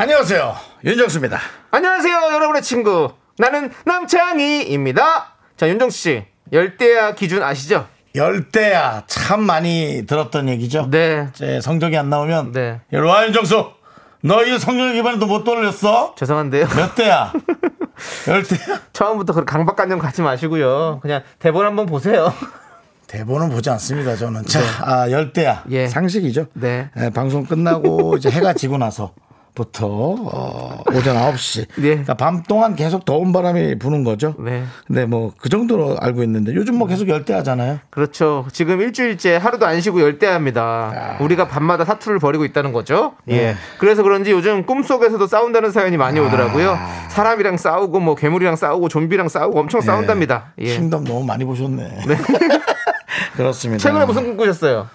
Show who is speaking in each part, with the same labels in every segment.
Speaker 1: 안녕하세요. 윤정수입니다.
Speaker 2: 안녕하세요, 여러분의 친구. 나는 남창희입니다. 자, 윤정수 씨. 열대야 기준 아시죠?
Speaker 1: 열대야 참 많이 들었던 얘기죠.
Speaker 2: 네.
Speaker 1: 제 성적이 안 나오면
Speaker 2: 네.
Speaker 1: 일로와 윤정수. 너 이 성적 기반도 못 돌렸어?
Speaker 2: 죄송한데요.
Speaker 1: 몇 대야? 열대야?
Speaker 2: 처음부터 그런 강박관념 가지 마시고요. 그냥 대본 한번 보세요.
Speaker 1: 대본은 보지 않습니다. 저는 자, 아, 열대야
Speaker 2: 네. 예.
Speaker 1: 상식이죠.
Speaker 2: 네.
Speaker 1: 예, 방송 끝나고 이제 해가 지고 나서부터 어, 오전 9시
Speaker 2: 예.
Speaker 1: 그러니까 밤 동안 계속 더운 바람이 부는 거죠.
Speaker 2: 네.
Speaker 1: 근데 뭐 그 정도로 알고 있는데 요즘 뭐 계속 열대하잖아요.
Speaker 2: 그렇죠. 지금 일주일째 하루도 안 쉬고 열대합니다. 우리가 밤마다 사투를 벌이고 있다는 거죠. 예.
Speaker 1: 아. 네. 아.
Speaker 2: 그래서 그런지 요즘 꿈속에서도 싸운다는 사연이 많이 오더라고요. 사람이랑 싸우고 뭐 괴물이랑 싸우고 좀비랑 싸우고
Speaker 1: 네.
Speaker 2: 엄청 싸운답니다. 예.
Speaker 1: 힘듦 너무 많이 보셨네.
Speaker 2: 네.
Speaker 1: 그렇습니다.
Speaker 2: 최근에 무슨 꿈 꾸셨어요?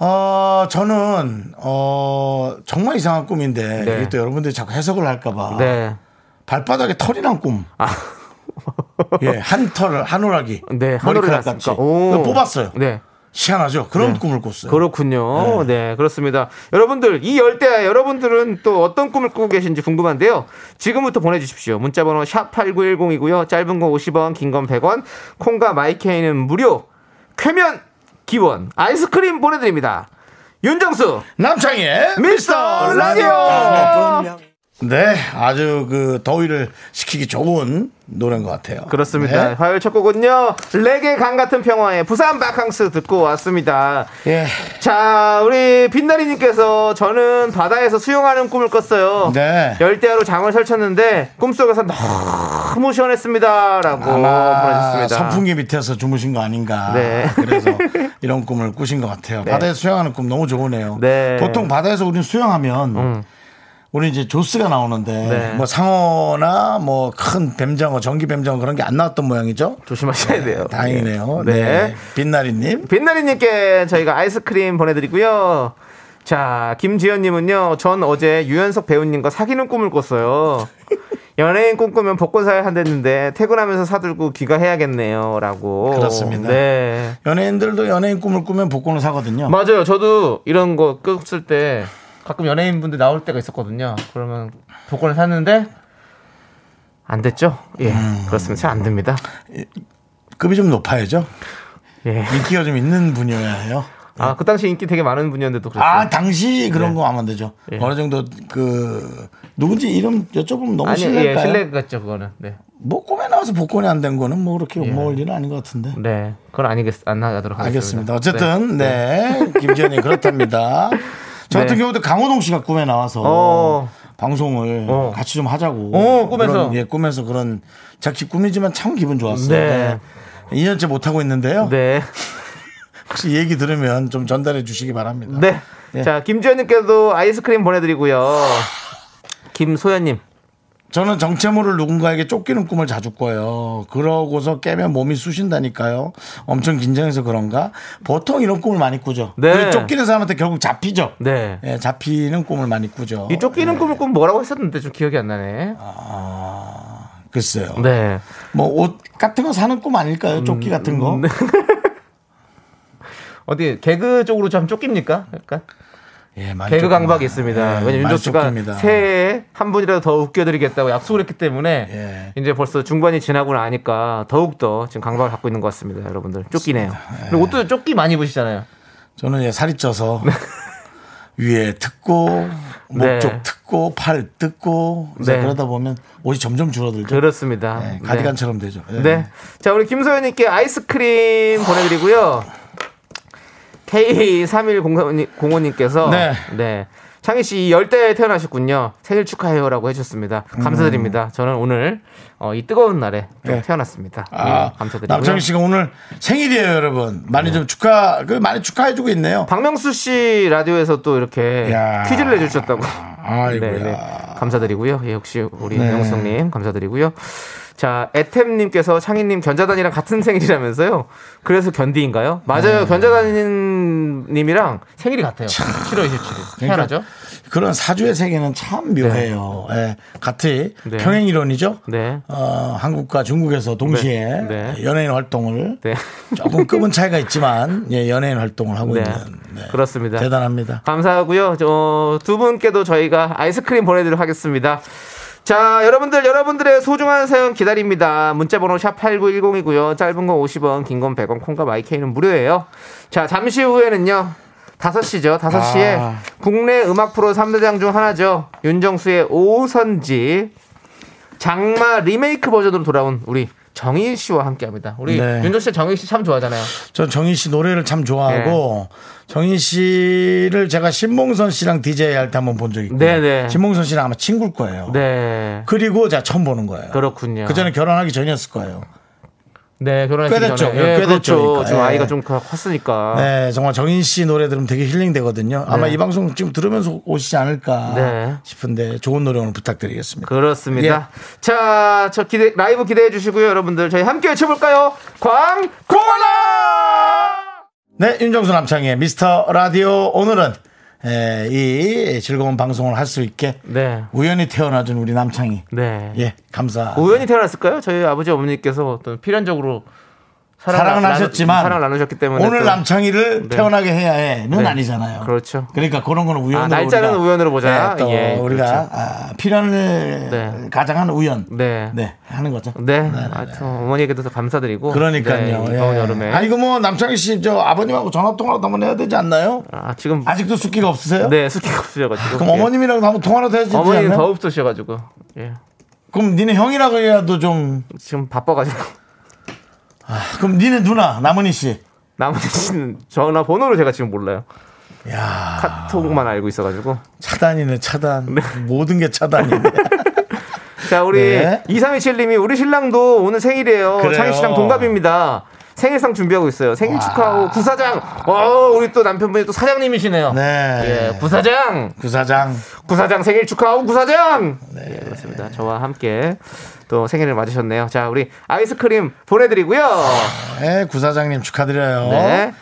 Speaker 1: 어, 저는 어, 정말 이상한 꿈인데
Speaker 2: 네.
Speaker 1: 이게 또 여러분들이 자꾸 해석을 할까봐
Speaker 2: 네. 아.
Speaker 1: 발바닥에 털이 난 꿈. 예, 한 털을 한 오락이.
Speaker 2: 네. 하늘을
Speaker 1: 머리카락 같이.
Speaker 2: 났습니까?
Speaker 1: 그거 뽑았어요.
Speaker 2: 네.
Speaker 1: 희한하죠. 그런 꿈을 꿨어요.
Speaker 2: 그렇군요. 네. 그렇습니다. 여러분들, 이 열대야 여러분들은 또 어떤 꿈을 꾸고 계신지 궁금한데요. 지금부터 보내주십시오. 문자번호 샵8910이고요. 짧은 거 50원, 긴 건 100원, 콩과 마이케이는 무료, 쾌면, 기원, 아이스크림 보내드립니다. 윤정수,
Speaker 1: 남창희의
Speaker 2: 미스터 라디오!
Speaker 1: 네, 아주 그 더위를 식히기 좋은 노래인 것 같아요.
Speaker 2: 그렇습니다.
Speaker 1: 네.
Speaker 2: 화요일 첫 곡은요. 레게 강 같은 평화의 부산 바캉스 듣고 왔습니다.
Speaker 1: 예.
Speaker 2: 자, 우리 빛나리님께서 저는 바다에서 수영하는 꿈을 꿨어요.
Speaker 1: 네.
Speaker 2: 열대야로 장을 설쳤는데 꿈속에서 너무 시원했습니다라고
Speaker 1: 아마
Speaker 2: 보내셨습니다.
Speaker 1: 선풍기 밑에서 주무신 거 아닌가.
Speaker 2: 네.
Speaker 1: 그래서 이런 꿈을 꾸신 것 같아요. 바다에서 수영하는 꿈 너무 좋으네요.
Speaker 2: 네. 음.
Speaker 1: 보통 바다에서 우리는 수영하면 우리 이제 조스가 나오는데
Speaker 2: 네.
Speaker 1: 뭐 상어나 뭐 큰 뱀장어, 전기 뱀장어 그런 게 안 나왔던 모양이죠.
Speaker 2: 조심하셔야 돼요.
Speaker 1: 네, 다행이네요.
Speaker 2: 네.
Speaker 1: 네. 빛나리님.
Speaker 2: 빛나리님께 저희가 아이스크림 보내드리고요. 자, 김지연님은요, 전 어제 유연석 배우님과 사귀는 꿈을 꿔어요 연예인 꿈꾸면 복권 사야 한댔는데 퇴근하면서 사들고 귀가해야겠네요. 라고.
Speaker 1: 그렇습니다.
Speaker 2: 네.
Speaker 1: 연예인들도 연예인 꿈을 꾸면 복권을 사거든요.
Speaker 2: 맞아요. 저도 이런 거 끄었을 때 가끔 연예인분들 나올 때가 있었거든요. 그러면 복권을 샀는데 안 됐죠? 예.
Speaker 1: 음.
Speaker 2: 그렇습니다. 잘 안 됩니다.
Speaker 1: 급이 좀 높아야죠.
Speaker 2: 예.
Speaker 1: 인기가 좀 있는 분이어야 해요.
Speaker 2: 아, 그 당시 인기 되게 많은 분이었는데도 그랬어요.
Speaker 1: 네. 아, 당시 그런 거 하면 안 되죠.
Speaker 2: 그렇죠. 예.
Speaker 1: 어느 정도 그 누군지 이름 여쭤보면 너무
Speaker 2: 아니, 예,
Speaker 1: 실례일까요?
Speaker 2: 실례 같죠, 그거는. 네.
Speaker 1: 뭐 꿈에 나와서 복권이 안 된 거는 뭐 그렇게 욕먹을 일은 아닌 것 같은데.
Speaker 2: 네. 예. 그건 아니겠, 안 하도록
Speaker 1: 알겠습니다.
Speaker 2: 하겠습니다.
Speaker 1: 어쨌든 네, 김지현이 그렇답니다. 저 같은
Speaker 2: 네.
Speaker 1: 경우도 강호동 씨가 꿈에 나와서
Speaker 2: 어.
Speaker 1: 방송을
Speaker 2: 어.
Speaker 1: 같이 좀 하자고.
Speaker 2: 어, 꿈에서.
Speaker 1: 그런, 예, 꿈에서 그런 자기 꿈이지만 참 기분 좋았어요.
Speaker 2: 네.
Speaker 1: 네. 2년째 못 하고 있는데요.
Speaker 2: 네.
Speaker 1: 혹시 얘기 들으면 좀 전달해 주시기 바랍니다.
Speaker 2: 네.
Speaker 1: 예.
Speaker 2: 자, 김지현님께도 아이스크림 보내드리고요. 김소연님.
Speaker 1: 저는 정체 모를 누군가에게 쫓기는 꿈을 자주 꿔요. 그러고서 깨면 몸이 쑤신다니까요. 엄청 긴장해서 그런가? 보통 이런 꿈을 많이 꾸죠.
Speaker 2: 네.
Speaker 1: 그리고 쫓기는 사람한테 결국 잡히죠.
Speaker 2: 네.
Speaker 1: 예, 잡히는 꿈을 많이 꾸죠.
Speaker 2: 이 쫓기는 꿈을 꾼 뭐라고 했었는데 좀 기억이 안 나네.
Speaker 1: 아, 글쎄요.
Speaker 2: 네.
Speaker 1: 뭐 옷 같은 거 사는 꿈 아닐까요? 쫓기 같은
Speaker 2: 음,
Speaker 1: 거.
Speaker 2: 네. 어디 개그 쪽으로 좀 쫓깁니까? 약간
Speaker 1: 예, 많이
Speaker 2: 개그
Speaker 1: 쫓깁니다.
Speaker 2: 강박이 있습니다.
Speaker 1: 예,
Speaker 2: 왜냐면
Speaker 1: 많이
Speaker 2: 윤정수가
Speaker 1: 쫓깁니다.
Speaker 2: 새해에 한 분이라도 더 웃겨드리겠다고 약속을 했기
Speaker 1: 예.
Speaker 2: 때문에 이제 벌써 중반이 지나고 나니까 더욱더 지금 강박을 갖고 있는 것 같습니다. 여러분들 쫓기네요.
Speaker 1: 예.
Speaker 2: 그리고 옷도 쫓기 많이 입으시잖아요.
Speaker 1: 저는 예, 살이 쪄서 위에 특고,
Speaker 2: 네.
Speaker 1: 목쪽 특고, 팔 특고. 이제
Speaker 2: 네.
Speaker 1: 그러다 보면 옷이 점점 줄어들죠.
Speaker 2: 그렇습니다.
Speaker 1: 예,
Speaker 2: 네.
Speaker 1: 가디건처럼 되죠. 예.
Speaker 2: 네. 자, 우리 김소연님께 아이스크림 보내드리고요. K3105님께서
Speaker 1: 네.
Speaker 2: 네. 창희 씨 열대에 태어나셨군요. 생일 축하해요라고 해주셨습니다. 감사드립니다. 저는 오늘 어, 이 뜨거운 날에
Speaker 1: 음.
Speaker 2: 좀
Speaker 1: 네.
Speaker 2: 태어났습니다.
Speaker 1: 아,
Speaker 2: 예, 감사드리고요. 네.
Speaker 1: 남창희 씨가 오늘 생일이에요, 여러분. 많이 좀 축하, 그 많이 축하해주고 있네요.
Speaker 2: 박명수 씨 라디오에서 또 이렇게
Speaker 1: 야.
Speaker 2: 퀴즈를 내주셨다고.
Speaker 1: 아이고야.
Speaker 2: 네, 네. 감사드리고요. 예, 혹시 우리
Speaker 1: 네.
Speaker 2: 명성님 감사드리고요. 자, 에템님께서 창희님 견자단이랑 같은 생일이라면서요. 그래서 견디인가요? 맞아요.
Speaker 1: 네.
Speaker 2: 견자단님이랑 생일이 같아요. 7월 27일.
Speaker 1: 그러니까
Speaker 2: 희한하죠?
Speaker 1: 그런 사주의 세계는 참 묘해요. 예, 같이
Speaker 2: 네.
Speaker 1: 평행 이론이죠.
Speaker 2: 네.
Speaker 1: 어, 한국과 중국에서 동시에
Speaker 2: 네. 네.
Speaker 1: 연예인 활동을
Speaker 2: 네.
Speaker 1: 조금 급은 차이가 있지만 예, 연예인 활동을 하고
Speaker 2: 네.
Speaker 1: 있는 네.
Speaker 2: 그렇습니다.
Speaker 1: 대단합니다.
Speaker 2: 감사하고요. 저, 두 분께도 저희가 아이스크림 보내드리도록 하겠습니다. 자, 여러분들, 여러분들의 소중한 사연 기다립니다. 문자번호 샵8910이고요. 짧은 건 50원, 긴 건 100원, 콩과 마이케이는 무료예요. 자, 잠시 후에는요. 5시죠. 5시에
Speaker 1: 아.
Speaker 2: 국내 음악 프로 3대장 중 하나죠. 윤정수의 오선지. 장마 리메이크 버전으로 돌아온 우리 정인 씨와 함께 합니다. 우리
Speaker 1: 네.
Speaker 2: 윤정 씨, 정인 씨 참 좋아하잖아요.
Speaker 1: 전 정인 씨 노래를 참 좋아하고
Speaker 2: 네.
Speaker 1: 정인 씨를 제가 신봉선 씨랑 DJ 할 때 한번 본 적이 있고
Speaker 2: 네, 네.
Speaker 1: 신봉선 씨랑 아마 친구일 거예요.
Speaker 2: 네.
Speaker 1: 그리고 제가 처음 보는 거예요.
Speaker 2: 그렇군요.
Speaker 1: 그 전에 결혼하기 전이었을 거예요.
Speaker 2: 네, 결혼하기
Speaker 1: 꽤 됐죠.
Speaker 2: 전에. 예,
Speaker 1: 꽤 됐죠,
Speaker 2: 그렇죠.
Speaker 1: 그러니까.
Speaker 2: 지금
Speaker 1: 예.
Speaker 2: 아이가 좀 커- 컸으니까.
Speaker 1: 네, 정말 정인 씨 노래 들으면 되게 힐링 되거든요. 아마
Speaker 2: 아. 네.
Speaker 1: 이 방송 지금 들으면서 오시지 않을까
Speaker 2: 네.
Speaker 1: 싶은데 좋은 노래 오늘 부탁드리겠습니다.
Speaker 2: 그렇습니다.
Speaker 1: 예.
Speaker 2: 자, 저 기대 라이브 기대해 주시고요, 여러분들. 저희 함께 외쳐 볼까요? 광고라!
Speaker 1: 네, 윤정수 남창의 미스터 라디오 오늘은 에, 이 즐거운 방송을 할 수 있게
Speaker 2: 네.
Speaker 1: 우연히 태어나준 우리 남창이
Speaker 2: 네.
Speaker 1: 예 감사.
Speaker 2: 우연히 태어났을까요? 저희 아버지 어머니께서 어떤 필연적으로
Speaker 1: 사랑은
Speaker 2: 나누-
Speaker 1: 하셨지만
Speaker 2: 사랑을 나누셨기 때문에
Speaker 1: 오늘
Speaker 2: 또-
Speaker 1: 남창이를
Speaker 2: 네.
Speaker 1: 태어나게 해야 해는
Speaker 2: 네.
Speaker 1: 아니잖아요.
Speaker 2: 그렇죠.
Speaker 1: 그러니까 그런 건 우연으로
Speaker 2: 아, 날짜는
Speaker 1: 우리가-
Speaker 2: 우연으로 보자.
Speaker 1: 네, 또
Speaker 2: 예,
Speaker 1: 우리가
Speaker 2: 그렇죠.
Speaker 1: 아, 필연을
Speaker 2: 네.
Speaker 1: 가장한 우연.
Speaker 2: 네. 네.
Speaker 1: 네, 하는 거죠.
Speaker 2: 하여튼 어머니에게도 더 감사드리고
Speaker 1: 그러니까요.
Speaker 2: 네, 이 더운
Speaker 1: 예.
Speaker 2: 여름에
Speaker 1: 아 이거 뭐 남창희 씨 저 아버님하고 전화 통화라도 한번 해야 되지 않나요?
Speaker 2: 아, 지금
Speaker 1: 아직도 숙기가 없으세요?
Speaker 2: 네, 숙기가 없으셔 가지고. 예.
Speaker 1: 그럼 어머님이랑 한번 통화라도 해야 되지
Speaker 2: 어머니는
Speaker 1: 않나요?
Speaker 2: 더 없으셔가지고 예.
Speaker 1: 그럼 니네 형이라고 해야도 좀 아,
Speaker 2: 지금 바빠가지고
Speaker 1: 그럼 니네 누나 남은희 씨.
Speaker 2: 나머지 씨는 전화 번호를 제가 지금 몰라요
Speaker 1: 야
Speaker 2: 카톡만 알고 있어가지고
Speaker 1: 차단이네 차단. 모든 게 차단이네.
Speaker 2: 자 우리
Speaker 1: 네.
Speaker 2: 2327님이 우리 신랑도 오늘 생일이에요
Speaker 1: 그래요.
Speaker 2: 창희 씨랑 동갑입니다 생일상 준비하고 있어요 생일 축하하고 구사장 어 우리 또 남편분이 또 사장님이시네요
Speaker 1: 네.
Speaker 2: 예, 구사장
Speaker 1: 구사장
Speaker 2: 구사장 생일 축하하고 구사장 네. 예, 그렇습니다 저와 함께 또 생일을 맞으셨네요 자 우리 아이스크림 보내드리고요
Speaker 1: 네, 구사장님 축하드려요.
Speaker 2: 네.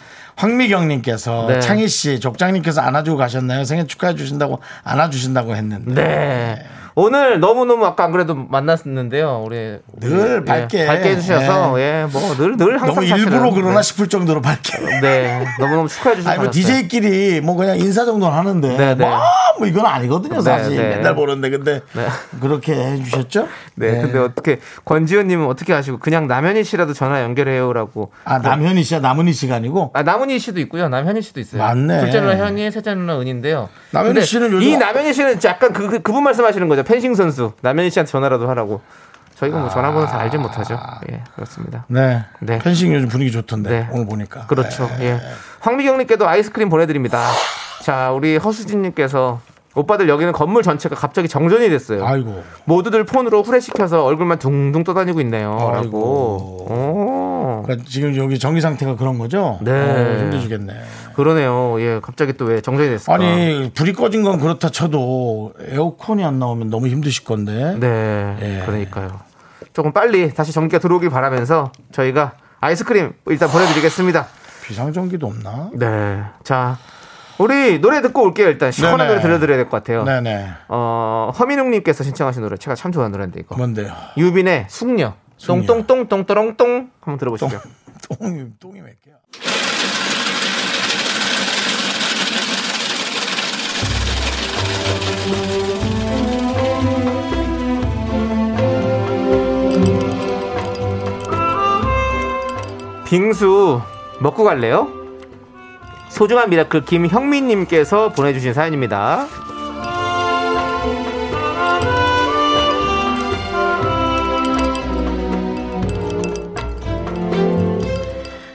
Speaker 1: 황미경님께서
Speaker 2: 네.
Speaker 1: 창희 씨 족장님께서 안아주고 가셨나요? 생일 축하해 주신다고 안아주신다고 했는데
Speaker 2: 네. 오늘 너무너무 아까 안 그래도 만났는데요. 우리
Speaker 1: 늘
Speaker 2: 우리,
Speaker 1: 밝게. 네.
Speaker 2: 예, 밝게 해주셔서 예, 뭐 늘 늘 항상
Speaker 1: 너무
Speaker 2: 사실은.
Speaker 1: 일부러 그러나 싶을 정도로 밝게.
Speaker 2: 네. 네. 너무너무 축하해 주셔서
Speaker 1: 아니 뭐
Speaker 2: 감사했어요.
Speaker 1: DJ끼리 뭐 그냥 인사 정도는 하는데
Speaker 2: 네, 네.
Speaker 1: 뭐, 뭐 이건 아니거든요
Speaker 2: 네,
Speaker 1: 사실
Speaker 2: 네.
Speaker 1: 맨날 보는데 근데
Speaker 2: 네.
Speaker 1: 그렇게 해주셨죠?
Speaker 2: 네, 근데 어떻게 권지현님은 어떻게 아시고 그냥 남현희 씨라도 전화 연결해요라고.
Speaker 1: 아 남현희 씨야 남은희 씨가 아니고
Speaker 2: 아 남은희 씨도 있고요, 남현희 씨도 있어요.
Speaker 1: 맞네.
Speaker 2: 둘째 누나 현희, 셋째 누나 은인데요.
Speaker 1: 남현희
Speaker 2: 근데
Speaker 1: 씨는 요즘-
Speaker 2: 이 남현희 씨는 약간 그, 그 그분 말씀하시는 거죠, 펜싱 선수 남현희 씨한테 전화라도 하라고. 저희가
Speaker 1: 아.
Speaker 2: 뭐 전화번호 다 알지 못하죠. 예, 그렇습니다.
Speaker 1: 네.
Speaker 2: 네.
Speaker 1: 펜싱 요즘 분위기 좋던데
Speaker 2: 네.
Speaker 1: 오늘 보니까
Speaker 2: 그렇죠.
Speaker 1: 네.
Speaker 2: 예. 황미경님께도 아이스크림 보내드립니다. 자, 우리 허수진님께서 오빠들 여기는 건물 전체가 갑자기 정전이 됐어요.
Speaker 1: 아이고
Speaker 2: 모두들 폰으로 후레시켜서 얼굴만 둥둥 떠다니고 있네요.라고.
Speaker 1: 아이고.
Speaker 2: 오,
Speaker 1: 그러니까 지금 여기 정기 상태가 그런 거죠?
Speaker 2: 네.
Speaker 1: 어, 힘드시겠네.
Speaker 2: 그러네요. 예, 갑자기 또 왜 정전이 됐을까?
Speaker 1: 아니 불이 꺼진 건 그렇다 쳐도 에어컨이 안 나오면 너무 힘드실 건데.
Speaker 2: 네,
Speaker 1: 예.
Speaker 2: 그러니까요. 조금 빨리 다시 전기가 들어오길 바라면서 저희가 아이스크림 일단 보내드리겠습니다.
Speaker 1: 비상전기도 없나?
Speaker 2: 네, 자, 우리 노래 듣고 올게요. 일단 시원한
Speaker 1: 네네.
Speaker 2: 노래 들려드려야 될 것 같아요.
Speaker 1: 네네.
Speaker 2: 어, 허민웅님께서 신청하신 노래 제가 참 좋아하는 노래인데 이거
Speaker 1: 뭔데요?
Speaker 2: 네. 유빈의 숙녀
Speaker 1: 숙녀.
Speaker 2: 똥똥똥똥똥똥 한번 들어보시죠.
Speaker 1: 똥이 똥이 몇 개야?
Speaker 2: 빙수 먹고 갈래요? 소중한 미라클 김형민님께서 보내주신 사연입니다.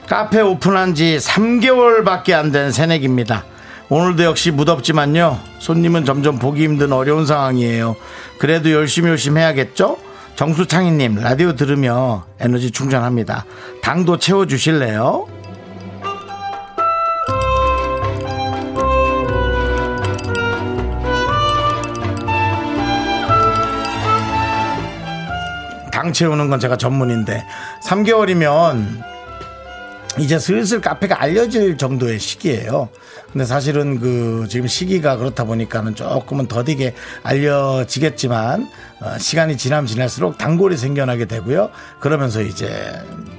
Speaker 1: 카페 오픈한 지 3개월밖에 안 된 새내기입니다. 오늘도 역시 무덥지만요. 손님은 점점 보기 힘든 어려운 상황이에요. 그래도 열심히 열심히 해야겠죠? 정수창희님, 라디오 들으며 에너지 충전합니다. 당도 채워주실래요? 강 채우는 건 제가 전문인데 3개월이면 이제 슬슬 카페가 알려질 정도의 시기예요. 근데 사실은 그 지금 시기가 그렇다 보니까는 조금은 더디게 알려지겠지만 어, 시간이 지나면 지날수록 단골이 생겨나게 되고요. 그러면서 이제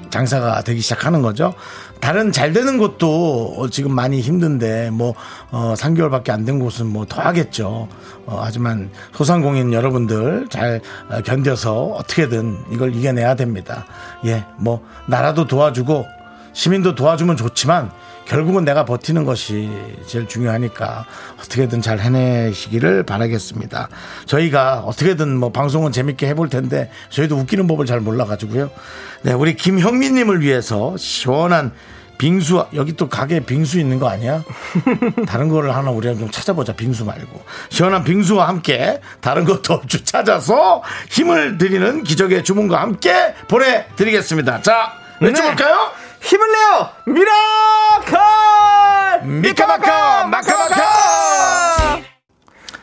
Speaker 1: 장사가 되기 시작하는 거죠. 다른 잘 되는 곳도 어, 지금 많이 힘든데 뭐 어, 3개월밖에 안 된 곳은 뭐 더 하겠죠. 어, 하지만 소상공인 여러분들 잘 어, 견뎌서 어떻게든 이걸 이겨내야 됩니다. 예, 뭐 나라도 도와주고 시민도 도와주면 좋지만 결국은 내가 버티는 것이 제일 중요하니까 어떻게든 잘 해내시기를 바라겠습니다. 저희가 어떻게든 뭐 방송은 재밌게 해볼 텐데 저희도 웃기는 법을 잘 몰라가지고요. 네, 우리 김형민님을 위해서 시원한 빙수 여기 또 가게에 빙수 있는 거 아니야? 다른 거를 하나 우리가 좀 찾아보자 빙수 말고 시원한 빙수와 함께 다른 것도 없죠 찾아서 힘을 드리는 기적의 주문과 함께 보내드리겠습니다. 자 외쳐볼까요?
Speaker 2: 힘을 내요! 미라클!
Speaker 1: 미카마카 마카마카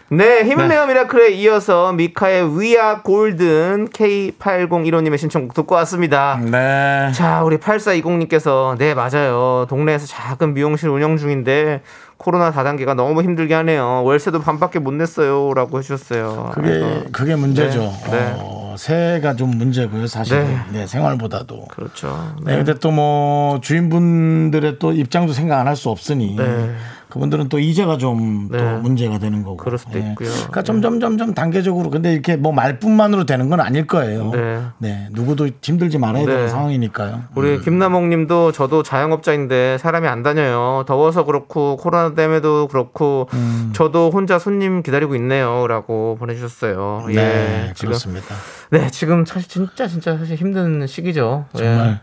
Speaker 2: 네, 힘을
Speaker 1: 네.
Speaker 2: 내어 미라클에 이어서 미카의 위아 골든 K8015님의 신청곡 듣고 왔습니다.
Speaker 1: 네
Speaker 2: 자, 우리 8420님께서 네, 맞아요. 동네에서 작은 미용실 운영 중인데 코로나 다단계가 너무 힘들게 하네요. 월세도 반밖에 못 냈어요. 라고 해주셨어요.
Speaker 1: 그게
Speaker 2: 아이고,
Speaker 1: 그게 문제죠
Speaker 2: 네, 네.
Speaker 1: 어, 새해가 좀 문제고요 사실 은
Speaker 2: 네.
Speaker 1: 생활보다도
Speaker 2: 그렇죠.
Speaker 1: 네, 근데 또 뭐 주인분들의 또 입장도 생각 안 할 수 없으니
Speaker 2: 네.
Speaker 1: 그분들은 또 이자가 좀 또
Speaker 2: 네.
Speaker 1: 문제가 되는 거고.
Speaker 2: 그럴 수도
Speaker 1: 예.
Speaker 2: 있고요. 네.
Speaker 1: 그러니까 점점점점 단계적으로 근데 이렇게 뭐 말뿐만으로 되는 건 아닐 거예요.
Speaker 2: 네.
Speaker 1: 네. 누구도 힘들지 말아야 되는
Speaker 2: 네.
Speaker 1: 상황이니까요.
Speaker 2: 우리 김남옥님도 저도 자영업자인데 사람이 안 다녀요. 더워서 그렇고 코로나 때문에도 그렇고
Speaker 1: 음.
Speaker 2: 저도 혼자 손님 기다리고 있네요라고 보내주셨어요.
Speaker 1: 네,
Speaker 2: 예, 지금
Speaker 1: 그렇습니다.
Speaker 2: 네 지금 사실 진짜 진짜 사실 힘든 시기죠. 예.
Speaker 1: 정말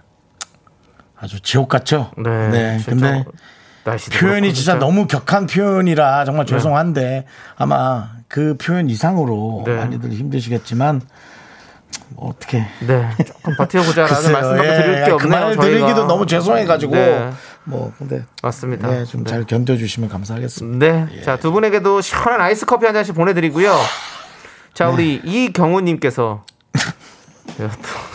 Speaker 1: 아주 지옥 같죠?
Speaker 2: 네. 진짜
Speaker 1: 근데
Speaker 2: 날씨도
Speaker 1: 표현이
Speaker 2: 그렇고 네.
Speaker 1: 진짜 너무 격한 표현이라 정말 죄송한데 아마 그 표현 이상으로
Speaker 2: 네.
Speaker 1: 많이들 힘드시겠지만 뭐 어떻게 예,
Speaker 2: 네 조금 버텨보자라는 말씀밖에 드릴 게 없네요.
Speaker 1: 그말
Speaker 2: 저희가.
Speaker 1: 드리기도 너무 죄송해가지고
Speaker 2: 네, 아,
Speaker 1: 뭐 근데
Speaker 2: 맞습니다.
Speaker 1: 네, 좀 잘 예. 견뎌주시면 감사하겠습니다.
Speaker 2: 네. 자, 두 분에게도 시원한 아이스 커피 한 잔씩 보내드리고요. 자,
Speaker 1: 네.
Speaker 2: 우리 이경우님께서. 제가 또-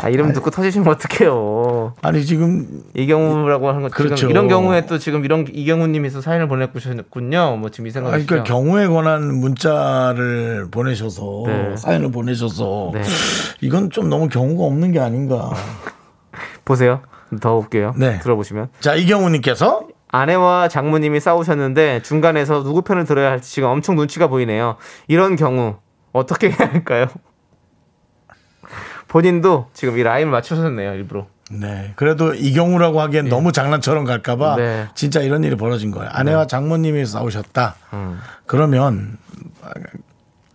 Speaker 2: 아, 이름 듣고 터지시면 어떡해요.
Speaker 1: 아니 지금
Speaker 2: 이경우라고 하는 거.
Speaker 1: 그렇죠.
Speaker 2: 지금 이런 경우에 또 지금 이런 이경우님이서 사연을 보내주셨군요. 뭐 지금 이
Speaker 1: 아,
Speaker 2: 생각이시죠?
Speaker 1: 그러니까 경우에 관한 문자를 보내셔서
Speaker 2: 네.
Speaker 1: 사연을 보내셔서
Speaker 2: 네.
Speaker 1: 이건 좀 너무 경우가 없는 게 아닌가.
Speaker 2: 보세요. 더 웃겨요.
Speaker 1: 네.
Speaker 2: 들어보시면.
Speaker 1: 자 이경우님께서
Speaker 2: 아내와 장모님이 싸우셨는데 중간에서 누구 편을 들어야 할지 지금 엄청 눈치가 보이네요. 이런 경우 어떻게 해야 할까요? 본인도 지금 이 라임을 맞추셨네요, 일부러.
Speaker 1: 네 그래도 이경우라고 하기엔 너무 장난처럼 갈까봐
Speaker 2: 예. 네.
Speaker 1: 진짜 이런 일이 벌어진 거예요. 아내와 장모님이 싸우셨다.
Speaker 2: 음.
Speaker 1: 그러면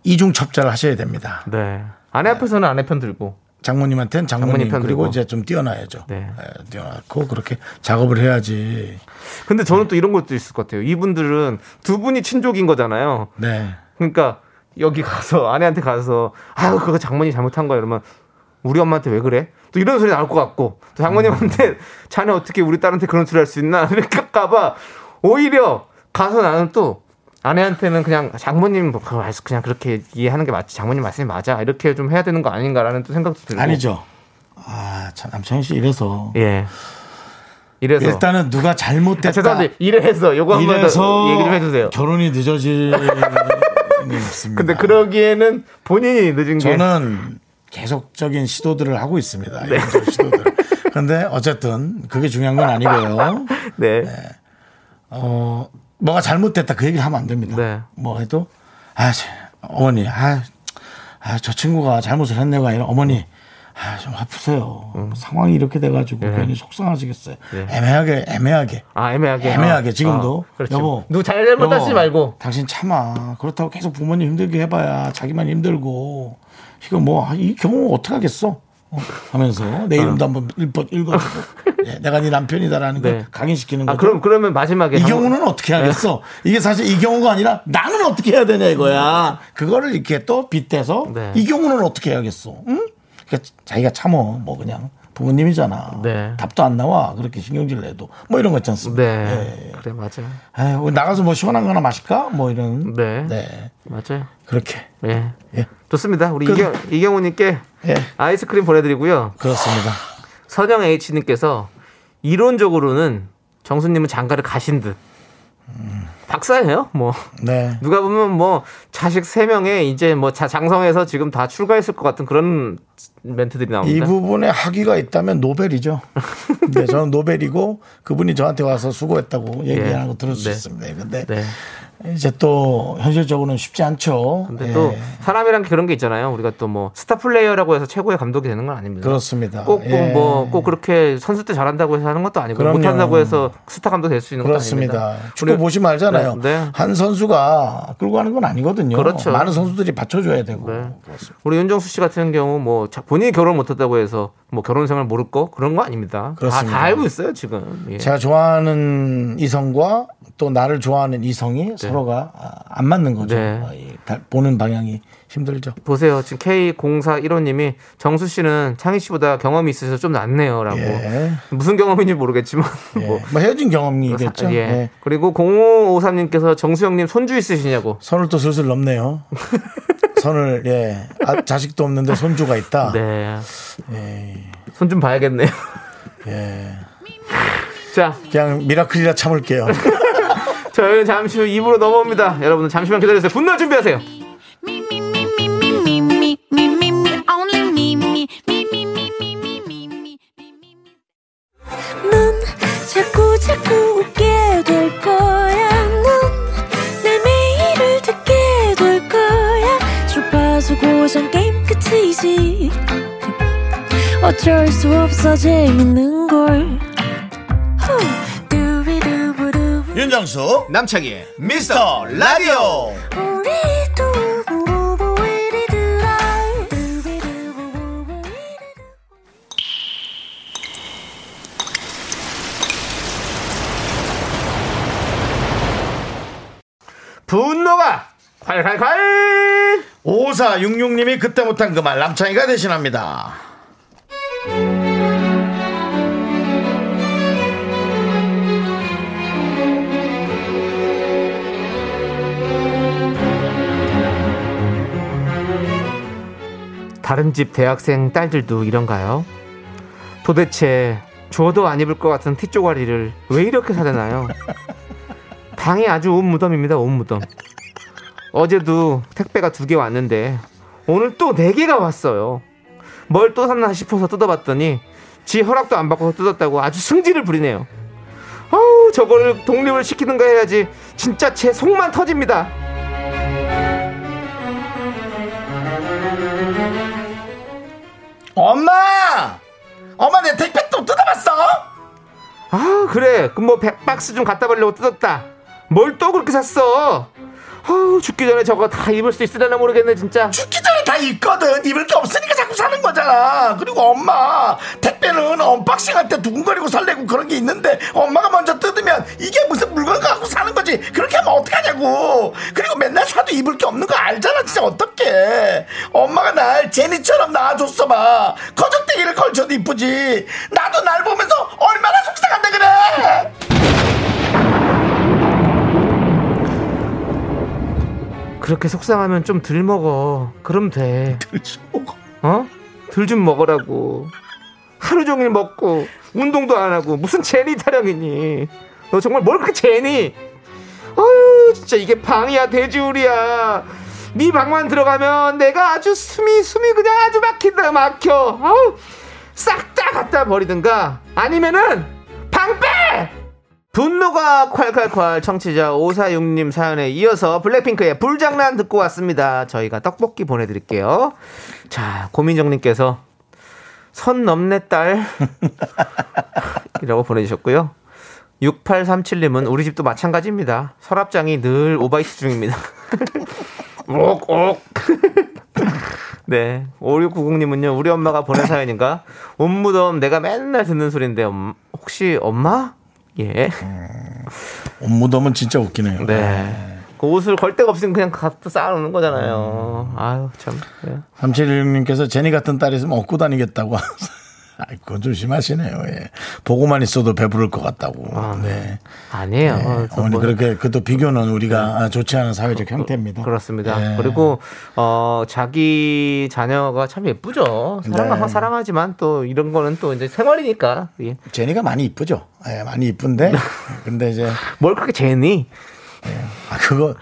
Speaker 1: 이중첩자를 하셔야 됩니다.
Speaker 2: 네. 아내 앞에서는 아내 편 들고.
Speaker 1: 장모님한테는 장모님,
Speaker 2: 장모님 편
Speaker 1: 그리고
Speaker 2: 들고.
Speaker 1: 이제 좀 뛰어나야죠.
Speaker 2: 네.
Speaker 1: 예, 뛰어나고 그렇게 작업을 해야지.
Speaker 2: 근데 저는 또 이런 것도 있을 것 같아요. 이분들은 두 분이 친족인 거잖아요.
Speaker 1: 네.
Speaker 2: 그러니까 여기 가서 아내한테 가서 아유 그거 장모님 잘못한 거야 이러면 우리 엄마한테 왜 그래? 또 이런 소리 나올 것 같고
Speaker 1: 음.
Speaker 2: 또 장모님한테 자네 어떻게 우리 딸한테 그런 소리 할 수 있나 이럴까봐 오히려 가서 나는 또 아내한테는 그냥 장모님 뭐 그거 말- 그냥 그렇게 이해하는 게 맞지 장모님 말씀이 맞아 이렇게 좀 해야 되는 거 아닌가라는 또 생각도 들고
Speaker 1: 아니죠. 아, 참, 남창희 씨 이래서.
Speaker 2: 예 이래서
Speaker 1: 일단은 누가 잘못됐다.
Speaker 2: 아, 죄송한데 이래서 요거 한 번
Speaker 1: 이래서
Speaker 2: 더 얘기 좀 해주세요.
Speaker 1: 결혼이 늦어질 는 있습니다.
Speaker 2: 근데 그러기에는 본인이 늦은 게
Speaker 1: 저는 계속적인 시도들을 하고 있습니다. 이런저런 시도들. 근데 어쨌든 그게 중요한 건 아니고요.
Speaker 2: 네.
Speaker 1: 어, 뭐가 잘못됐다 그 얘기를 하면 안 됩니다.
Speaker 2: 네.
Speaker 1: 뭐 해도 아, 씨, 어머니, 아, 아, 저 친구가 잘못을 했네가 아니라 어머니, 아, 좀 아프세요. 상황이 이렇게 돼가지고 괜히 속상하시겠어요. 애매하게, 애매하게.
Speaker 2: 아 애매하게
Speaker 1: 애매하게
Speaker 2: 아,
Speaker 1: 지금도.
Speaker 2: 아, 그렇죠.
Speaker 1: 여보.
Speaker 2: 누구 잘못하지
Speaker 1: 여보,
Speaker 2: 말고
Speaker 1: 어, 당신 참아. 그렇다고 계속 부모님 힘들게 해봐야 자기만 힘들고. 이거 뭐, 아, 이 경우 어떡하겠어? 어, 하면서 내 이름도 한번 읽어, 읽어주고. 예, 내가 네 남편이다라는 걸
Speaker 2: 네.
Speaker 1: 각인시키는 거죠.
Speaker 2: 아 그럼 그러면 마지막에
Speaker 1: 이
Speaker 2: 한 네.
Speaker 1: 경우는 어떻게 하겠어? 이게 사실 이 경우가 아니라 나는 어떻게 해야 되냐 이거야. 그거를 이렇게 또 빗대서
Speaker 2: 네.
Speaker 1: 이 경우는 어떻게 해야겠어? 응? 그러니까 자기가 참어 뭐 그냥 부모님이잖아.
Speaker 2: 네.
Speaker 1: 답도 안 나와 그렇게 신경질 내도 뭐 이런 거 있지
Speaker 2: 번.
Speaker 1: 않습니까? 예.
Speaker 2: 네 그래 맞아 요
Speaker 1: 에이, 우리 나가서 뭐 시원한 거나 마실까? 뭐 이런.
Speaker 2: 네.
Speaker 1: 네.
Speaker 2: 맞아요
Speaker 1: 그렇게
Speaker 2: 예
Speaker 1: 예.
Speaker 2: 좋습니다. 우리 이경, 이경우님께
Speaker 1: 예.
Speaker 2: 아이스크림 보내드리고요.
Speaker 1: 그렇습니다.
Speaker 2: 선영 H님께서 이론적으로는 정수님은 장가를 가신 듯. 박사예요. 뭐
Speaker 1: 네.
Speaker 2: 누가 보면 뭐 자식 세 명에 이제 뭐 자- 장성해서 지금 다 출가했을 것 같은 그런 멘트들이
Speaker 1: 이
Speaker 2: 나옵니다.
Speaker 1: 부분에 학위가 있다면 노벨이죠. 네, 저는 노벨이고 그분이 저한테 와서 수고했다고 얘기하는 거 들을 수
Speaker 2: 네.
Speaker 1: 있습니다. 근데
Speaker 2: 네.
Speaker 1: 이제 또 현실적으로는 쉽지 않죠.
Speaker 2: 근데
Speaker 1: 예,
Speaker 2: 또 사람이란 게 그런 게 있잖아요. 우리가 또 뭐 스타 플레이어라고 해서 최고의 감독이 되는 건 아닙니다.
Speaker 1: 그렇습니다.
Speaker 2: 꼭 뭐
Speaker 1: 예.
Speaker 2: 꼭 그렇게 선수 때 잘한다고 해서 하는 것도 아니고
Speaker 1: 그럼요.
Speaker 2: 못한다고 해서 스타 감독 될 수 있는 것도
Speaker 1: 그렇습니다.
Speaker 2: 아닙니다.
Speaker 1: 축구
Speaker 2: 우리-
Speaker 1: 보시면 알잖아요.
Speaker 2: 네, 네.
Speaker 1: 한 선수가 끌고 가는 건 아니거든요.
Speaker 2: 그렇죠.
Speaker 1: 많은 선수들이 받쳐줘야 되고.
Speaker 2: 네. 우리 윤정수 씨 같은 경우 뭐 자- 본인이 결혼 못했다고 해서 뭐 결혼 생활 모를 거 그런 거 아닙니다. 다- 다,
Speaker 1: 그렇습니다.
Speaker 2: 알고 있어요 지금. 예.
Speaker 1: 제가 좋아하는 이성과 또 나를 좋아하는 이성이 서로가 아, 안 맞는 거죠.
Speaker 2: 네.
Speaker 1: 아, 이 다- 보는 방향이 힘들죠.
Speaker 2: 보세요. 지금 K0415님이 정수 씨는 창희 씨보다 경험이 있으셔서 좀 낫네요라고.
Speaker 1: 예.
Speaker 2: 무슨 경험인지 모르겠지만
Speaker 1: 예.
Speaker 2: 아, 뭐.
Speaker 1: 뭐, 헤어진 경험이겠죠.
Speaker 2: 사- 예.
Speaker 1: 예.
Speaker 2: 그리고 0553님께서 정수영님 손주 있으시냐고.
Speaker 1: 선을 또 슬슬 넘네요. 선을 예 아, 자식도 없는데 손주가 있다.
Speaker 2: 네. 손 좀 봐야겠네요.
Speaker 1: 예.
Speaker 2: 자,
Speaker 1: 그냥 미라클이라 참을게요.
Speaker 2: 저희는 잠시 후 입으로 넘어옵니다. 여러분 잠시만 기다려주세요. 분노 준비하세요.
Speaker 3: Me, me, me, me, me, me, me, me, me, me, only me, me, me, me, me, me, me, me, me, me, me.
Speaker 4: 넌 자꾸 자꾸 웃게 될 거야. 넌내 매일을 듣게 될 거야. 주파수 고정 게임 끝이지. 어쩔 수 없어 재밌는 걸. 후. 두비두부두.
Speaker 1: 윤정수 남창희 미스터 라디오.
Speaker 4: 우리 두부부부 우리 두라. 두비두부부부 우리 두라.
Speaker 2: 분노가 콸콸콸!
Speaker 1: 5466님이 그때 못한 그 말 남창희가 대신합니다.
Speaker 2: 다른 집 대학생 딸들도 이런가요? 도대체 줘도 안 입을 것 같은 티 쪼가리를 왜 이렇게 사려나요? 방이 아주 온 무덤입니다. 온 무덤. 어제도 택배가 두 개 왔는데 오늘 또 네 개가 왔어요. 뭘 또 샀나 싶어서 뜯어봤더니 지 허락도 안 받고서 뜯었다고 아주 승질을 부리네요. 아우 저거를 독립을 시키는가 해야지 진짜 제 속만 터집니다.
Speaker 1: 엄마! 엄마 내 택배 또 뜯어봤어?
Speaker 2: 아 그래 그뭐 백박스 좀 갖다 버리려고 뜯었다 뭘 또 그렇게 샀어 아우 죽기 전에 저거 다 입을 수 있으려나 모르겠네 진짜
Speaker 1: 죽기 전에 다 있거든. 입을 게 없으니까 자꾸 사는 거잖아. 그리고 엄마, 택배는 언박싱할 때 두근거리고 설레고 그런 게 있는데 엄마가 먼저 뜯으면 이게 무슨 물건 갖고 사는 거지. 그렇게 하면 어떡하냐고. 그리고 맨날 사도 입을 게 없는 거 알잖아. 진짜 어떡해. 엄마가 날 제니처럼 낳아줬어 봐. 거적대기를 걸쳐도 이쁘지. 나도 날 보면서 얼마나 속상한데 그래.
Speaker 2: 그렇게 속상하면 좀 덜 먹어 그럼 돼 어? 덜 좀 먹으라고 하루 종일 먹고 운동도 안 하고 무슨 제니 타령이니 너 정말 뭘 그렇게 제니 어휴 진짜 이게 방이야 돼지우리야 네 방만 들어가면 내가 아주 숨이 숨이 그냥 아주 막힌다 막혀 어우 싹 다 갖다 버리든가 아니면은 방빼 분노가 콸콸콸 청취자 546님 사연에 이어서 블랙핑크의 불장난 듣고 왔습니다. 저희가 떡볶이 보내드릴게요. 자, 고민정님께서 선 넘네 딸 이라고 보내주셨고요. 6837님은 우리 집도 마찬가지입니다. 서랍장이 늘 오바이트 중입니다. 옥옥 네. 5690님은요, 우리 엄마가 보낸 사연인가? 온무덤 내가 맨날 듣는 소린데, 음, 혹시 엄마? 예.
Speaker 1: 무덤은 진짜 웃기네요.
Speaker 2: 네. 그 옷을 걸 데가 없으면 그냥 갖다 쌓아놓는
Speaker 1: 음.
Speaker 2: 거잖아요. 아유, 참. 네.
Speaker 1: 3716님께서 제니 같은 딸 있으면 업고 다니겠다고 아, 그건 좀 심하시네요. 예. 보고만 있어도 배부를 것 같다고. 네.
Speaker 2: 아, 아니에요.
Speaker 1: 예,
Speaker 2: 어,
Speaker 1: 어머니
Speaker 2: 뭐- 네.
Speaker 1: 그렇게 그것도 비교는 우리가 아, 좋지 않은 사회적 형태입니다.
Speaker 2: 그렇습니다.
Speaker 1: 예.
Speaker 2: 그리고 어 자기 자녀가 참 예쁘죠. 사랑은
Speaker 1: 네.
Speaker 2: 항상 사랑하지만 또 이런 거는 또 이제 생활이니까 예.
Speaker 1: 제니가 많이 이쁘죠. 예, 많이
Speaker 2: 네.
Speaker 1: 이쁜데 근데 이제
Speaker 2: 뭘 그렇게 재니?
Speaker 1: 아, 그거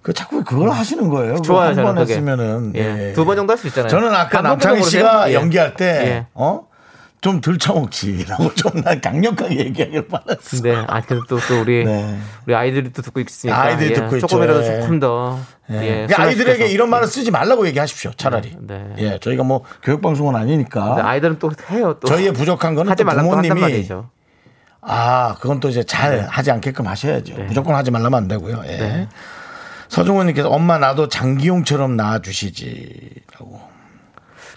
Speaker 1: 그 자꾸 그걸 하시는 거예요. 그거
Speaker 2: 좋아요,
Speaker 1: 뭐 한번
Speaker 2: 저는 그게.
Speaker 1: 했으면은
Speaker 2: 예. 두 번 정도 할 수 있잖아요.
Speaker 1: 저는 아까
Speaker 2: 한
Speaker 1: 남창희
Speaker 2: 번도
Speaker 1: 씨가
Speaker 2: 모르세요? 예.
Speaker 1: 연기할 때
Speaker 2: 예.
Speaker 1: 어? 좀 들쳐먹지라고 좀 난 강력하게 얘기하길 바랐어.
Speaker 2: 네, 아 근데 또, 또 우리
Speaker 1: 네.
Speaker 2: 우리 아이들이 또 듣고 있으니까
Speaker 1: 아이들이 듣고 있죠.
Speaker 2: 조금이라도
Speaker 1: 예.
Speaker 2: 조금 더
Speaker 1: 예.
Speaker 2: 예,
Speaker 1: 그러니까 아이들에게
Speaker 2: 순화시켜서.
Speaker 1: 이런 말을 쓰지 말라고 얘기하십시오. 차라리.
Speaker 2: 네.
Speaker 1: 예, 저희가 뭐 교육방송은 아니니까.
Speaker 2: 근데 네, 아이들은 또 해요. 또
Speaker 1: 저희의 부족한 거는
Speaker 2: 하지
Speaker 1: 또
Speaker 2: 말라고 한단
Speaker 1: 부모님이
Speaker 2: 말이죠.
Speaker 1: 아, 그건 또 이제 잘 하지 않게끔 하셔야죠. 무조건 하지 말라면 안 되고요. 예.
Speaker 2: 네.
Speaker 1: 서종원님께서 엄마 나도 장기용처럼 낳아주시지라고.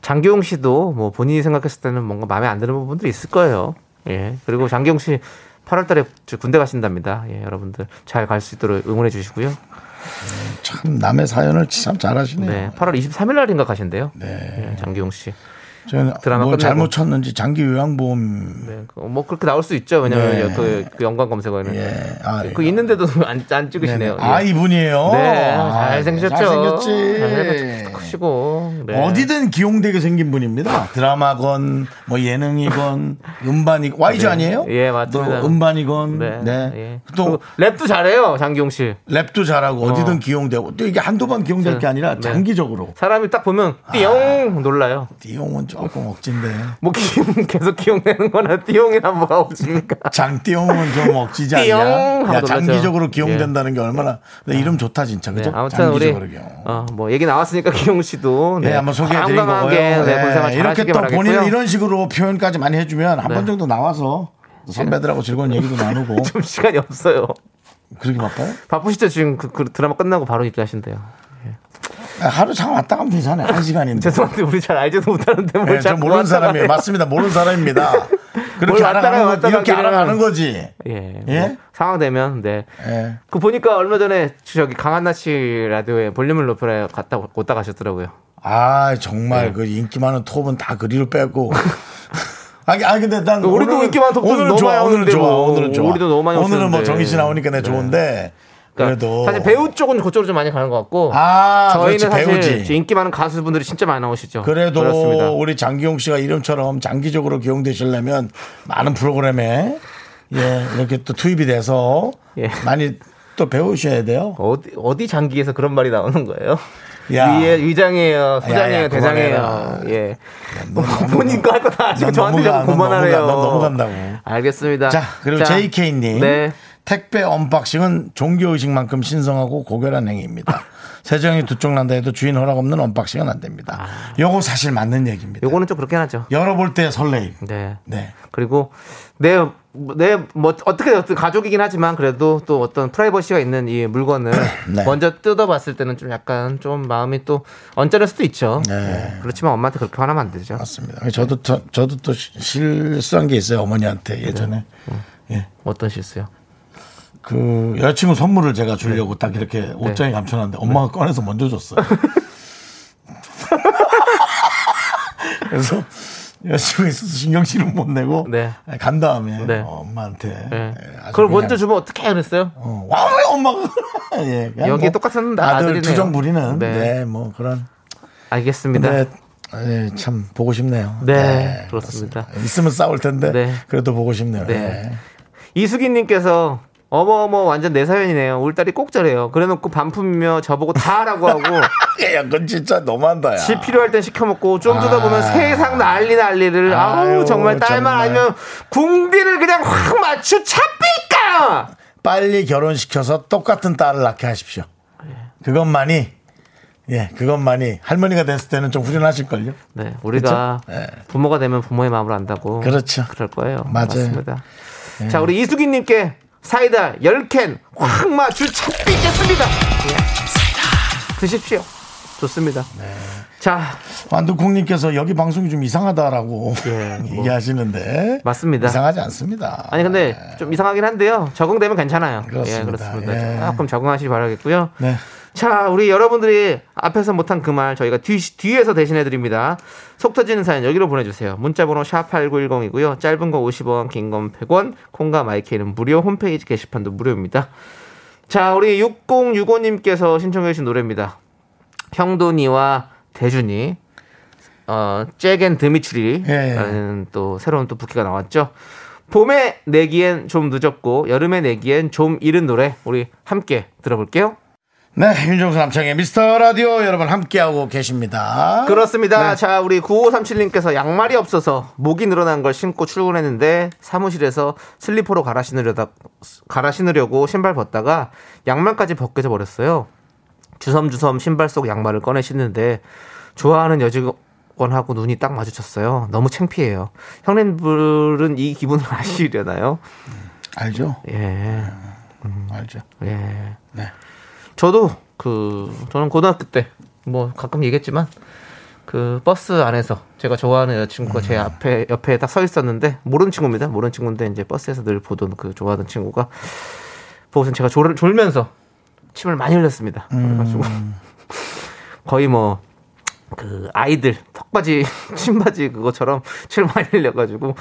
Speaker 2: 장기용 씨도 뭐 본인이 생각했을 때는 뭔가 마음에 안 드는 부분들이 있을 거예요. 예. 그리고 장기용 씨 8월달에 군대 가신답니다. 예, 여러분들 잘 갈 수 있도록 응원해 주시고요.
Speaker 1: 참 남의 사연을 참 잘하시네요.
Speaker 2: 네, 8월 23일 날인가 가신대요. 네, 장기용 씨.
Speaker 1: 저는
Speaker 2: 드라마
Speaker 1: 뭐
Speaker 2: 끝나고.
Speaker 1: 잘못 쳤는지 장기 요양보험
Speaker 2: 네, 그뭐 그렇게 나올 수 있죠. 왜냐하면
Speaker 1: 네.
Speaker 2: 그, 그 연관 검색어에는
Speaker 1: 예. 아,
Speaker 2: 그 있는데도 안, 안 찍으시네요.
Speaker 1: 아
Speaker 2: 예.
Speaker 1: 이분이에요.
Speaker 2: 네,
Speaker 1: 아,
Speaker 2: 잘생기셨죠. 아,
Speaker 1: 잘생겼지.
Speaker 2: 잘생겼- 크시고 네.
Speaker 1: 어디든 기용되게 생긴 분입니다. 아, 드라마건 뭐 예능이건 음반이 와이즈 아니에요?
Speaker 2: 예, 맞습니다.
Speaker 1: 또 음반이건
Speaker 2: 네.
Speaker 1: 네.
Speaker 2: 예.
Speaker 1: 또
Speaker 2: 그리고 랩도 잘해요, 장기용 씨.
Speaker 1: 랩도 잘하고 어디든 기용되고 또 이게 한두 번 기용될 게 아니라
Speaker 2: 네.
Speaker 1: 장기적으로
Speaker 2: 사람이 딱 보면
Speaker 1: 아.
Speaker 2: 띠용 놀라요.
Speaker 1: 띠용은 조금 억진데
Speaker 2: 뭐 기용 계속 기용되는 거나 띠용이나 뭐가 없습니까?
Speaker 1: 장띠용은 좀 억지지
Speaker 2: 띠용!
Speaker 1: 않냐?
Speaker 2: 하고
Speaker 1: 야,
Speaker 2: 놀라죠. 예.
Speaker 1: 장기적으로 기용된다는 게 얼마나 근데 이름 좋다 진짜
Speaker 2: 네,
Speaker 1: 그죠?
Speaker 2: 아무튼 우리
Speaker 1: 장기적으로 기용.
Speaker 2: 어, 뭐 얘기 나왔으니까 기용 씨도
Speaker 1: 네, 한번 소개해드린 거고요.
Speaker 2: 건강하게 네,
Speaker 1: 네,
Speaker 2: 본 생활
Speaker 1: 이렇게 또 본인
Speaker 2: 잘하시길 바라겠고요. 네.
Speaker 1: 을 이런 식으로 표현까지 많이 해주면 한 번 정도 나와서 선배들하고 즐거운 얘기도 나누고
Speaker 2: 좀 시간이 없어요.
Speaker 1: 그렇게 바빠요?
Speaker 2: 바쁘시죠 지금 그, 그 드라마 끝나고 바로 입대하신대요.
Speaker 1: 아, 하루 장 왔다 가면 되잖아요. 한 시간인데.
Speaker 2: 죄송한데 우리 잘 알지도 못하는데 뭘
Speaker 1: 네, 저
Speaker 2: 자꾸
Speaker 1: 모르는
Speaker 2: 왔다
Speaker 1: 사람이에요.
Speaker 2: 가요.
Speaker 1: 맞습니다. 모르는 사람입니다.
Speaker 2: 뭘
Speaker 1: 그렇게
Speaker 2: 왔다 가요,
Speaker 1: 알아가는
Speaker 2: 왔다
Speaker 1: 거, 이렇게
Speaker 2: 가기는.
Speaker 1: 알아가는 거지.
Speaker 2: 예,
Speaker 1: 예?
Speaker 2: 뭐 상황 되면 네.
Speaker 1: 예.
Speaker 2: 그 보니까 얼마 전에 저기 강한나 씨 라디오에 볼륨을 높여라 갔다 오- 왔다 가셨더라고요.
Speaker 1: 아
Speaker 2: 네.
Speaker 1: 정말 그 인기 많은 톱은 다 그리로 빼고. 아니, 아 근데 난
Speaker 2: 우리도
Speaker 1: 오늘은-
Speaker 2: 인기 많은 톱도
Speaker 1: 오늘은
Speaker 2: 너무
Speaker 1: 좋아
Speaker 2: 많이
Speaker 1: 오늘은
Speaker 2: 오는데
Speaker 1: 좋아
Speaker 2: 뭐.
Speaker 1: 오늘은 좋아
Speaker 2: 우리도 너무 많이
Speaker 1: 오늘은 뭐
Speaker 2: 오시는데.
Speaker 1: 정희 씨 나오니까 내
Speaker 2: 네.
Speaker 1: 좋은데
Speaker 2: 그러니까
Speaker 1: 그래도
Speaker 2: 사실 배우 쪽은 그쪽으로 좀 많이 가는 것 같고
Speaker 1: 아 그렇지,
Speaker 2: 저희는 사실
Speaker 1: 배우지
Speaker 2: 인기 많은 가수분들이 진짜 많이 나오시죠.
Speaker 1: 그래도
Speaker 2: 그렇습니다.
Speaker 1: 우리 장기용 씨가 이름처럼 장기적으로 기용되시려면 많은 프로그램에 예, 이렇게 또 투입이 돼서
Speaker 2: 예.
Speaker 1: 많이 또 배우셔야 돼요.
Speaker 2: 어디 어디 장기에서 그런 말이 나오는 거예요?
Speaker 1: 야.
Speaker 2: 위에 위장이에요, 소장이에요,
Speaker 1: 야, 야,
Speaker 2: 대장이에요.
Speaker 1: 그만해라.
Speaker 2: 예.
Speaker 1: 너 너무-
Speaker 2: 본인과 할거 다 아시고
Speaker 1: 넌
Speaker 2: 저한테
Speaker 1: 넘어가,
Speaker 2: 자꾸
Speaker 1: 넌
Speaker 2: 고만하래요.
Speaker 1: 넘어가, 넌 넘어간다고.
Speaker 2: 알겠습니다.
Speaker 1: 자, 그리고 JK님.
Speaker 2: 네.
Speaker 1: 택배 언박싱은 종교의식만큼 신성하고 고결한 행위입니다. 세정이 두 쪽 난다 해도 주인 허락 없는 언박싱은 안 됩니다. 요거 사실 맞는 얘기입니다.
Speaker 2: 아. 요거는 좀 그렇긴 하죠.
Speaker 1: 열어볼 때 설레임.
Speaker 2: 네.
Speaker 1: 네.
Speaker 2: 그리고 내 내 뭐 어떻게 어떤 가족이긴 하지만 그래도 또 어떤 프라이버시가 있는 이 물건을
Speaker 1: 네.
Speaker 2: 먼저 뜯어봤을 때는 좀 약간 좀 마음이 또 언짢을 수도 있죠. 네. 그렇지만 엄마한테 그렇게 화나면 안 되죠.
Speaker 1: 맞습니다. 저도, 저, 저도 또 시- 실수한 게 있어요. 어머니한테 예전에.
Speaker 2: 네.
Speaker 1: 예.
Speaker 2: 어떤 실수요?
Speaker 1: 그 여자친구 선물을 제가 주려고
Speaker 2: 네.
Speaker 1: 딱 이렇게 옷장에 감춰놨는데 엄마가 꺼내서 먼저 줬어요. 그래서 여자친구 있어서 신경질은 못 내고
Speaker 2: 네.
Speaker 1: 간 다음에
Speaker 2: 네.
Speaker 1: 어, 엄마한테
Speaker 2: 네.
Speaker 1: 예, 아주
Speaker 2: 그걸
Speaker 1: 그냥,
Speaker 2: 먼저 주면 어떻게 그랬어요?
Speaker 1: 어, 와왜 엄마가 예, 그냥
Speaker 2: 여기 똑같은 아들이네요.
Speaker 1: 아들 투정 부리는
Speaker 2: 네.
Speaker 1: 네. 뭐 그런
Speaker 2: 알겠습니다.
Speaker 1: 근데 예, 참 보고 싶네요.
Speaker 2: 네, 그렇습니다.
Speaker 1: 있으면 싸울 텐데
Speaker 2: 네.
Speaker 1: 그래도 보고 싶네요.
Speaker 2: 네.
Speaker 1: 예.
Speaker 2: 이수기님께서 어머어머 완전 내 사연이네요. 우리 딸이 꼭 저래요. 그래놓고 반품이며 저보고 다 하라고 하고
Speaker 1: 아, 야, 그건 진짜 너무한다. 야.
Speaker 2: 지 필요할 땐 시켜먹고 좀 주다 보면
Speaker 1: 아.
Speaker 2: 세상 난리 난리를 아우
Speaker 1: 아유,
Speaker 2: 정말 딸만
Speaker 1: 정말.
Speaker 2: 아니면 궁디를 그냥 확 맞추 찹니까
Speaker 1: 빨리 결혼시켜서 똑같은 딸을 낳게 하십시오. 그것만이 예, 그것만이 할머니가 됐을 때는 좀 후련하실걸요.
Speaker 2: 네 우리가
Speaker 1: 네.
Speaker 2: 부모가 되면 부모의 마음을 안다고
Speaker 1: 그렇죠.
Speaker 2: 그럴 거예요
Speaker 1: 맞아요. 네.
Speaker 2: 맞습니다 자 우리 이수기님께 사이다 10캔 확 맞추 찹니겠습니다 예. 드십시오 좋습니다
Speaker 1: 네.
Speaker 2: 자
Speaker 1: 완두콩님께서 여기 방송이 좀 이상하다라고
Speaker 2: 예, 뭐.
Speaker 1: 얘기하시는데
Speaker 2: 맞습니다.
Speaker 1: 이상하지 않습니다.
Speaker 2: 아니 근데 좀 이상하긴 한데요. 적응되면 괜찮아요.
Speaker 1: 그렇습니다.
Speaker 2: 예, 그렇습니다.
Speaker 1: 예.
Speaker 2: 조금 적응하시기 바라겠고요.
Speaker 1: 네.
Speaker 2: 자, 우리 여러분들이 앞에서 못한 그 말 저희가 뒤, 뒤에서 대신해드립니다. 속 터지는 사연 여기로 보내주세요. 문자번호 샵8910이고요. 짧은 거 50원, 긴 건 100원, 콩과 마이크는 무료, 홈페이지 게시판도 무료입니다. 자, 우리 6065님께서 신청해주신 노래입니다. 형돈이와 대준이, 어, 잭앤 드미추리라는 또 새로운 또 부캐가 나왔죠. 봄에 내기엔 좀 늦었고, 여름에 내기엔 좀 이른 노래, 우리 함께 들어볼게요.
Speaker 1: 네, 윤정수 남창의 미스터 라디오 여러분 함께하고 계십니다.
Speaker 2: 그렇습니다.
Speaker 1: 네.
Speaker 2: 자, 우리 9537님께서 양말이 없어서 목이 늘어난 걸 신고 출근했는데 사무실에서 슬리퍼로 갈아 신으려다 갈아 신으려고 신발 벗다가 양말까지 벗겨져 버렸어요. 주섬주섬 신발 속 양말을 꺼내 신는데 좋아하는 여직원하고 눈이 딱 마주쳤어요. 너무 창피해요. 형님들은 이 기분을 아시려나요?
Speaker 1: 알죠?
Speaker 2: 예.
Speaker 1: 알죠.
Speaker 2: 예.
Speaker 1: 네.
Speaker 2: 저도 그 저는 고등학교 때 뭐 가끔 얘기했지만 그 버스 안에서 제가 좋아하는 여자친구가
Speaker 1: 음.
Speaker 2: 제 앞에 옆에 딱 서 있었는데 모르는 친구입니다. 모르는 친구인데 이제 버스에서 늘 보던 그 좋아하는 친구가 보고선 제가 졸, 졸면서 침을 많이 흘렸습니다. 그래가지고
Speaker 1: 음.
Speaker 2: 거의 뭐 그 아이들 턱바지 신바지 그거처럼 칠 많이 흘려가지고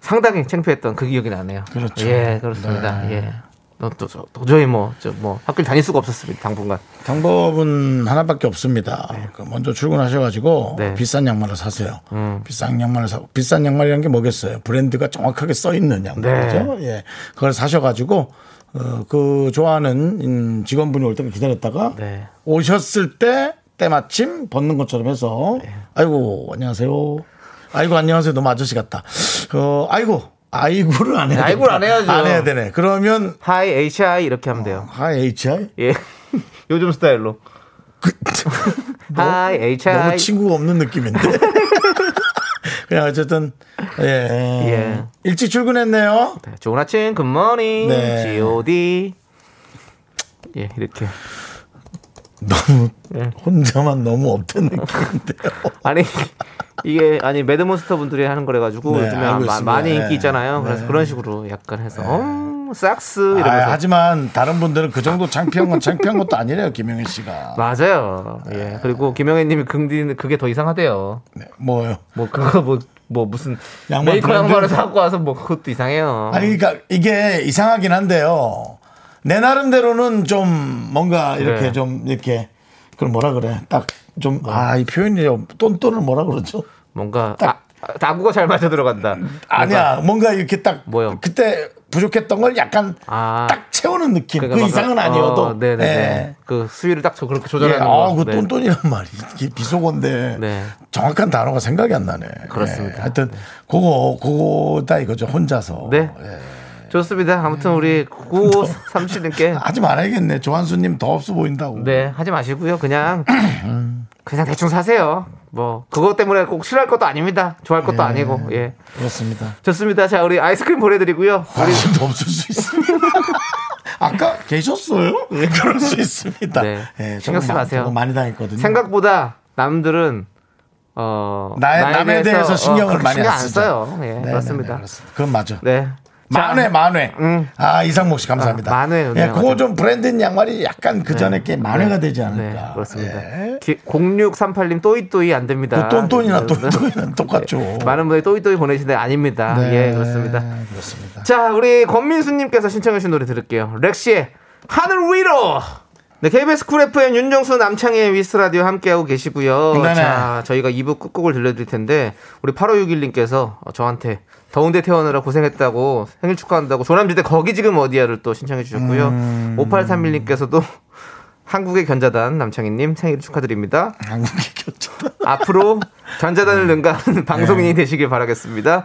Speaker 2: 상당히 창피했던 그 기억이 나네요.
Speaker 1: 그렇죠. 네.
Speaker 2: 예, 그렇습니다. 예. 또, 또, 저- 도저히 뭐, 저, 뭐, 학교를 다닐 수가 없었습니다, 당분간.
Speaker 1: 방법은 하나밖에 없습니다. 그 먼저 출근하셔가지고
Speaker 2: 네. 음.
Speaker 1: 비싼 양말을 사세요. 비싼 양말을 사 비싼 양말이란 게 뭐겠어요? 브랜드가 정확하게 써 있는 양말이죠.
Speaker 2: 네.
Speaker 1: 예, 그걸 사셔가지고 어, 그 좋아하는 음, 직원분이 올 때까지 기다렸다가
Speaker 2: 네.
Speaker 1: 오셨을 때 때마침 벗는 것처럼 해서
Speaker 2: 네.
Speaker 1: 아이고 안녕하세요. 아이고 안녕하세요. 너무 아저씨 같다. 어, 아이고 아이고를 안 해야 되
Speaker 2: 아이고를 안 해야죠.
Speaker 1: 안 해야 되네. 그러면
Speaker 2: 하이, HI 이렇게 하면 돼요.
Speaker 1: 하 HI
Speaker 2: 예. 요즘 스타일로. 하이,
Speaker 1: 그, 너무
Speaker 2: HI.
Speaker 1: 친구가 없는 느낌인데. 그냥 어쨌든 예.
Speaker 2: 예.
Speaker 1: 일찍 출근했네요.
Speaker 2: 네, 좋은 아침, 굿모닝.
Speaker 1: 네.
Speaker 2: GOD. 예, 이렇게.
Speaker 1: 너무
Speaker 2: 예.
Speaker 1: 혼자만 너무 없던 느낌인데요.
Speaker 2: 아니, 이게, 아니, 매드몬스터 분들이 하는 거래가지고
Speaker 1: 네,
Speaker 2: 요즘에
Speaker 1: 알고
Speaker 2: 마-
Speaker 1: 있습니다.
Speaker 2: 많이 인기
Speaker 1: 네.
Speaker 2: 있잖아요. 그래서 그런 식으로 약간 해서, 음, 싹스 이러면서.
Speaker 1: 아, 하지만 다른 분들은 그 정도 창피한 건 창피한 것도 아니래요, 김영희 씨가.
Speaker 2: 맞아요. 예. 그리고 김영애님이 금디는 그게 더 이상하대요.
Speaker 1: 네, 뭐요?
Speaker 2: 뭐 그거 뭐, 뭐 무슨
Speaker 1: 양말
Speaker 2: 메이커
Speaker 1: 브랜드?
Speaker 2: 양말을 사고 와서 뭐 그것도 이상해요.
Speaker 1: 아니 그러니까 이게 이상하긴 한데요. 내 나름대로는 좀 뭔가 이렇게
Speaker 2: 네. 뭐.
Speaker 1: 좀 이렇게 그걸 뭐라 그래? 딱 좀 아 이 표현이 똔똔을 뭐라 그러죠?
Speaker 2: 뭔가
Speaker 1: 딱- 음,
Speaker 2: 아, 아, 다구가 잘 맞아 들어간다.
Speaker 1: 아니야 뭔가 이렇게 딱
Speaker 2: 뭐요?
Speaker 1: 그때 부족했던 걸 약간
Speaker 2: 아.
Speaker 1: 딱 채우는 느낌 그
Speaker 2: 그러니까 뭔가-
Speaker 1: 이상은 아니어도
Speaker 2: 어, 네네네.
Speaker 1: 예.
Speaker 2: 그 수위를 딱 저 그렇게
Speaker 1: 예,
Speaker 2: 조절하는 거.
Speaker 1: 아그
Speaker 2: 네.
Speaker 1: 똔똔이란 말이 이게 비속어인데
Speaker 2: 네.
Speaker 1: 정확한 단어가 생각이 안 나네
Speaker 2: 그렇습니다.
Speaker 1: 예, 하여튼 그거 그거다 이거죠 혼자서
Speaker 2: 네.
Speaker 1: 예.
Speaker 2: 좋습니다. 아무튼 우리 9537님께
Speaker 1: 하지 말아야겠네 조한수님 더 없어 보인다고
Speaker 2: 네 하지 마시고요. 그냥 그냥 대충 사세요. 뭐 그것 때문에 꼭 싫어할 것도 아닙니다. 좋아할 것도 아니고 예
Speaker 1: 그렇습니다
Speaker 2: 좋습니다. 자 우리 아이스크림 보내드리고요.
Speaker 1: 관심도 없을 수 있습니다 아까 계셨어요 그럴 수 있습니다
Speaker 2: 네.
Speaker 1: 예,
Speaker 2: 신경
Speaker 1: 저거
Speaker 2: 쓰지
Speaker 1: 마-
Speaker 2: 마세요.
Speaker 1: 저거 많이 당했거든요
Speaker 2: 생각보다 남들은 어
Speaker 1: 나의-
Speaker 2: 나에
Speaker 1: 남에 대해서
Speaker 2: 어,
Speaker 1: 신경을
Speaker 2: 그렇게
Speaker 1: 많이
Speaker 2: 신경
Speaker 1: 안
Speaker 2: 안
Speaker 1: 쓰죠.
Speaker 2: 써요. 예,
Speaker 1: 네,
Speaker 2: 그렇습니다.
Speaker 1: 네, 네, 그렇습니다. 그건 맞아
Speaker 2: 네.
Speaker 1: 만회 만회.
Speaker 2: 음.
Speaker 1: 아 이상목 씨 감사합니다.
Speaker 2: 아, 만회,
Speaker 1: 예,
Speaker 2: 네,
Speaker 1: 그거
Speaker 2: 맞아요.
Speaker 1: 좀 브랜드 양말이 약간 그 전에 게 만회가 되지 않을까.
Speaker 2: 네, 그렇습니다.
Speaker 1: 예.
Speaker 2: 기- 0638님 또이또이 안 됩니다. 네,
Speaker 1: 그 똔똔이나 똔똔이나 똑같죠.
Speaker 2: 많은 분이 또이또이 보내시는데 아닙니다.
Speaker 1: 어. 네,
Speaker 2: 예, 그렇습니다.
Speaker 1: 그렇습니다.
Speaker 2: 자, 우리 권민수님께서 신청해주신 노래 들을게요. 렉시의 하늘 위로! 네, KBS 쿨 FM 윤정수 남창희의 위스라디오 함께하고 계시고요.
Speaker 1: 네네.
Speaker 2: 자, 저희가 2부 끝곡을 들려드릴 텐데, 우리 8561님께서 저한테 더운데 태어느라 고생했다고 생일 축하한다고 조남지대 거기 지금 어디야를 또 신청해주셨고요.
Speaker 1: 음.
Speaker 2: 5831님께서도 한국의 견자단 남창희님 생일 축하드립니다.
Speaker 1: 한국에 꼈죠.
Speaker 2: 앞으로 전자단을 능가하는 방송인이 되시길 바라겠습니다.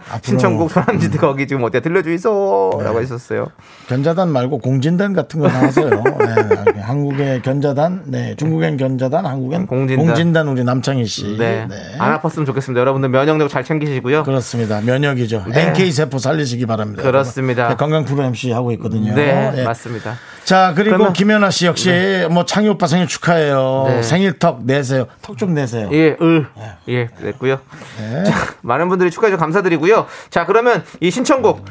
Speaker 1: 네. 앞으로- 음. 네.
Speaker 2: 신청곡 소남지대 거기 지금 어디야 들려주이소라고 하셨어요.
Speaker 1: 견자단 말고 공진단 같은 거 나와서요. 네, 한국의 견자단, 네, 중국엔 견자단, 한국엔 공진단,
Speaker 2: 공진단.
Speaker 1: 우리 남창희 씨.
Speaker 2: 네.
Speaker 1: 네.
Speaker 2: 안 아팠으면 좋겠습니다. 여러분들 면역력 잘 챙기시고요.
Speaker 1: 그렇습니다. 면역이죠. NK 세포 살리시기 바랍니다.
Speaker 2: 네. 그렇습니다.
Speaker 1: 네, 건강 프로 MC 하고 있거든요.
Speaker 2: 네,
Speaker 1: 예.
Speaker 2: 맞습니다.
Speaker 1: 자 그리고
Speaker 2: 그러면-
Speaker 1: 김연아 씨 역시 뭐 창희 오빠 생일 축하해요.
Speaker 2: 네.
Speaker 1: 생일 턱 내세요. 턱 좀 내세요.
Speaker 2: 예, 을. 예, 됐고요.
Speaker 1: 네.
Speaker 2: 많은 분들이 축하해 주셔서 감사드리고요. 자, 그러면 이 신청곡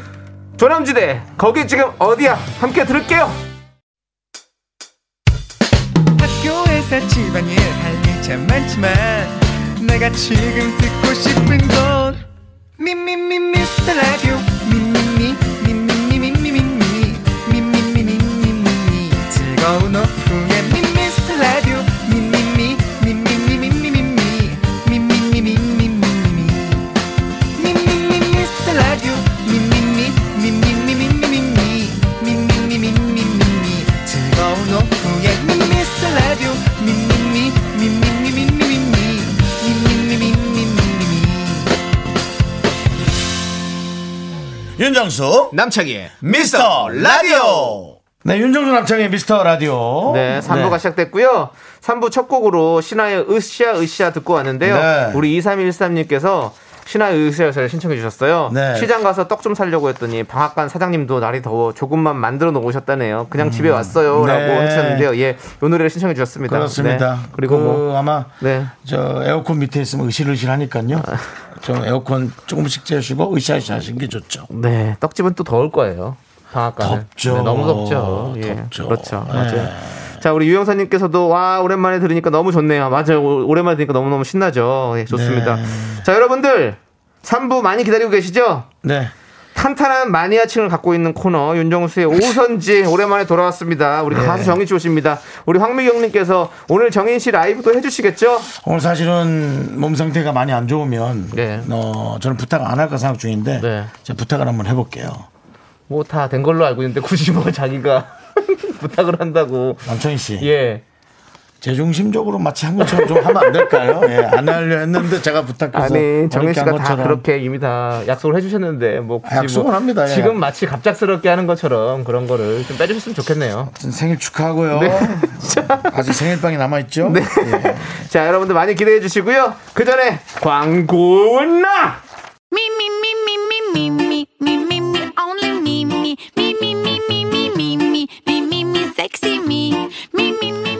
Speaker 2: 조남지대 거기 지금 어디야 함께 들을게요.
Speaker 5: 학교 회사 집안일 할 일 참 많지만 내가 지금 듣고 싶은 건 미미미 미스터 라디오 미미미 미미미 미미미 미미미 미미미 즐거운 오후에 미스터 라디오 미미미 미미미 미미미 미미미 미미미
Speaker 2: 네.
Speaker 6: 윤정수
Speaker 7: 남창희의
Speaker 6: 미스터 라디오
Speaker 1: 네, 윤정수 남창의 미스터 라디오.
Speaker 2: 네, 3부가 시작됐고요. 3부 첫 곡으로 신화의 으쌰 으쌰 듣고 왔는데요.
Speaker 1: 네.
Speaker 2: 우리 2313님께서 신화의 으쌰으쌰를 신청해 주셨어요.
Speaker 1: 네.
Speaker 2: 시장 가서 떡 좀 살려고 했더니 방앗간 사장님도 날이 더워 조금만 만들어 놓으셨다네요. 그냥 집에 왔어요.
Speaker 1: 네.
Speaker 2: 라고 하셨는데요. 예, 이 노래를 신청해 주셨습니다.
Speaker 1: 그렇습니다.
Speaker 2: 네. 그리고
Speaker 1: 그
Speaker 2: 뭐.
Speaker 1: 아마
Speaker 2: 네. 아.
Speaker 1: 저 에어컨 밑에 있으면 으실으실 하니까요. 저 에어컨 조금씩 재시고 으쌰으쌰 하시는 게 좋죠.
Speaker 2: 네, 떡집은 또 더울 거예요. 방앗간
Speaker 1: 덥죠.
Speaker 2: 네. 너무 덥죠. 예,
Speaker 1: 덥죠.
Speaker 2: 그렇죠.
Speaker 1: 예.
Speaker 2: 맞아요. 자, 우리 유영사님께서도 와 오랜만에 들으니까 너무 좋네요. 맞아요. 오- 오랜만에 들으니까 너무 너무 신나죠. 예, 좋습니다. 자, 여러분들 3부 많이 기다리고 계시죠?
Speaker 1: 네.
Speaker 2: 탄탄한 마니아층을 갖고 있는 코너 윤정수의 오선지 오랜만에 돌아왔습니다. 우리 가수 정인 씨 오십니다. 우리 황미경님께서 오늘 정인 씨 라이브도 해주시겠죠?
Speaker 1: 오늘 사실은 몸 상태가 많이 안 좋으면
Speaker 2: 네.
Speaker 1: 어, 저는 부탁 안 할까 생각 중인데
Speaker 2: 네.
Speaker 1: 제가 부탁을 한번 해볼게요.
Speaker 2: 뭐 다 된 걸로 알고 있는데 굳이 뭐 자기가 부탁을 한다고
Speaker 1: 남청희 씨,
Speaker 2: 예
Speaker 1: 제중심적으로 마치 한 것처럼 좀 하면 안 될까요? 예, 안 하려 했는데 제가 부탁해서
Speaker 2: 아니 정현
Speaker 1: 어렵게
Speaker 2: 씨가
Speaker 1: 한
Speaker 2: 다
Speaker 1: 것처럼.
Speaker 2: 그렇게 이미 다 약속을 해주셨는데 뭐 굳이
Speaker 1: 아, 약속은
Speaker 2: 뭐
Speaker 1: 합니다, 예.
Speaker 2: 지금 마치 갑작스럽게 하는 것처럼 그런 거를 좀 빼주셨으면 좋겠네요.
Speaker 1: 아무튼 생일 축하하고요.
Speaker 2: 네.
Speaker 1: 아직 생일빵이 남아있죠? 예.
Speaker 2: 자 여러분들 많이 기대해 주시고요. 그 전에 광고 나
Speaker 3: Me, me, me, me, me, me, me, me, me, me, only me, me, me, me, me, me, me, me, me, me, me, me, sexy me, me, me, me.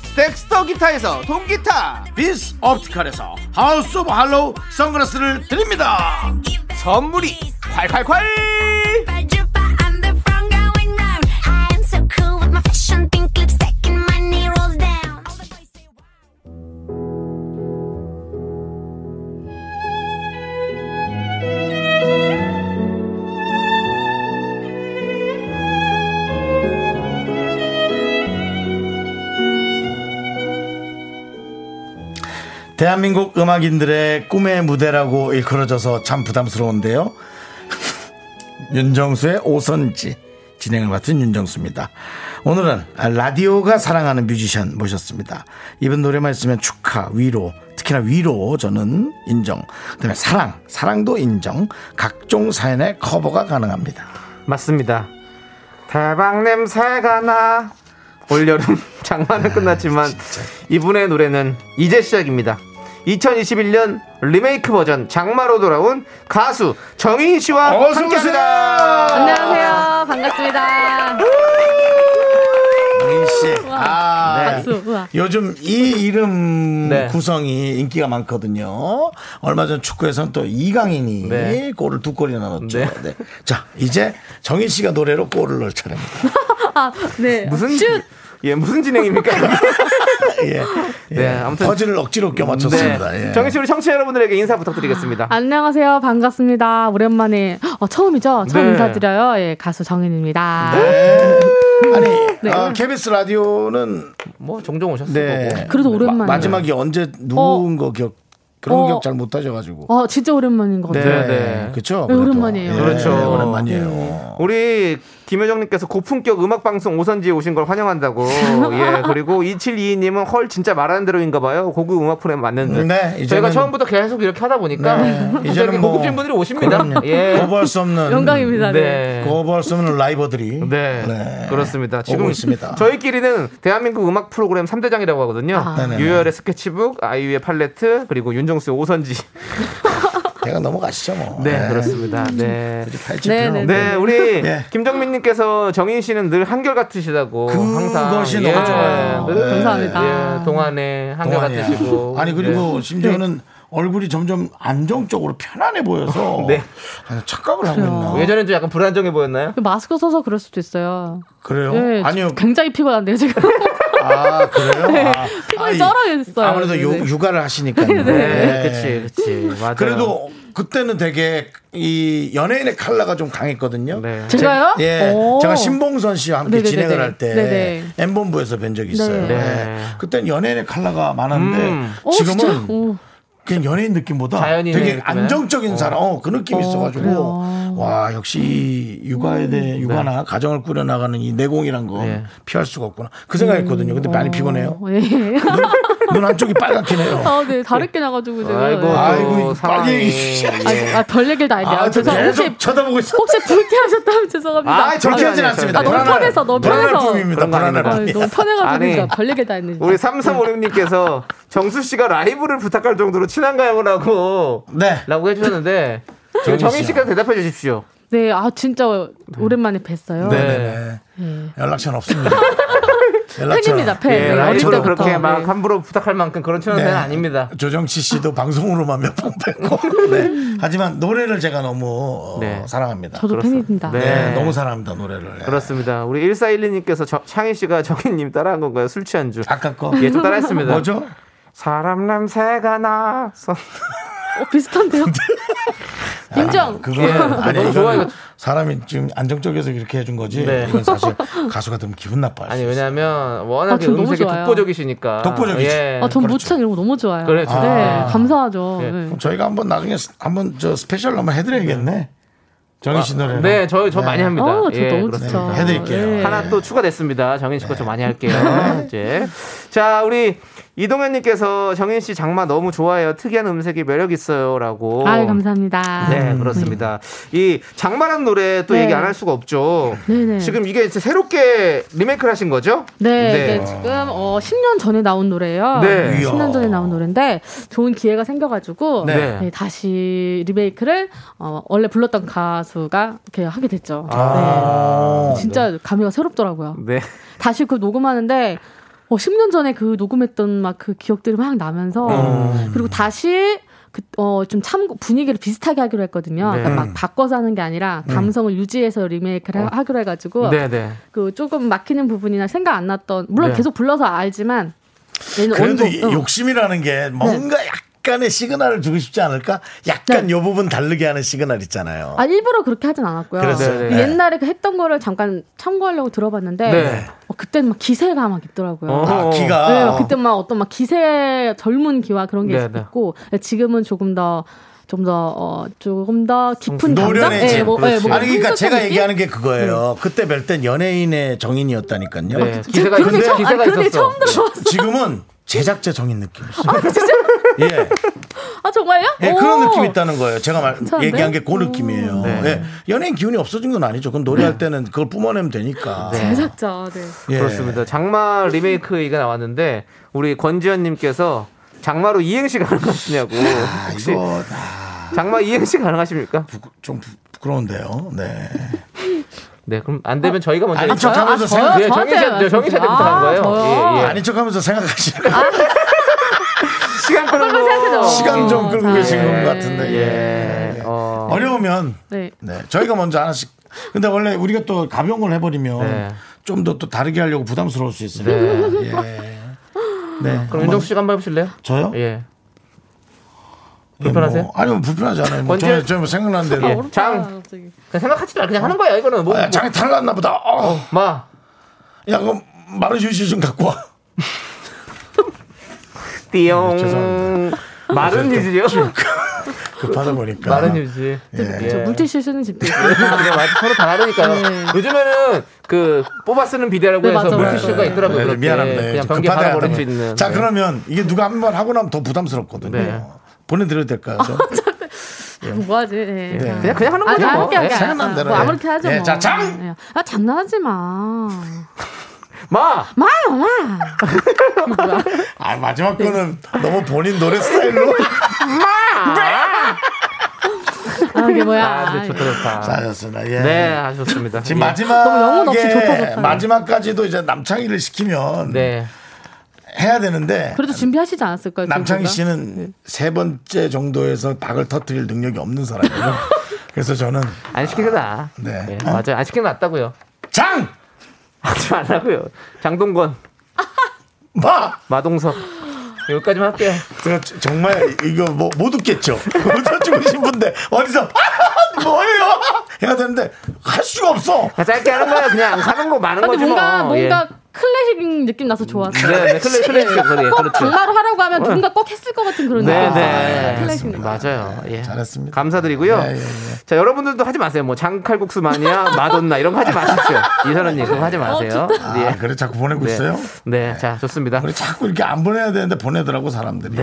Speaker 7: 덱스터 기타에서 동기타
Speaker 1: 빈스 옵티컬에서 하우스 오브 할로우 선글라스를 드립니다
Speaker 7: 선물이 콸콸콸
Speaker 1: 대한민국 음악인들의 꿈의 무대라고 일컬어져서 참 부담스러운데요 윤정수의 오선지 진행을 맡은 윤정수입니다. 오늘은 라디오가 사랑하는 뮤지션 모셨습니다. 이분 노래만 있으면 축하, 위로, 특히나 위로 저는 인정. 그다음에 사랑, 사랑도 인정. 각종 사연의 커버가 가능합니다.
Speaker 2: 맞습니다. 대박 냄새가 나 올여름
Speaker 1: 아,
Speaker 2: 장마는 끝났지만 이분의 노래는 이제 시작입니다. 2021년 리메이크 버전 장마로 돌아온 가수 정인 씨와
Speaker 1: 어서
Speaker 2: 함께합니다.
Speaker 8: 안녕하세요. 반갑습니다.
Speaker 1: 정인 씨,
Speaker 3: 네.
Speaker 1: 아,
Speaker 8: 박수. 우와.
Speaker 1: 요즘 이 이름
Speaker 2: 네.
Speaker 1: 구성이 인기가 많거든요. 얼마 전 축구에서는 또 이강인이
Speaker 2: 네.
Speaker 1: 골을 두 골이나 넣었죠.
Speaker 2: 네.
Speaker 1: 네. 자, 이제 정인 씨가 노래로 골을 넣을 차례입니다.
Speaker 8: 네.
Speaker 2: 무슨 예 무슨 진행입니까?
Speaker 1: 예.
Speaker 2: 네, 아무튼-
Speaker 1: 퍼즐을 억지로 껴 맞췄습니다.
Speaker 2: 네.
Speaker 1: 예.
Speaker 2: 정인 씨 우리 청취자 여러분들에게 인사 부탁드리겠습니다.
Speaker 8: 아. 안녕하세요. 반갑습니다. 오랜만에 어, 처음이죠? 처음
Speaker 2: 네.
Speaker 8: 인사드려요. 예, 가수 정인입니다.
Speaker 1: 네. 아니,
Speaker 8: 네.
Speaker 1: 아, KBS 라디오는
Speaker 2: 뭐 종종 오셨을
Speaker 1: 네.
Speaker 2: 거고.
Speaker 8: 그래도
Speaker 1: 마-
Speaker 8: 오랜만이에요.
Speaker 1: 마지막이 언제 누군 거 기억 그런
Speaker 8: 어.
Speaker 1: 기억 잘 못 하셔 가지고.
Speaker 8: 어, 진짜 오랜만인 것 같아요.
Speaker 2: 네, 네.
Speaker 1: 그렇죠.
Speaker 8: 네, 오랜만이에요.
Speaker 2: 그렇죠.
Speaker 1: 오랜만이에요.
Speaker 2: 우리 김효정님께서 고품격 음악방송 오선지에 오신 걸 환영한다고. 예. 그리고 2722님은 헐 진짜 말하는 대로인가봐요. 고급 음악 프로그램 맞는데.
Speaker 1: 네, 이제는-
Speaker 2: 저희가 처음부터 계속 이렇게 하다 보니까
Speaker 1: 네.
Speaker 2: 이제는 고급진 분들이 오십니다.
Speaker 1: 그럼요.
Speaker 2: 예.
Speaker 1: 거부할 수 없는
Speaker 8: 영광입니다. 네.
Speaker 2: 네.
Speaker 1: 거부할 수 없는 라이버들이
Speaker 2: 네. 그렇습니다. 지금
Speaker 1: 오고 있습니다.
Speaker 2: 저희끼리는 대한민국 음악 프로그램 3대장이라고 하거든요.
Speaker 8: 아.
Speaker 1: 네네네.
Speaker 2: 유열의 스케치북, 아이유의 팔레트, 그리고 윤정수의 오선지.
Speaker 1: 대가 넘어가시죠 뭐.
Speaker 2: 네, 그렇습니다. 네.
Speaker 1: 팔찌
Speaker 8: 네,
Speaker 1: 필요
Speaker 8: 네,
Speaker 1: 없고.
Speaker 2: 네, 우리
Speaker 1: 예.
Speaker 2: 김정민님께서 정인 씨는 늘 한결 같으시다고 항상
Speaker 1: 그것이 너무 좋아요.
Speaker 2: 늘
Speaker 1: 네.
Speaker 8: 감사합니다.
Speaker 2: 예, 동안에 한결
Speaker 1: 동안이야.
Speaker 2: 같으시고 네.
Speaker 1: 아니 그리고 심지어는 얼굴이 점점 안정적으로 편안해 보여서
Speaker 2: 네.
Speaker 1: 아, 착각을 하고
Speaker 2: 예.
Speaker 1: 있나.
Speaker 2: 예전엔 좀 약간 불안정해 보였나요?
Speaker 8: 네. 마스크 써서 그럴 수도 있어요.
Speaker 1: 그래요?
Speaker 8: 네,
Speaker 1: 아니요.
Speaker 8: 굉장히 피곤한데요 지금.
Speaker 1: 아 그래요? 아,
Speaker 8: 네. 피곤이
Speaker 1: 아,
Speaker 8: 쩔어 있어요.
Speaker 1: 아무래도
Speaker 8: 네,
Speaker 1: 유,
Speaker 8: 네.
Speaker 1: 육아를 하시니까요.
Speaker 2: 네,
Speaker 1: 네.
Speaker 2: 그치, 그치. 맞아요.
Speaker 1: 그래도 그때는 되게 이 연예인의 컬러가 좀 강했거든요.
Speaker 2: 네.
Speaker 8: 제가요?
Speaker 1: 예,
Speaker 8: 오.
Speaker 1: 제가 신봉선 씨와 함께
Speaker 8: 네네네네.
Speaker 1: 진행을 할 때
Speaker 8: 네네.
Speaker 1: M 본부에서 뵌 적이 있어요.
Speaker 8: 네.
Speaker 2: 네.
Speaker 1: 예. 그땐 연예인의 컬러가 많았는데
Speaker 2: 음.
Speaker 8: 오,
Speaker 1: 지금은
Speaker 8: 진짜? 오.
Speaker 1: 그냥 연예인 느낌보다
Speaker 2: 자연인의
Speaker 1: 되게
Speaker 2: 느낌이네.
Speaker 1: 안정적인 사람, 어, 그 느낌이 있어가지고
Speaker 8: 그래요?
Speaker 1: 와 역시 이 육아에 대해 육아나 가정을 꾸려나가는 이 내공이란 거
Speaker 2: 음. 네.
Speaker 1: 피할 수가 없구나 그 생각했거든요. 근데
Speaker 8: 음.
Speaker 1: 많이 피곤해요.
Speaker 8: 예.
Speaker 1: 눈 한쪽이 빨갛게네요.
Speaker 8: 아, 네, 다르게 나가지고 지금.
Speaker 2: 아이고,
Speaker 1: 아이고,
Speaker 2: 아이고
Speaker 1: 빨리
Speaker 2: 어, 상황이.
Speaker 1: 얘기해.
Speaker 8: 아니, 아, 별 얘기를 다 했네요.
Speaker 1: 아, 저
Speaker 8: 죄송-
Speaker 1: 계속
Speaker 8: 혹시,
Speaker 1: 쳐다보고 있어.
Speaker 8: 혹시 불쾌하셨다면 죄송합니다.
Speaker 2: 아이,
Speaker 1: 저렇게
Speaker 2: 아니,
Speaker 1: 하진
Speaker 2: 아니,
Speaker 1: 않습니다.
Speaker 2: 아니,
Speaker 8: 너무
Speaker 1: 불안할-
Speaker 8: 편해서, 너무
Speaker 1: 불안할
Speaker 8: 편해서.
Speaker 1: 뿐입니다.
Speaker 2: 그런 거
Speaker 1: 불안할
Speaker 8: 아,
Speaker 1: 뿐.
Speaker 8: 너무 편해가지고
Speaker 2: 아니.
Speaker 8: 진짜 별 얘기를 다 했는데.
Speaker 2: 우리 3356님께서 정수 씨가 라이브를 부탁할 정도로 친한가요라고
Speaker 1: 네.
Speaker 2: 라고 해주셨는데 지금 정인 씨가 대답해 주십시오.
Speaker 8: 네, 아, 진짜 오랜만에 뵀어요.
Speaker 1: 네네네. 연락처는 없습니다. 연락처는.
Speaker 8: 팬입니다, 팬.
Speaker 2: 예,
Speaker 8: 네,
Speaker 2: 라이브로
Speaker 8: 어릴 때부터.
Speaker 2: 그렇게 막
Speaker 8: 네.
Speaker 2: 함부로 부탁할 만큼 그런 친한
Speaker 1: 네.
Speaker 2: 사이는 아닙니다.
Speaker 1: 조정치 씨도 방송으로만 몇 번 뵙고. 네. 하지만 노래를 제가 너무 어,
Speaker 2: 네.
Speaker 1: 사랑합니다.
Speaker 8: 저도
Speaker 2: 그렇습니다.
Speaker 8: 팬입니다.
Speaker 2: 네.
Speaker 1: 네, 너무 사랑합니다 노래를. 네.
Speaker 2: 그렇습니다. 우리 1412님께서 저, 창희 씨가 정인님 따라한 건가요? 술 취한 줄.
Speaker 1: 아까 거
Speaker 2: 예, 좀 따라했습니다.
Speaker 1: 뭐죠?
Speaker 2: 사람 냄새가 나. 서-
Speaker 8: 어, 비슷한데요? 아, 인정.
Speaker 1: 그거
Speaker 2: 예,
Speaker 1: 아니
Speaker 2: 너무
Speaker 1: 이거
Speaker 2: 좋아요.
Speaker 1: 사람이 지금 안정적에서 이렇게 해준 거지.
Speaker 2: 네.
Speaker 1: 이건 사실 가수가 되면 기분 나빠요.
Speaker 2: 아니 왜냐면 워낙에
Speaker 8: 아, 전 너무
Speaker 2: 음색이
Speaker 8: 좋아요.
Speaker 2: 독보적이시니까.
Speaker 1: 독보적이지.
Speaker 2: 예.
Speaker 8: 아, 전
Speaker 1: 그렇죠.
Speaker 8: 무창 이런 거 너무 좋아요.
Speaker 2: 그래, 저도.
Speaker 8: 네,
Speaker 1: 아.
Speaker 8: 감사하죠.
Speaker 2: 예.
Speaker 8: 네.
Speaker 1: 저희가 한번 나중에 스- 한번 저 스페셜로 한번 해드려야겠네. 정희 씨 노래.
Speaker 2: 네, 저 저 많이 합니다.
Speaker 8: 어, 저
Speaker 2: 예,
Speaker 8: 너무
Speaker 2: 그렇습니다.
Speaker 8: 좋죠.
Speaker 1: 해드릴게요.
Speaker 8: 네.
Speaker 2: 하나 또 추가됐습니다. 정인 씨 거 좀 많이 할게요. 이제 자 우리 이동현님께서 정인 씨 장마 너무 좋아해요. 특이한 음색이 매력 있어요라고.
Speaker 8: 아유, 감사합니다.
Speaker 2: 네 그렇습니다. 이 장마란 노래 또
Speaker 8: 네.
Speaker 2: 얘기 안 할 수가 없죠.
Speaker 8: 네네.
Speaker 2: 지금 이게 이제 새롭게 리메이크를 하신 거죠?
Speaker 8: 네,
Speaker 2: 네.
Speaker 8: 이게 지금 어, 10년 전에 나온 노래예요.
Speaker 2: 네.
Speaker 1: 이야.
Speaker 8: 10년 전에 나온 노래인데 좋은 기회가 생겨가지고
Speaker 2: 네.
Speaker 8: 네, 다시 리메이크를 어, 원래 불렀던 가수가 이렇게 하게 됐죠.
Speaker 1: 아.
Speaker 8: 네. 진짜 감회가 새롭더라고요.
Speaker 2: 네.
Speaker 8: 다시 그 녹음하는데 어, 10년 전에 그 녹음했던 막 그 기억들이 막 나면서 그리고 다시 그, 어, 좀 참고 분위기를 비슷하게 하기로 했거든요.
Speaker 2: 네.
Speaker 8: 그러니까 막 바꿔서 하는 게 아니라 감성을 유지해서 리메이크를 하- 하기로 해가지고
Speaker 2: 네네.
Speaker 8: 그 조금 막히는 부분이나 생각 안 났던 물론
Speaker 2: 네.
Speaker 8: 계속 불러서 알지만 얘는
Speaker 1: 그래도
Speaker 8: 원곡, 어.
Speaker 1: 이
Speaker 8: 응.
Speaker 1: 욕심이라는 게 뭔가
Speaker 8: 네.
Speaker 1: 약간의 시그널을 주고 싶지 않을까? 약간 요 부분 다르게 하는 시그널 있잖아요.
Speaker 8: 아 일부러 그렇게 하진 않았고요.
Speaker 1: 그래서
Speaker 2: 네,
Speaker 8: 그
Speaker 2: 네.
Speaker 8: 옛날에 그 했던 거를 잠깐 참고하려고 들어봤는데
Speaker 2: 네.
Speaker 8: 어, 그때는 막 기세가 막 있더라고요.
Speaker 2: 어.
Speaker 1: 아, 귀가
Speaker 8: 네, 막 그때 막 어떤 막 기세 젊은 기와 그런 게
Speaker 2: 네, 네.
Speaker 8: 있고 지금은 조금 더 좀 더 어, 조금 더 깊은 감정,
Speaker 1: 노련해진.
Speaker 8: 예, 뭐, 예,
Speaker 2: 그렇지.
Speaker 8: 뭐
Speaker 1: 아니 그러니까
Speaker 8: 풍속한
Speaker 1: 제가
Speaker 8: 느낌? 네.
Speaker 1: 얘기하는 게 그거예요. 그때 뵐 땐 연예인의 정인이었다니까요.
Speaker 2: 네.
Speaker 8: 저
Speaker 2: 기세가
Speaker 8: 그런 얘기
Speaker 1: 근데-
Speaker 8: 처음, 아니,
Speaker 2: 기세가
Speaker 8: 그런 얘기
Speaker 2: 있었어.
Speaker 8: 처음 들어봤어.
Speaker 1: 지금은 제작자 정인 느낌. 아 예.
Speaker 8: 아 정말요?
Speaker 1: 예, 그런
Speaker 8: 오.
Speaker 1: 느낌이 있다는 거예요. 제가 말,
Speaker 8: 괜찮은데? 음.
Speaker 1: 얘기한 게 그 느낌이에요.
Speaker 2: 네.
Speaker 1: 예. 연예인 기운이 없어진 건 아니죠. 그건 노래할 때는 그걸 뿜어내면 되니까.
Speaker 8: 제작자, 네.
Speaker 1: 예.
Speaker 2: 그렇습니다. 장마 리메이크 얘기가 나왔는데 우리 권지현님께서 장마로 이행시 가능하시냐고.
Speaker 1: 아,
Speaker 2: 혹시
Speaker 1: 이거 아,
Speaker 2: 장마 이행시 가능하십니까?
Speaker 1: 좀 부, 부끄러운데요. 네.
Speaker 2: 네, 그럼 안 되면 저희가 먼저.
Speaker 1: 아니,
Speaker 2: 얘기-
Speaker 1: 척 하면서 생각,
Speaker 2: 예, 정인 씨, 네, 정인 씨한테 부탁한 거예요.
Speaker 8: 저요?
Speaker 2: 예, 예.
Speaker 1: 아닌 척 하면서 생각하시는 거.
Speaker 2: 시간 끌고
Speaker 8: 생각해줘.
Speaker 1: 시간 좀 끌고
Speaker 8: 아,
Speaker 1: 계신
Speaker 8: 예.
Speaker 1: 것 같은데. 예.
Speaker 2: 예. 어.
Speaker 1: 어려우면
Speaker 8: 네.
Speaker 1: 네, 저희가 먼저 하나씩. 근데 원래 우리가 또 가벼운 걸 해버리면
Speaker 2: 네.
Speaker 1: 좀 더 또 다르게 하려고 부담스러울 수 있어요.
Speaker 2: 네.
Speaker 1: 예. 네.
Speaker 2: 그럼 윤정 씨가 한번 해보실래요?
Speaker 1: 저요?
Speaker 2: 예.
Speaker 1: 예,
Speaker 2: 불편하세요?
Speaker 1: 뭐, 아니면 불편하지 않아요. 뭐
Speaker 2: 언제-
Speaker 1: 저는 저는 뭐 생각난 대로.
Speaker 2: 예. 장.
Speaker 8: 아, 갑자기.
Speaker 2: 그냥 생각하지 말 그냥 하는 거야 이거는 뭐.
Speaker 1: 아, 장에 탈났나 보다. 어.
Speaker 2: 마.
Speaker 1: 야, 그럼 마른 휴지 좀 갖고 와.
Speaker 2: 띠용.
Speaker 1: 죄송합니다.
Speaker 2: 마른 유지요.
Speaker 1: 급하다 보니까.
Speaker 2: 마른 유지.
Speaker 1: 예.
Speaker 8: 저 물티슈 쓰는 집도 있어요.
Speaker 2: 그게 예, 맞- 서로 다르니까요.
Speaker 8: 네.
Speaker 2: 요즘에는 그 뽑아 쓰는 비데라고
Speaker 8: 네,
Speaker 2: 해서
Speaker 8: 맞아요.
Speaker 2: 물티슈가
Speaker 8: 네.
Speaker 2: 있더라고요.
Speaker 1: 네,
Speaker 2: 그렇게.
Speaker 1: 미안합니다.
Speaker 2: 그냥
Speaker 1: 좀
Speaker 2: 변기
Speaker 1: 급하다
Speaker 2: 하나 버릴
Speaker 1: 하더니.
Speaker 2: 수 있는.
Speaker 1: 자,
Speaker 2: 네.
Speaker 1: 그러면 이게 누가 한 번 하고 나면 더 부담스럽거든요.
Speaker 2: 네.
Speaker 1: 보내드려도 될까요? 저?
Speaker 8: 뭐하지? 예.
Speaker 1: 네.
Speaker 2: 그냥 그냥 하는
Speaker 8: 아니,
Speaker 2: 거죠. 뭐.
Speaker 8: 아무렇게 하게
Speaker 2: 네.
Speaker 8: 하게.
Speaker 1: 생각난 대로
Speaker 8: 뭐
Speaker 1: 해.
Speaker 8: 아무렇게 하죠.
Speaker 1: 예,
Speaker 8: 뭐.
Speaker 1: 자, 장!
Speaker 8: 예. 아, 장난하지 마.
Speaker 2: 마.
Speaker 8: 마요, 마.
Speaker 2: 네.
Speaker 1: 아, 마지막 거는 너무 본인 노래 스타일로.
Speaker 8: 아, 이게 뭐야.
Speaker 2: 아, 네, 좋다, 좋다.
Speaker 1: 잘하셨습니다. 예.
Speaker 2: 네, 아셨습니다.
Speaker 1: 지금
Speaker 2: 예.
Speaker 8: 너무 영혼 없이 좋다,
Speaker 1: 마지막에
Speaker 8: 좋다.
Speaker 1: 마지막까지도 이제 남창희를 시키면
Speaker 2: 네.
Speaker 1: 해야 되는데
Speaker 8: 그래도 준비하시지 않았을까요?
Speaker 1: 남창희
Speaker 8: 저희가?
Speaker 1: 씨는
Speaker 8: 네.
Speaker 1: 세 번째 정도에서 박을 터뜨릴 능력이 없는 사람이에요. 그래서 저는
Speaker 2: 안 시키게 나.
Speaker 1: 네.
Speaker 2: 네,
Speaker 1: 어?
Speaker 2: 맞아요. 안 시키게 낫다고요.
Speaker 1: 장!
Speaker 2: 하지 말라고요. 장동건,
Speaker 1: 마!
Speaker 2: 마동석. 여기까지만 할게요.
Speaker 1: 제가 저- 정말 이거 뭐 못 웃겠죠. 웃어주고 싶은데 어디서 아, 뭐예요? 해야 되는데 할 수가 없어.
Speaker 2: 그냥 짧게 하는 거야. 그냥 하는 거 많은
Speaker 8: 근데
Speaker 2: 거지
Speaker 8: 뭔가
Speaker 2: 뭐. 예.
Speaker 8: 뭔가 클래식 느낌 나서 좋았어.
Speaker 2: 네, 네, 클래, 클래, 클래, 클래,
Speaker 8: 꼭
Speaker 2: 그렇죠.
Speaker 8: 장마로 하라고 하면 누군가 꼭 했을 것 같은 그런
Speaker 2: 네,
Speaker 8: 느낌. 아,
Speaker 2: 네.
Speaker 8: 클래식 느낌.
Speaker 2: 맞아요. 예.
Speaker 1: 아, 잘했습니다.
Speaker 2: 감사드리고요.
Speaker 1: 예, 예, 예.
Speaker 2: 자, 여러분들도 하지 마세요. 뭐, 장칼국수 마니아, 마돈나, 이런 거 하지 마십시오. 이선언님, 그거 하지 마세요. 예.
Speaker 1: 어, 아, 그래 자꾸 보내고
Speaker 2: 네.
Speaker 1: 있어요.
Speaker 2: 네, 자, 좋습니다.
Speaker 1: 우리 자꾸 이렇게 안 보내야 되는데 보내더라고 사람들이.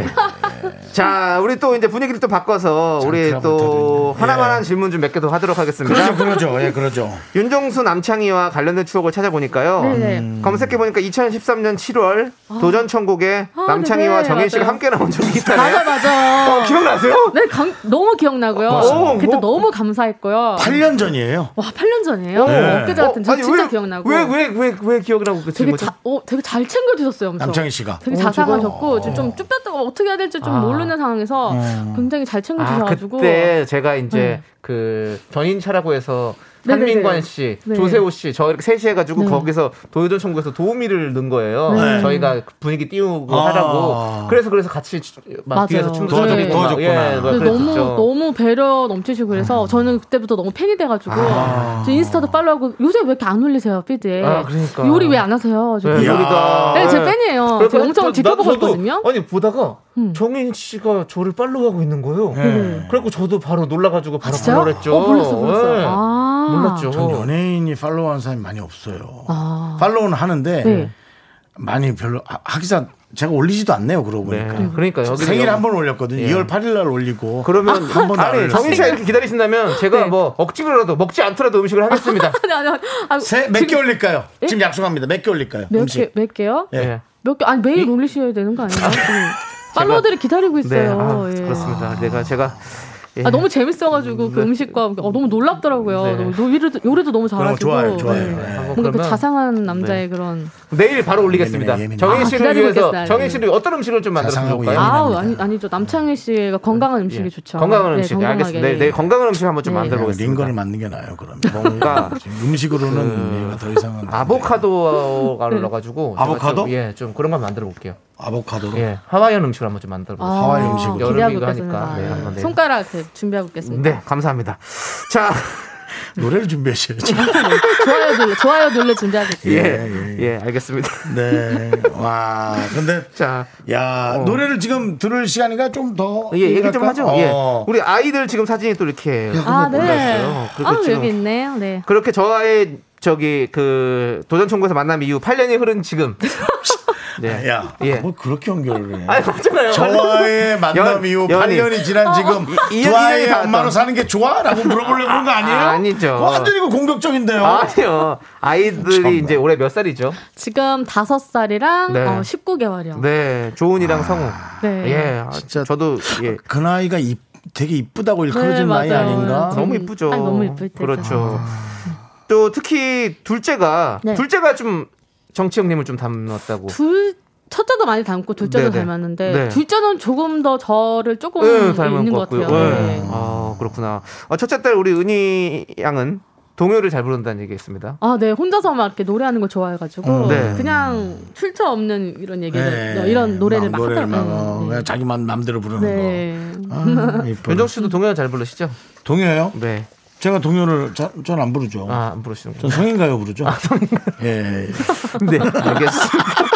Speaker 2: 자, 우리 또 이제 분위기를 또 바꿔서 우리
Speaker 1: 장칼
Speaker 2: 또
Speaker 1: 못하겠네요.
Speaker 2: 하나만한
Speaker 1: 예.
Speaker 2: 질문 좀 몇 개 더 하도록 하겠습니다.
Speaker 1: 그러죠, 그러죠, 예, 그러죠.
Speaker 2: 윤종수 남창희와 관련된 추억을 찾아보니까요.
Speaker 1: 음.
Speaker 8: 네네.
Speaker 2: 검색해 보니까 2013년 7월 도전 천국에
Speaker 8: 아,
Speaker 2: 남창희와
Speaker 8: 네네,
Speaker 2: 정인 씨가
Speaker 8: 맞아요.
Speaker 2: 함께 나온 적이 있다네요.
Speaker 8: 맞아 맞아.
Speaker 2: 어, 기억나세요?
Speaker 8: 네, 강- 너무 기억나고요.
Speaker 2: 어,
Speaker 8: 그때
Speaker 2: 어.
Speaker 8: 너무 감사했고요.
Speaker 1: 8년 전이에요.
Speaker 8: 와, 8년 전이에요?
Speaker 1: 네.
Speaker 8: 엊그제 같은 저
Speaker 2: 어? 아니,
Speaker 8: 진짜
Speaker 2: 왜,
Speaker 8: 기억나고.
Speaker 2: 왜 왜 왜 왜 기억이 나고 그
Speaker 8: 되게
Speaker 2: 친구?
Speaker 8: 자, 어, 되게 잘 챙겨주셨어요, 엄청.
Speaker 1: 남창희 씨가.
Speaker 8: 되게 자상하셨고 지금 좀 쭈뼛다가 어떻게 해야 될지 좀
Speaker 2: 아.
Speaker 8: 모르는 상황에서 굉장히 잘
Speaker 2: 아
Speaker 8: 챙겨주셔가지고
Speaker 2: 그때 제가 이제
Speaker 8: 네.
Speaker 2: 그 전인차라고 해서
Speaker 8: 네네네.
Speaker 2: 한민관 씨,
Speaker 8: 네.
Speaker 2: 조세호 씨, 저 이렇게 셋이 해가지고
Speaker 8: 네.
Speaker 2: 거기서 도요전 천국에서 도우미를 넣은 거예요.
Speaker 8: 네.
Speaker 2: 저희가 분위기 띄우고
Speaker 1: 아.
Speaker 2: 하라고. 그래서 그래서 같이 막
Speaker 8: 맞아요.
Speaker 2: 뒤에서 춤도
Speaker 8: 도와줬-
Speaker 2: 추고 막,
Speaker 1: 도와줬구나.
Speaker 2: 예, 막
Speaker 8: 근데 너무
Speaker 2: 그랬었죠. 아.
Speaker 8: 너무 배려 넘치시고 그래서 저는 그때부터 너무 팬이 돼가지고 저 인스타도 팔로우하고 요새 왜 이렇게 안 올리세요 피드에
Speaker 2: 아, 그러니까.
Speaker 8: 요리 왜 안 하세요? 저
Speaker 2: 네,
Speaker 1: 이야.
Speaker 2: 요리가.
Speaker 8: 네, 제 팬이에요.
Speaker 2: 그래서
Speaker 8: 제가 엄청
Speaker 2: 나-
Speaker 8: 지켜보고
Speaker 2: 저도-
Speaker 8: 있거든요.
Speaker 2: 아니 보다가
Speaker 8: 음.
Speaker 2: 정인 씨가 저를 팔로우하고 있는 거예요. 그래갖고 저도 바로 놀라가지고 바로
Speaker 8: 진짜요?
Speaker 2: 팔로우했죠. 예. 네.
Speaker 8: 어, 몰랐어, 몰랐어요. 아.
Speaker 2: 몰랐죠.
Speaker 1: 전 연예인이 팔로우하는 사람이 많이 없어요.
Speaker 8: 아.
Speaker 1: 팔로우는 하는데
Speaker 8: 네.
Speaker 1: 많이 별로 아, 하- 하기사 제가 올리지도 않네요. 그러고 보니까.
Speaker 2: 네, 그러니까 여기
Speaker 1: 생일 한 번 올렸거든요. 2월 8일 날 올리고.
Speaker 2: 예. 그러면
Speaker 1: 한 번도 안
Speaker 2: 아니
Speaker 1: 올렸어요.
Speaker 2: 정인 씨가 이렇게 기다리신다면 제가
Speaker 8: 네.
Speaker 2: 뭐 억지로라도 먹지 않더라도 음식을 하겠습니다.
Speaker 8: 아니, 아니, 아니. 아,
Speaker 1: 세- 몇 개 올릴까요? 지금 약속합니다. 몇 개 올릴까요?
Speaker 8: 예? 몇
Speaker 1: 음식.
Speaker 8: 개, 몇 개요?
Speaker 1: 예.
Speaker 2: 예.
Speaker 8: 몇 개? 아니 매일 올리셔야 되는 거 아니에요? 지금 팔로워들이 기다리고
Speaker 2: 네,
Speaker 8: 있어요.
Speaker 2: 아,
Speaker 8: 예.
Speaker 2: 그렇습니다. 내가 제가 예.
Speaker 8: 아, 너무 재밌어가지고 그 음식과 함께, 어, 너무 놀랍더라고요.
Speaker 2: 네.
Speaker 8: 너무 요리도, 요리도 너무
Speaker 1: 그런 거
Speaker 8: 잘하시고
Speaker 1: 좋아요, 좋아요. 예.
Speaker 8: 네.
Speaker 2: 한번
Speaker 8: 뭔가 그
Speaker 2: 뭐 그러면 네.
Speaker 8: 자상한 남자의 그런
Speaker 2: 내일 바로 올리겠습니다.
Speaker 1: 예민해, 예민해.
Speaker 2: 정인
Speaker 8: 아,
Speaker 2: 씨를
Speaker 8: 기다리고
Speaker 2: 위해서
Speaker 8: 있겠어요.
Speaker 2: 정인 씨를 어떤 음식을 좀 만들어
Speaker 1: 자상하고
Speaker 2: 볼까요?
Speaker 1: 예민해.
Speaker 8: 아우
Speaker 1: 예민합니다.
Speaker 8: 아니, 아니죠 남창희 씨가 건강한 음식이
Speaker 2: 예.
Speaker 8: 좋죠.
Speaker 2: 건강한
Speaker 8: 네,
Speaker 2: 음식
Speaker 8: 건강하게.
Speaker 2: 알겠습니다. 내일, 내일 건강한 음식 한번 좀
Speaker 8: 네.
Speaker 2: 만들어
Speaker 1: 그냥
Speaker 2: 보겠습니다.
Speaker 1: 링거를 만든 게 나아요. 그러면
Speaker 2: 뭔가 그
Speaker 1: 지금 음식으로는 얘가 더 이상은
Speaker 8: 네.
Speaker 2: 아보카도를 넣어가지고 제가
Speaker 1: 아보카도?
Speaker 2: 좀, 예, 좀 그런 걸 만들어 볼게요.
Speaker 1: 아보카도로
Speaker 2: 예, 하와이안 음식을 한번 좀 만들어 볼게요.
Speaker 1: 하와이 음식으로.
Speaker 8: 아, 기대하고
Speaker 2: 여름이고
Speaker 8: 있겠습니다.
Speaker 2: 하니까. 네, 한번 내일.
Speaker 8: 손가락 네, 준비하고 있겠습니다.
Speaker 2: 네, 감사합니다. 자,
Speaker 1: 노래를 준비하셔야죠.
Speaker 8: 좋아요 눌러 좋아요 눌러 준비하고 있습니다.
Speaker 2: 예,
Speaker 1: 예,
Speaker 2: 예, 알겠습니다.
Speaker 1: 네. 와, 근데
Speaker 2: 자,
Speaker 1: 야
Speaker 2: 어.
Speaker 1: 노래를 지금 들을 시간이가 좀 더
Speaker 2: 예, 얘기 좀
Speaker 1: 할까?
Speaker 2: 하죠. 예.
Speaker 1: 어.
Speaker 2: 우리 아이들 지금 사진이 또 이렇게
Speaker 8: 아 네.
Speaker 2: 올라왔어요. 그리고
Speaker 8: 아
Speaker 2: 지금
Speaker 8: 여기 있네요. 네.
Speaker 2: 그렇게 저와의 저기 그 도전 청구에서 만남 이후 8년이 흐른 지금. 네.
Speaker 1: 아, 야,
Speaker 2: 예.
Speaker 1: 뭘 그렇게 연결을 해?
Speaker 2: 아니 맞잖아요.
Speaker 1: 저와의 만남
Speaker 2: 연-
Speaker 1: 이후
Speaker 2: 연인.
Speaker 1: 8년이 지난 지금
Speaker 2: 어, 이- 이
Speaker 1: 두
Speaker 2: 연인이
Speaker 1: 아이의
Speaker 2: 다
Speaker 1: 엄마로
Speaker 2: 왔다.
Speaker 1: 사는 게 좋아?라고 물어보려고 그런 거 아니에요?
Speaker 2: 아, 아니죠.
Speaker 1: 그거 완전히 그 공격적인데요.
Speaker 2: 아니요. 아이들이 이제 올해 몇 살이죠?
Speaker 8: 지금 다섯 살이랑
Speaker 2: 네.
Speaker 8: 어, 19개월이요. 네.
Speaker 2: 네, 조은이랑 성우. 예, 아,
Speaker 1: 아. 진짜.
Speaker 2: 저도 예.
Speaker 1: 그 나이가 이, 되게 이쁘다고 일컬어진 나이
Speaker 8: 네, 맞아요.
Speaker 1: 아닌가? 아.
Speaker 8: 음,
Speaker 2: 너무 이쁘죠.
Speaker 8: 아니, 너무 이쁠 때죠.
Speaker 2: 그렇죠. 또 특히 둘째가
Speaker 8: 네.
Speaker 2: 둘째가 좀 정치 형님을 좀 닮았다고.
Speaker 8: 둘 첫째도 많이 닮고 둘째도
Speaker 2: 네네.
Speaker 8: 닮았는데
Speaker 2: 네.
Speaker 8: 둘째는 조금 더 저를 조금
Speaker 2: 예,
Speaker 8: 있는 네, 것 같아요. 네.
Speaker 2: 아 그렇구나. 아, 첫째 딸 우리 은희 양은 동요를 잘 부른다는 얘기했습니다.
Speaker 8: 아, 네. 혼자서 막 이렇게 노래하는 걸 좋아해가지고
Speaker 2: 네.
Speaker 8: 그냥 출처 없는 이런 얘기를
Speaker 1: 예.
Speaker 8: 이런 노래를
Speaker 1: 막
Speaker 8: 막
Speaker 1: 노래를 막 어,
Speaker 8: 하더라고요.
Speaker 1: 그냥 자기만 맘대로 부르는
Speaker 8: 네.
Speaker 1: 거. 아, 이뻐요.
Speaker 2: 윤정 씨도 동요 잘 부르시죠?
Speaker 1: 동요요?
Speaker 2: 네.
Speaker 1: 제가 동요를 전 안 부르죠.
Speaker 2: 아 안 부르시는
Speaker 1: 전
Speaker 2: 거.
Speaker 1: 성인가요 부르죠. 예, 예.
Speaker 2: 네. 알겠습니다.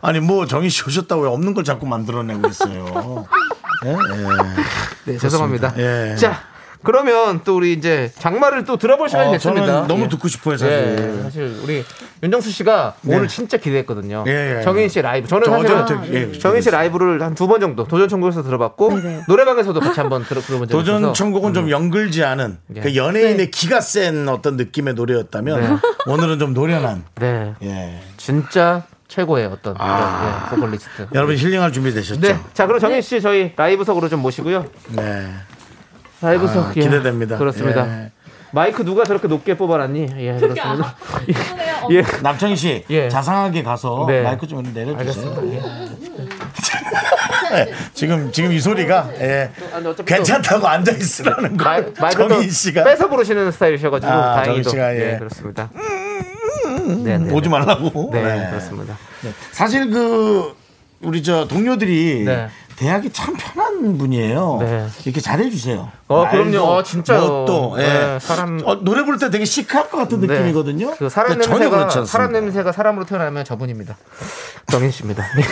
Speaker 1: 아니 뭐 정희 씨 오셨다고 왜 없는 걸 자꾸 만들어내고 있어요. 예, 예.
Speaker 2: 네, 죄송합니다.
Speaker 1: 예.
Speaker 2: 자 그러면 또 우리 이제 장마를 또 들어볼 시간이
Speaker 1: 어,
Speaker 2: 됐습니다.
Speaker 1: 저는 너무
Speaker 2: 아, 예.
Speaker 1: 듣고 싶어요
Speaker 2: 예,
Speaker 1: 사실. 네.
Speaker 2: 사실 우리 윤정수 씨가 오늘 진짜 기대했거든요.
Speaker 1: 예, 예.
Speaker 2: 정인 씨 라이브. 저는
Speaker 1: 저
Speaker 2: 사실은
Speaker 1: 어제 어떻게- 예,
Speaker 2: 정인 씨 라이브를 한 두 번 정도 도전 청구에서 들어봤고
Speaker 8: 네.
Speaker 2: 노래방에서도 같이 한번 들어 부르본 적이 있어서
Speaker 1: 네.
Speaker 2: 음. 네.
Speaker 1: 도전 천국은 좀 연글지 않은 그 연예인의 기가 센 어떤 느낌의 노래였다면 오늘은 좀 노련한.
Speaker 2: 네
Speaker 1: 예.
Speaker 2: 진짜 최고의 어떤
Speaker 1: 아.
Speaker 2: 그런, 예, 보컬리스트.
Speaker 1: 여러분 힐링할 준비 되셨죠?
Speaker 2: 네. 자, 그럼 정인 씨 저희 라이브석으로 좀 모시고요.
Speaker 1: 네.
Speaker 2: 라이브석
Speaker 1: 아,
Speaker 2: 예.
Speaker 1: 기대됩니다.
Speaker 2: 그렇습니다.
Speaker 1: 예.
Speaker 2: 마이크 누가 저렇게 높게 뽑아놨니? 예, 그렇습니다. 예,
Speaker 1: 남창희 씨
Speaker 2: 예.
Speaker 1: 자상하게 가서
Speaker 2: 네.
Speaker 1: 마이크 좀 내려주세요. 예. 지금 지금 이 소리가 예.
Speaker 2: 아니, 어차피 또
Speaker 1: 괜찮다고 앉아 있으라는
Speaker 2: 마이,
Speaker 1: 거.
Speaker 2: 마이크도
Speaker 1: 정희 씨가
Speaker 2: 뺏어 부르시는 스타일이셔가지고
Speaker 1: 아, 정희
Speaker 2: 다행히도
Speaker 1: 씨가, 예. 음,
Speaker 2: 그렇습니다. 네, 네,
Speaker 1: 오지 말라고.
Speaker 2: 네,
Speaker 1: 네.
Speaker 2: 그렇습니다.
Speaker 1: 사실 그 우리 저 동료들이
Speaker 2: 네.
Speaker 1: 대학이 참 편한 분이에요.
Speaker 2: 네.
Speaker 1: 이렇게 잘해주세요.
Speaker 2: 어,
Speaker 1: 말도,
Speaker 2: 그럼요. 어, 진짜요.
Speaker 1: 뭣도, 예.
Speaker 2: 네, 사람-
Speaker 1: 어, 노래 부를 때 되게 시크할 것 같은
Speaker 2: 네.
Speaker 1: 느낌이거든요.
Speaker 2: 그 사람
Speaker 1: 근데 전혀 그렇지
Speaker 2: 냄새가
Speaker 1: 않습니다.
Speaker 2: 사람 냄새가 사람으로 태어나면 저분입니다. 정인 씨입니다. 네.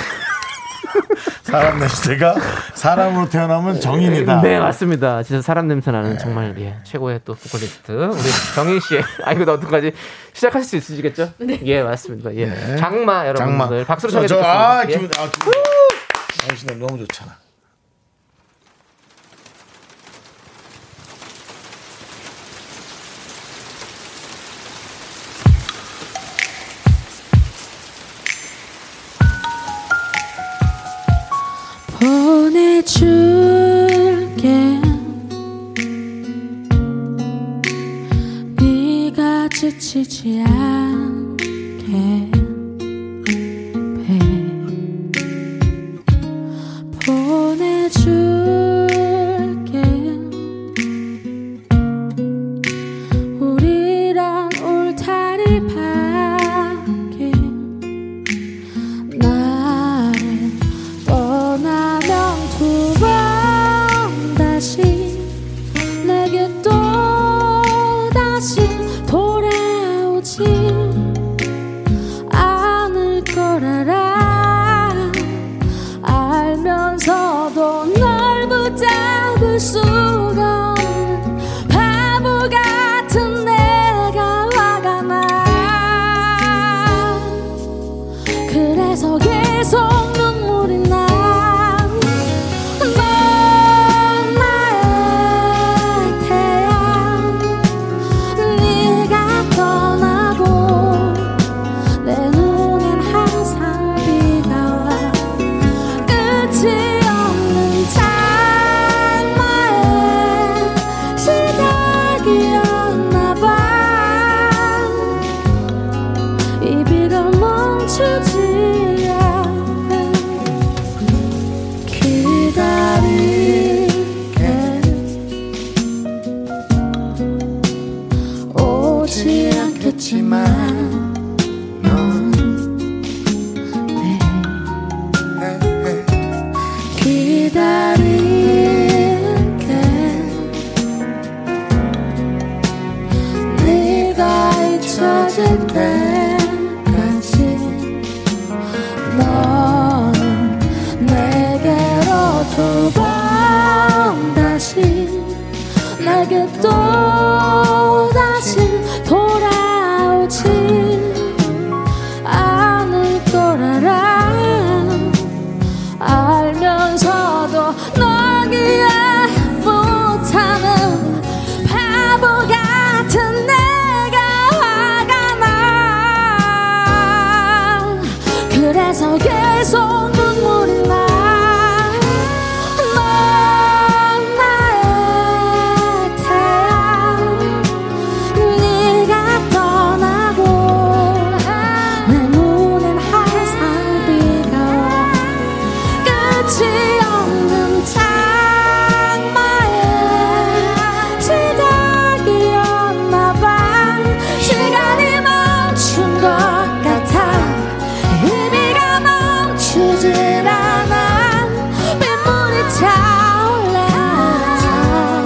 Speaker 1: 사람 냄새가 사람으로 태어나면 정인이다. 네.
Speaker 2: 네 맞습니다. 진짜 사람 냄새 나는 정말 예, 최고의 또 보컬리스트 우리 정인 씨의 아 이거 어떡하지 시작하실 수 있으시겠죠? 예 맞습니다. 예, 장마
Speaker 1: 네. 장마.
Speaker 2: 여러분들 네, 박수로
Speaker 1: 저,
Speaker 2: 청해
Speaker 1: 저,
Speaker 2: 듣겠습니다.
Speaker 1: 아,
Speaker 2: 예.
Speaker 1: 기분, 아, 기분. 당신 노래 너무 좋잖아.
Speaker 4: 보내줄게 네가 지치지 않게 배 보내줄게 우리랑 울타리 밖에 나를 떠나면 두 번 다시 내게 또 다시 돌아오지 않을 걸 알아 알면서도 널 붙잡을 수가 없는 바보 같은 내가 화가 나 그래서 계속 눈물이 나. 넌 나의 태양. 네가 떠나고 내 눈엔 항상 비가 와. 끝이 없는 장마의 시작이었나봐. 이 비가 멈추지 않아 기다릴게 오지 않겠지만 네. 넌 내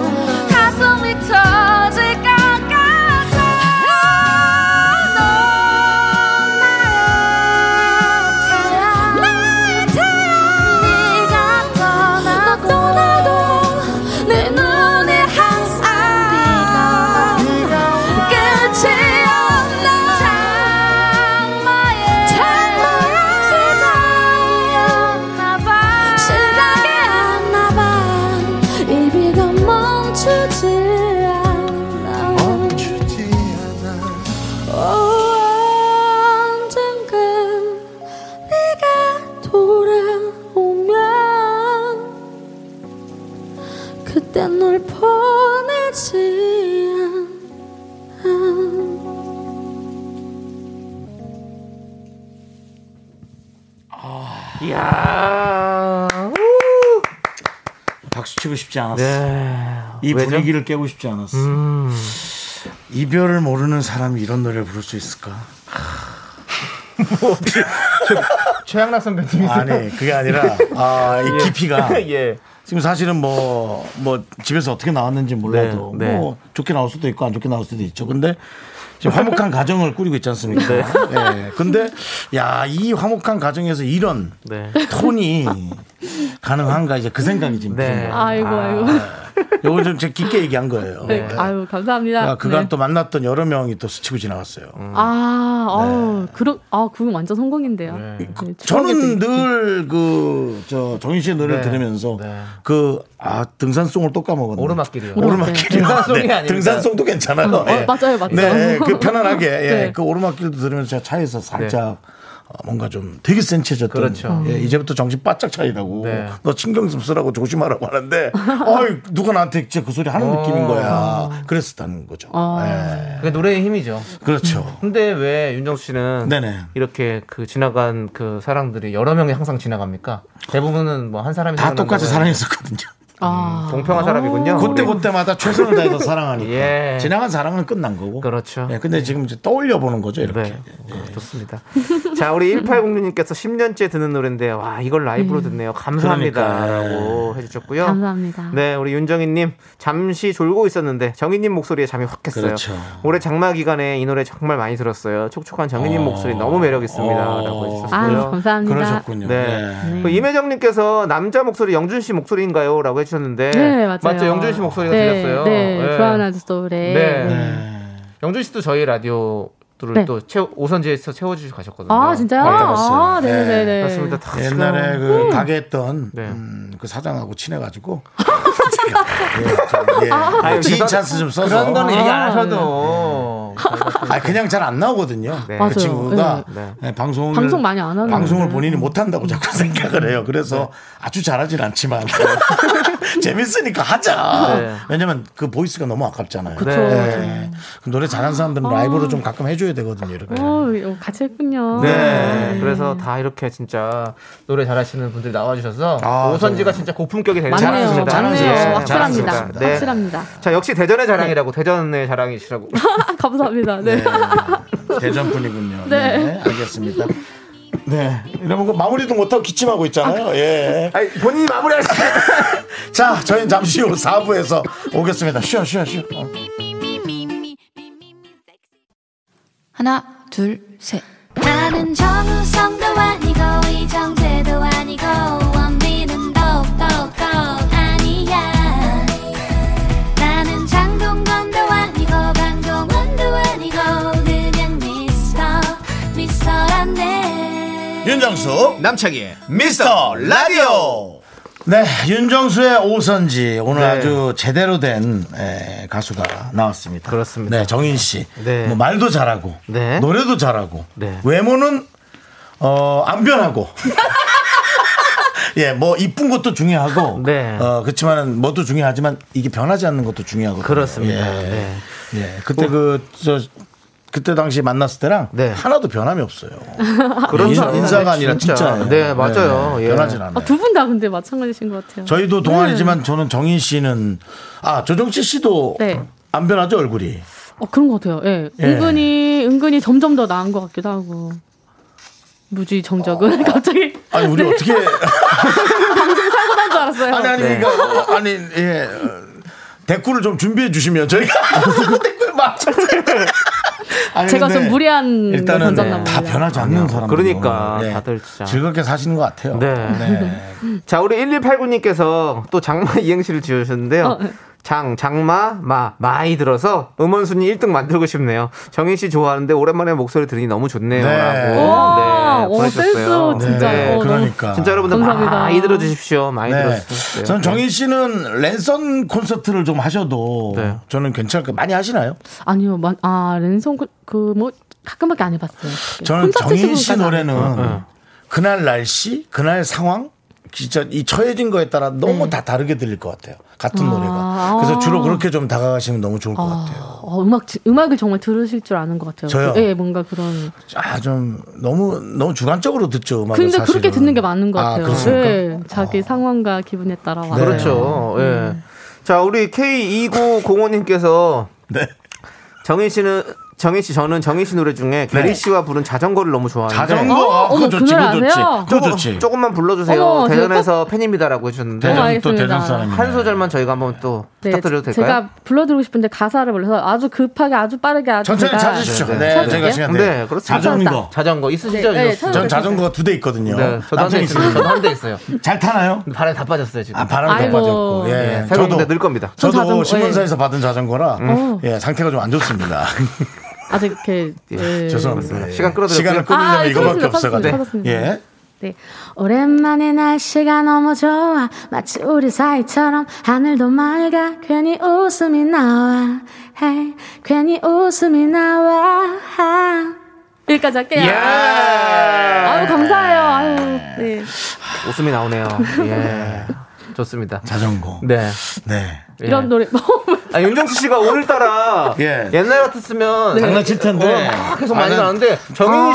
Speaker 4: 아, 땐 널 보내지 않아
Speaker 2: 예.
Speaker 1: 아.
Speaker 2: 이야.
Speaker 1: 박수 치고 싶지 않았어.
Speaker 2: 네.
Speaker 1: 이
Speaker 2: 왜죠?
Speaker 1: 분위기를 깨고 싶지 않았어.
Speaker 7: 음.
Speaker 1: 이별을 모르는 사람이 이런 노래를 부를 수 있을까?
Speaker 7: 뭐 최양락 선배님이세요?
Speaker 1: 아니 그게 아니라 아, 이 깊이가
Speaker 2: 예.
Speaker 1: 지금 사실은 뭐 뭐 집에서 어떻게 나왔는지 몰라도
Speaker 2: 네, 네.
Speaker 1: 뭐 좋게 나올 수도 있고 안 좋게 나올 수도 있죠. 근데 지금 화목한 가정을 꾸리고 있지 않습니까? 네. 근데 야 이 화목한 가정에서 이런
Speaker 2: 네.
Speaker 1: 톤이 가능한가 이제 그 생각이 지금.
Speaker 2: 네.
Speaker 1: 드는 거예요.
Speaker 8: 아이고 아이고.
Speaker 1: 요건 좀 제가 깊게 얘기한 거예요.
Speaker 8: 네. 아유 감사합니다.
Speaker 1: 야, 그간
Speaker 8: 네.
Speaker 1: 또 만났던 여러 명이 또 스치고 지나갔어요.
Speaker 8: 아, 아우, 그런, 아, 그건 완전 성공인데요. 네, 추억의
Speaker 1: 네. 그, 저는 늘 그 저 정인 씨의 노래를
Speaker 7: 네.
Speaker 1: 들으면서 그 아 등산송을 또 까먹었네.
Speaker 7: 오르막길이요.
Speaker 1: 오르막길이요. 네,
Speaker 7: 등산송이 아닙니다.
Speaker 1: 등산송도 괜찮아요.
Speaker 8: 어,
Speaker 1: 예.
Speaker 8: 맞아요, 맞아요.
Speaker 1: 네, 그 편안하게 예.
Speaker 8: 네.
Speaker 1: 그 오르막길도 들으면서 제가 차에서 살짝 어, 뭔가 좀 되게 센 체졌던
Speaker 7: 네. 그렇죠.
Speaker 8: 음.
Speaker 1: 예, 이제부터 정신 바짝 차리라고
Speaker 7: 네.
Speaker 1: 너 신경 좀 쓰라고 조심하라고 하는데 어이 누가 나한테 진짜 그 소리
Speaker 7: 어.
Speaker 1: 하는 느낌인 거야 그랬었다는 거죠
Speaker 8: 아.
Speaker 1: 예.
Speaker 7: 그게 노래의 힘이죠.
Speaker 1: 그렇죠
Speaker 7: 근데 왜 윤정수 씨는
Speaker 1: 네네.
Speaker 7: 이렇게 그 지나간 그 사랑들이 여러 명이 항상 지나갑니까? 대부분은 뭐 한 사람이
Speaker 1: 다
Speaker 7: 생각난다고
Speaker 1: 똑같이
Speaker 7: 해요.
Speaker 1: 사랑했었거든요 음,
Speaker 8: 아,
Speaker 2: 공평한 사람이군요.
Speaker 1: 그때 그때마다 최선을 다해서 사랑하니까
Speaker 7: 어, 예.
Speaker 1: 지나간 사랑은 끝난 거고
Speaker 7: 그렇죠.
Speaker 1: 예, 근데 지금 이제 떠올려 보는 거죠 이렇게
Speaker 2: 네. 어, 좋습니다. 자, 우리 1806님께서 10년째 듣는 노래인데, 와, 이걸 라이브로 듣네요. 감사합니다.
Speaker 1: 그러니까.
Speaker 2: 라고 해주셨고요.
Speaker 8: 음. 감사합니다.
Speaker 2: 네, 우리 윤정희님, 잠시 졸고 있었는데, 정희님 목소리에 잠이 확 깼어요.
Speaker 1: 그렇죠.
Speaker 2: 올해 장마 기간에 이 노래 정말 많이 들었어요. 촉촉한 정희님
Speaker 1: 어.
Speaker 2: 목소리 너무 매력있습니다.
Speaker 1: 어.
Speaker 2: 라고
Speaker 8: 아유,
Speaker 2: 해주셨고요.
Speaker 8: 감사합니다.
Speaker 1: 그러셨군요
Speaker 2: 네.
Speaker 1: 예.
Speaker 2: 그 임혜정님께서 남자 목소리 영준 씨 목소리인가요? 라고 해주셨는데.
Speaker 8: 네, 맞아요.
Speaker 7: 맞죠? 영준 씨 목소리가
Speaker 8: 네,
Speaker 7: 들렸어요.
Speaker 8: 네,
Speaker 7: 네.
Speaker 8: 브라운 아이즈 소울의.
Speaker 7: 네.
Speaker 8: 네.
Speaker 1: 네.
Speaker 7: 영준 씨도 저희 라디오 들을
Speaker 8: 네.
Speaker 7: 또 채워, 오선지에서 채워주시 가셨거든요.
Speaker 8: 아, 진짜요? 아,
Speaker 1: 네.
Speaker 8: 네네네. 네.
Speaker 2: 그렇습니다. 다 지금
Speaker 1: 옛날에
Speaker 8: 음.
Speaker 1: 그 가게 했던
Speaker 2: 네.
Speaker 1: 음, 그 사장하고 친해가지고 제가, 예, 좀, 예.
Speaker 8: 아.
Speaker 1: 지인 찬스 좀 써서
Speaker 7: 그런 거는 얘기 안 하셔도
Speaker 1: 아 그냥 잘 안 나오거든요.
Speaker 8: 맞아요.
Speaker 1: 그 친구가
Speaker 2: 네.
Speaker 1: 예, 방송을
Speaker 8: 방송 많이 안 하는데. 네. 음.
Speaker 1: 방송을 본인이 못 한다고 자꾸 생각을 해요. 그래서 아주 잘하진 않지만 재밌으니까 하자.
Speaker 2: 네.
Speaker 1: 왜냐면 그 보이스가 너무 아깝잖아요.
Speaker 8: 그쵸. 아.
Speaker 1: 예. 그 노래 잘하는 사람들은 라이브로 좀 가끔 해줘야 되거든요. 이렇게.
Speaker 8: 어, 이거 같이 했군요.
Speaker 2: 네.
Speaker 7: 그래서 다 이렇게 진짜 노래 잘하시는 분들 나와주셔서
Speaker 1: 아,
Speaker 7: 오선지가 진짜 고품격이 되는
Speaker 8: 맞네요.
Speaker 1: 자랑스럽습니다.
Speaker 8: 맞네요.
Speaker 1: 자랑스럽습니다. 자랑스럽습니다.
Speaker 8: 확실합니다.
Speaker 1: 네.
Speaker 8: 확실합니다.
Speaker 2: 자, 역시 대전의 자랑이라고, 대전의 자랑이시라고.
Speaker 8: 감사합니다. 네.
Speaker 1: 대전 분이군요.
Speaker 8: 네.
Speaker 1: 알겠습니다. 네. 이러면 그 마무리도 못하고 기침하고 있잖아요. 예.
Speaker 2: 아니, 본인이 마무리하시죠.
Speaker 1: 자, 저희는 잠시 후 4부에서 오겠습니다. 쉬어, 쉬어, 쉬어. 어.
Speaker 4: 하나 둘셋
Speaker 3: 나는 정우성도 아니고 이정재도 아니고 원빈은 더욱더 아니야 나는 장동건도 아니고 방종원도 아니고 그냥 미스터 미스터란데
Speaker 6: 윤정수 남창희의 미스터 라디오
Speaker 1: 네. 윤정수의 오선지. 오늘
Speaker 2: 네.
Speaker 1: 아주 제대로 된 에, 가수가 나왔습니다.
Speaker 2: 그렇습니다.
Speaker 1: 네. 정인 씨.
Speaker 2: 네.
Speaker 1: 뭐 말도 잘하고.
Speaker 2: 네.
Speaker 1: 노래도 잘하고.
Speaker 2: 네.
Speaker 1: 외모는, 어, 안 변하고. 예, 뭐 이쁜 것도 중요하고,
Speaker 2: 네.
Speaker 1: 어 그렇지만은 뭐도 중요하지만 이게 변하지 않는 것도 중요하고
Speaker 2: 그렇습니다. 네.
Speaker 1: 예, 그때 그 저 그때 당시 만났을 때랑
Speaker 2: 네.
Speaker 1: 하나도 변함이 없어요.
Speaker 2: 그런
Speaker 1: 예. 인,
Speaker 2: 사람은
Speaker 1: 인사가 아니라
Speaker 2: 진짜.
Speaker 1: 진짜.
Speaker 2: 네, 맞아요. 예.
Speaker 1: 변하진 않아요.
Speaker 8: 아, 두 네. 분 다 근데 마찬가지신 것 같아요.
Speaker 1: 저희도 동안이지만 저는 정인 씨는 아 조정치 씨도
Speaker 8: 네.
Speaker 1: 안 변하죠 얼굴이.
Speaker 8: 어, 그런 것 같아요. 예.
Speaker 1: 예.
Speaker 8: 은근히, 은근히 점점 더 나은 것 같기도 하고. 무지 정적은 갑자기
Speaker 1: 어. 아니
Speaker 8: 네.
Speaker 1: 우리 어떻게
Speaker 8: 할 줄 알았어요.
Speaker 1: 아니 아니
Speaker 2: 네.
Speaker 1: 그러니까 어, 아니 예 어, 댓글을 좀 준비해 주시면 저희가 댓글 맞춰.
Speaker 8: 제가 좀 무리한 네,
Speaker 1: 일단은 네.
Speaker 8: 던졌나
Speaker 1: 다
Speaker 8: 봐요.
Speaker 1: 변하지 않는 사람.
Speaker 2: 그러니까 다들 진짜.
Speaker 1: 즐겁게 사시는 것 같아요.
Speaker 2: 네.
Speaker 1: 네.
Speaker 2: 자, 우리 1189님께서 또 장마 이행시를 지으셨는데요.
Speaker 8: 어.
Speaker 2: 장, 장마, 마, 마이 들어서 음원순위 1등 만들고 싶네요. 정인 씨 좋아하는데 오랜만에 목소리 들으니 너무 좋네요.
Speaker 1: 네.
Speaker 8: 와,
Speaker 2: 라고.
Speaker 8: 오,
Speaker 2: 보내주셨어요.
Speaker 8: 센스 진짜. 어, 너무-
Speaker 1: 그러니까.
Speaker 2: 진짜 여러분들
Speaker 8: 감사합니다.
Speaker 2: 많이 들어주십시오. 많이
Speaker 1: 네.
Speaker 2: 들어주십시오.
Speaker 1: 저는 정인 씨는 랜선 콘서트를 좀 하셔도
Speaker 2: 네.
Speaker 1: 저는 괜찮을 것 많이 하시나요?
Speaker 8: 아니요, 마, 아 랜선 그 뭐 가끔밖에 안 해봤어요.
Speaker 1: 저는
Speaker 8: 콘서트
Speaker 1: 정인 씨
Speaker 2: 어,
Speaker 8: 식으로까지 안 해요.
Speaker 1: 노래는 그날 날씨, 그날 상황, 진짜 이 처해진 거에 따라 너무 다 다르게 들릴 것 같아요. 같은
Speaker 8: 네. 아.
Speaker 1: 노래가. 그래서 주로 그렇게 좀 다가가시면 너무 좋을 것 같아요.
Speaker 8: 아, 어, 음악 지- 음악을 정말 들으실 줄 아는 것 같아요.
Speaker 1: 저요?
Speaker 8: 그- 예, 뭔가 그런.
Speaker 1: 아, 좀 너무 너무 주관적으로 듣죠, 음악을
Speaker 8: 근데
Speaker 1: 사실은.
Speaker 8: 그렇게 듣는 게 맞는 것
Speaker 1: 아,
Speaker 8: 같아요.
Speaker 1: 그렇습니까? 아. 네.
Speaker 8: 예, 자기 상황과 기분에 따라 와요.
Speaker 2: 그렇죠.
Speaker 8: 네.
Speaker 2: 예.
Speaker 8: 음.
Speaker 2: 자, 우리 K2905님께서
Speaker 1: 네.
Speaker 2: 정인 씨는 정인 씨 저는 정인 씨 노래 중에 게리 씨와 부른 자전거를 너무 좋아하는데
Speaker 1: 네.
Speaker 2: 네. 어,
Speaker 1: 자전거
Speaker 8: 어,
Speaker 1: 그거
Speaker 8: 어머,
Speaker 1: 좋지,
Speaker 8: 그 노래
Speaker 1: 그거 좋지,
Speaker 8: 아세요?
Speaker 1: 그거
Speaker 2: 조금-
Speaker 1: 좋지.
Speaker 2: 조금만 불러주세요.
Speaker 8: 어머,
Speaker 2: 대전에서 팬입니다라고 해주셨는데
Speaker 8: 대전.
Speaker 1: 대전 또
Speaker 8: 알겠습니다.
Speaker 1: 대전 사람이네.
Speaker 2: 한 소절만 저희가 한번 또
Speaker 8: 음. 네,
Speaker 2: 부탁드려도 될까요?
Speaker 8: 제가 불러드리고 싶은데 가사를 몰라서 아주 급하게 아주 빠르게 아주
Speaker 1: 천천히
Speaker 8: 제가-
Speaker 1: 찾으십시오.
Speaker 2: 네,
Speaker 1: 네,
Speaker 2: 네.
Speaker 1: 제가
Speaker 8: 찾을게요.
Speaker 1: 시간
Speaker 2: 네,
Speaker 1: 돼.
Speaker 2: 그렇습니다.
Speaker 1: 자전거.
Speaker 7: 자전거 있으시죠?
Speaker 8: 네, 네,
Speaker 7: 윤정수 씨?
Speaker 8: 찾아볼게요.
Speaker 1: 전 자전거가 두 대 있거든요.
Speaker 7: 네, 저도 한 대
Speaker 1: 남편이
Speaker 7: 있어요.
Speaker 1: 있습니다.
Speaker 7: 저도 한 대 있어요.
Speaker 1: 잘 타나요?
Speaker 7: 발에 다 빠졌어요 지금.
Speaker 1: 아, 바람이
Speaker 8: 아이고.
Speaker 1: 빠졌고. 예.
Speaker 2: 네, 새로운 데늘 겁니다.
Speaker 8: 전
Speaker 1: 저도
Speaker 8: 자전거, 예.
Speaker 1: 신문사에서 받은 자전거라
Speaker 8: 어.
Speaker 1: 예, 상태가 좀 안 좋습니다.
Speaker 8: 아직 이렇게 예.
Speaker 1: 죄송합니다. 예.
Speaker 2: 네, 시간 끌어들였고요.
Speaker 1: 시간을 끌으려면
Speaker 8: 아,
Speaker 1: 이거밖에
Speaker 8: 찾았습니다,
Speaker 1: 없어가지고.
Speaker 8: 찾았습니다.
Speaker 1: 예.
Speaker 8: 네. 오랜만에 날씨가 너무 좋아 마치 우리 사이처럼 하늘도 맑아 괜히 웃음이 나와 헤 괜히 웃음이 나와 여기까지 할게요 예!
Speaker 2: 예!
Speaker 8: 아유 감사해요 아유 네.
Speaker 2: 웃음이 나오네요. 예. 좋습니다.
Speaker 1: 자전거.
Speaker 2: 네.
Speaker 1: 네.
Speaker 2: 예.
Speaker 8: 이런 노래
Speaker 2: 아, 윤정수 씨가 오늘따라
Speaker 1: 예.
Speaker 2: 옛날 같았으면
Speaker 1: 장난칠 텐데.
Speaker 2: 어, 계속 많이
Speaker 1: 아, 난
Speaker 2: 나는데 정인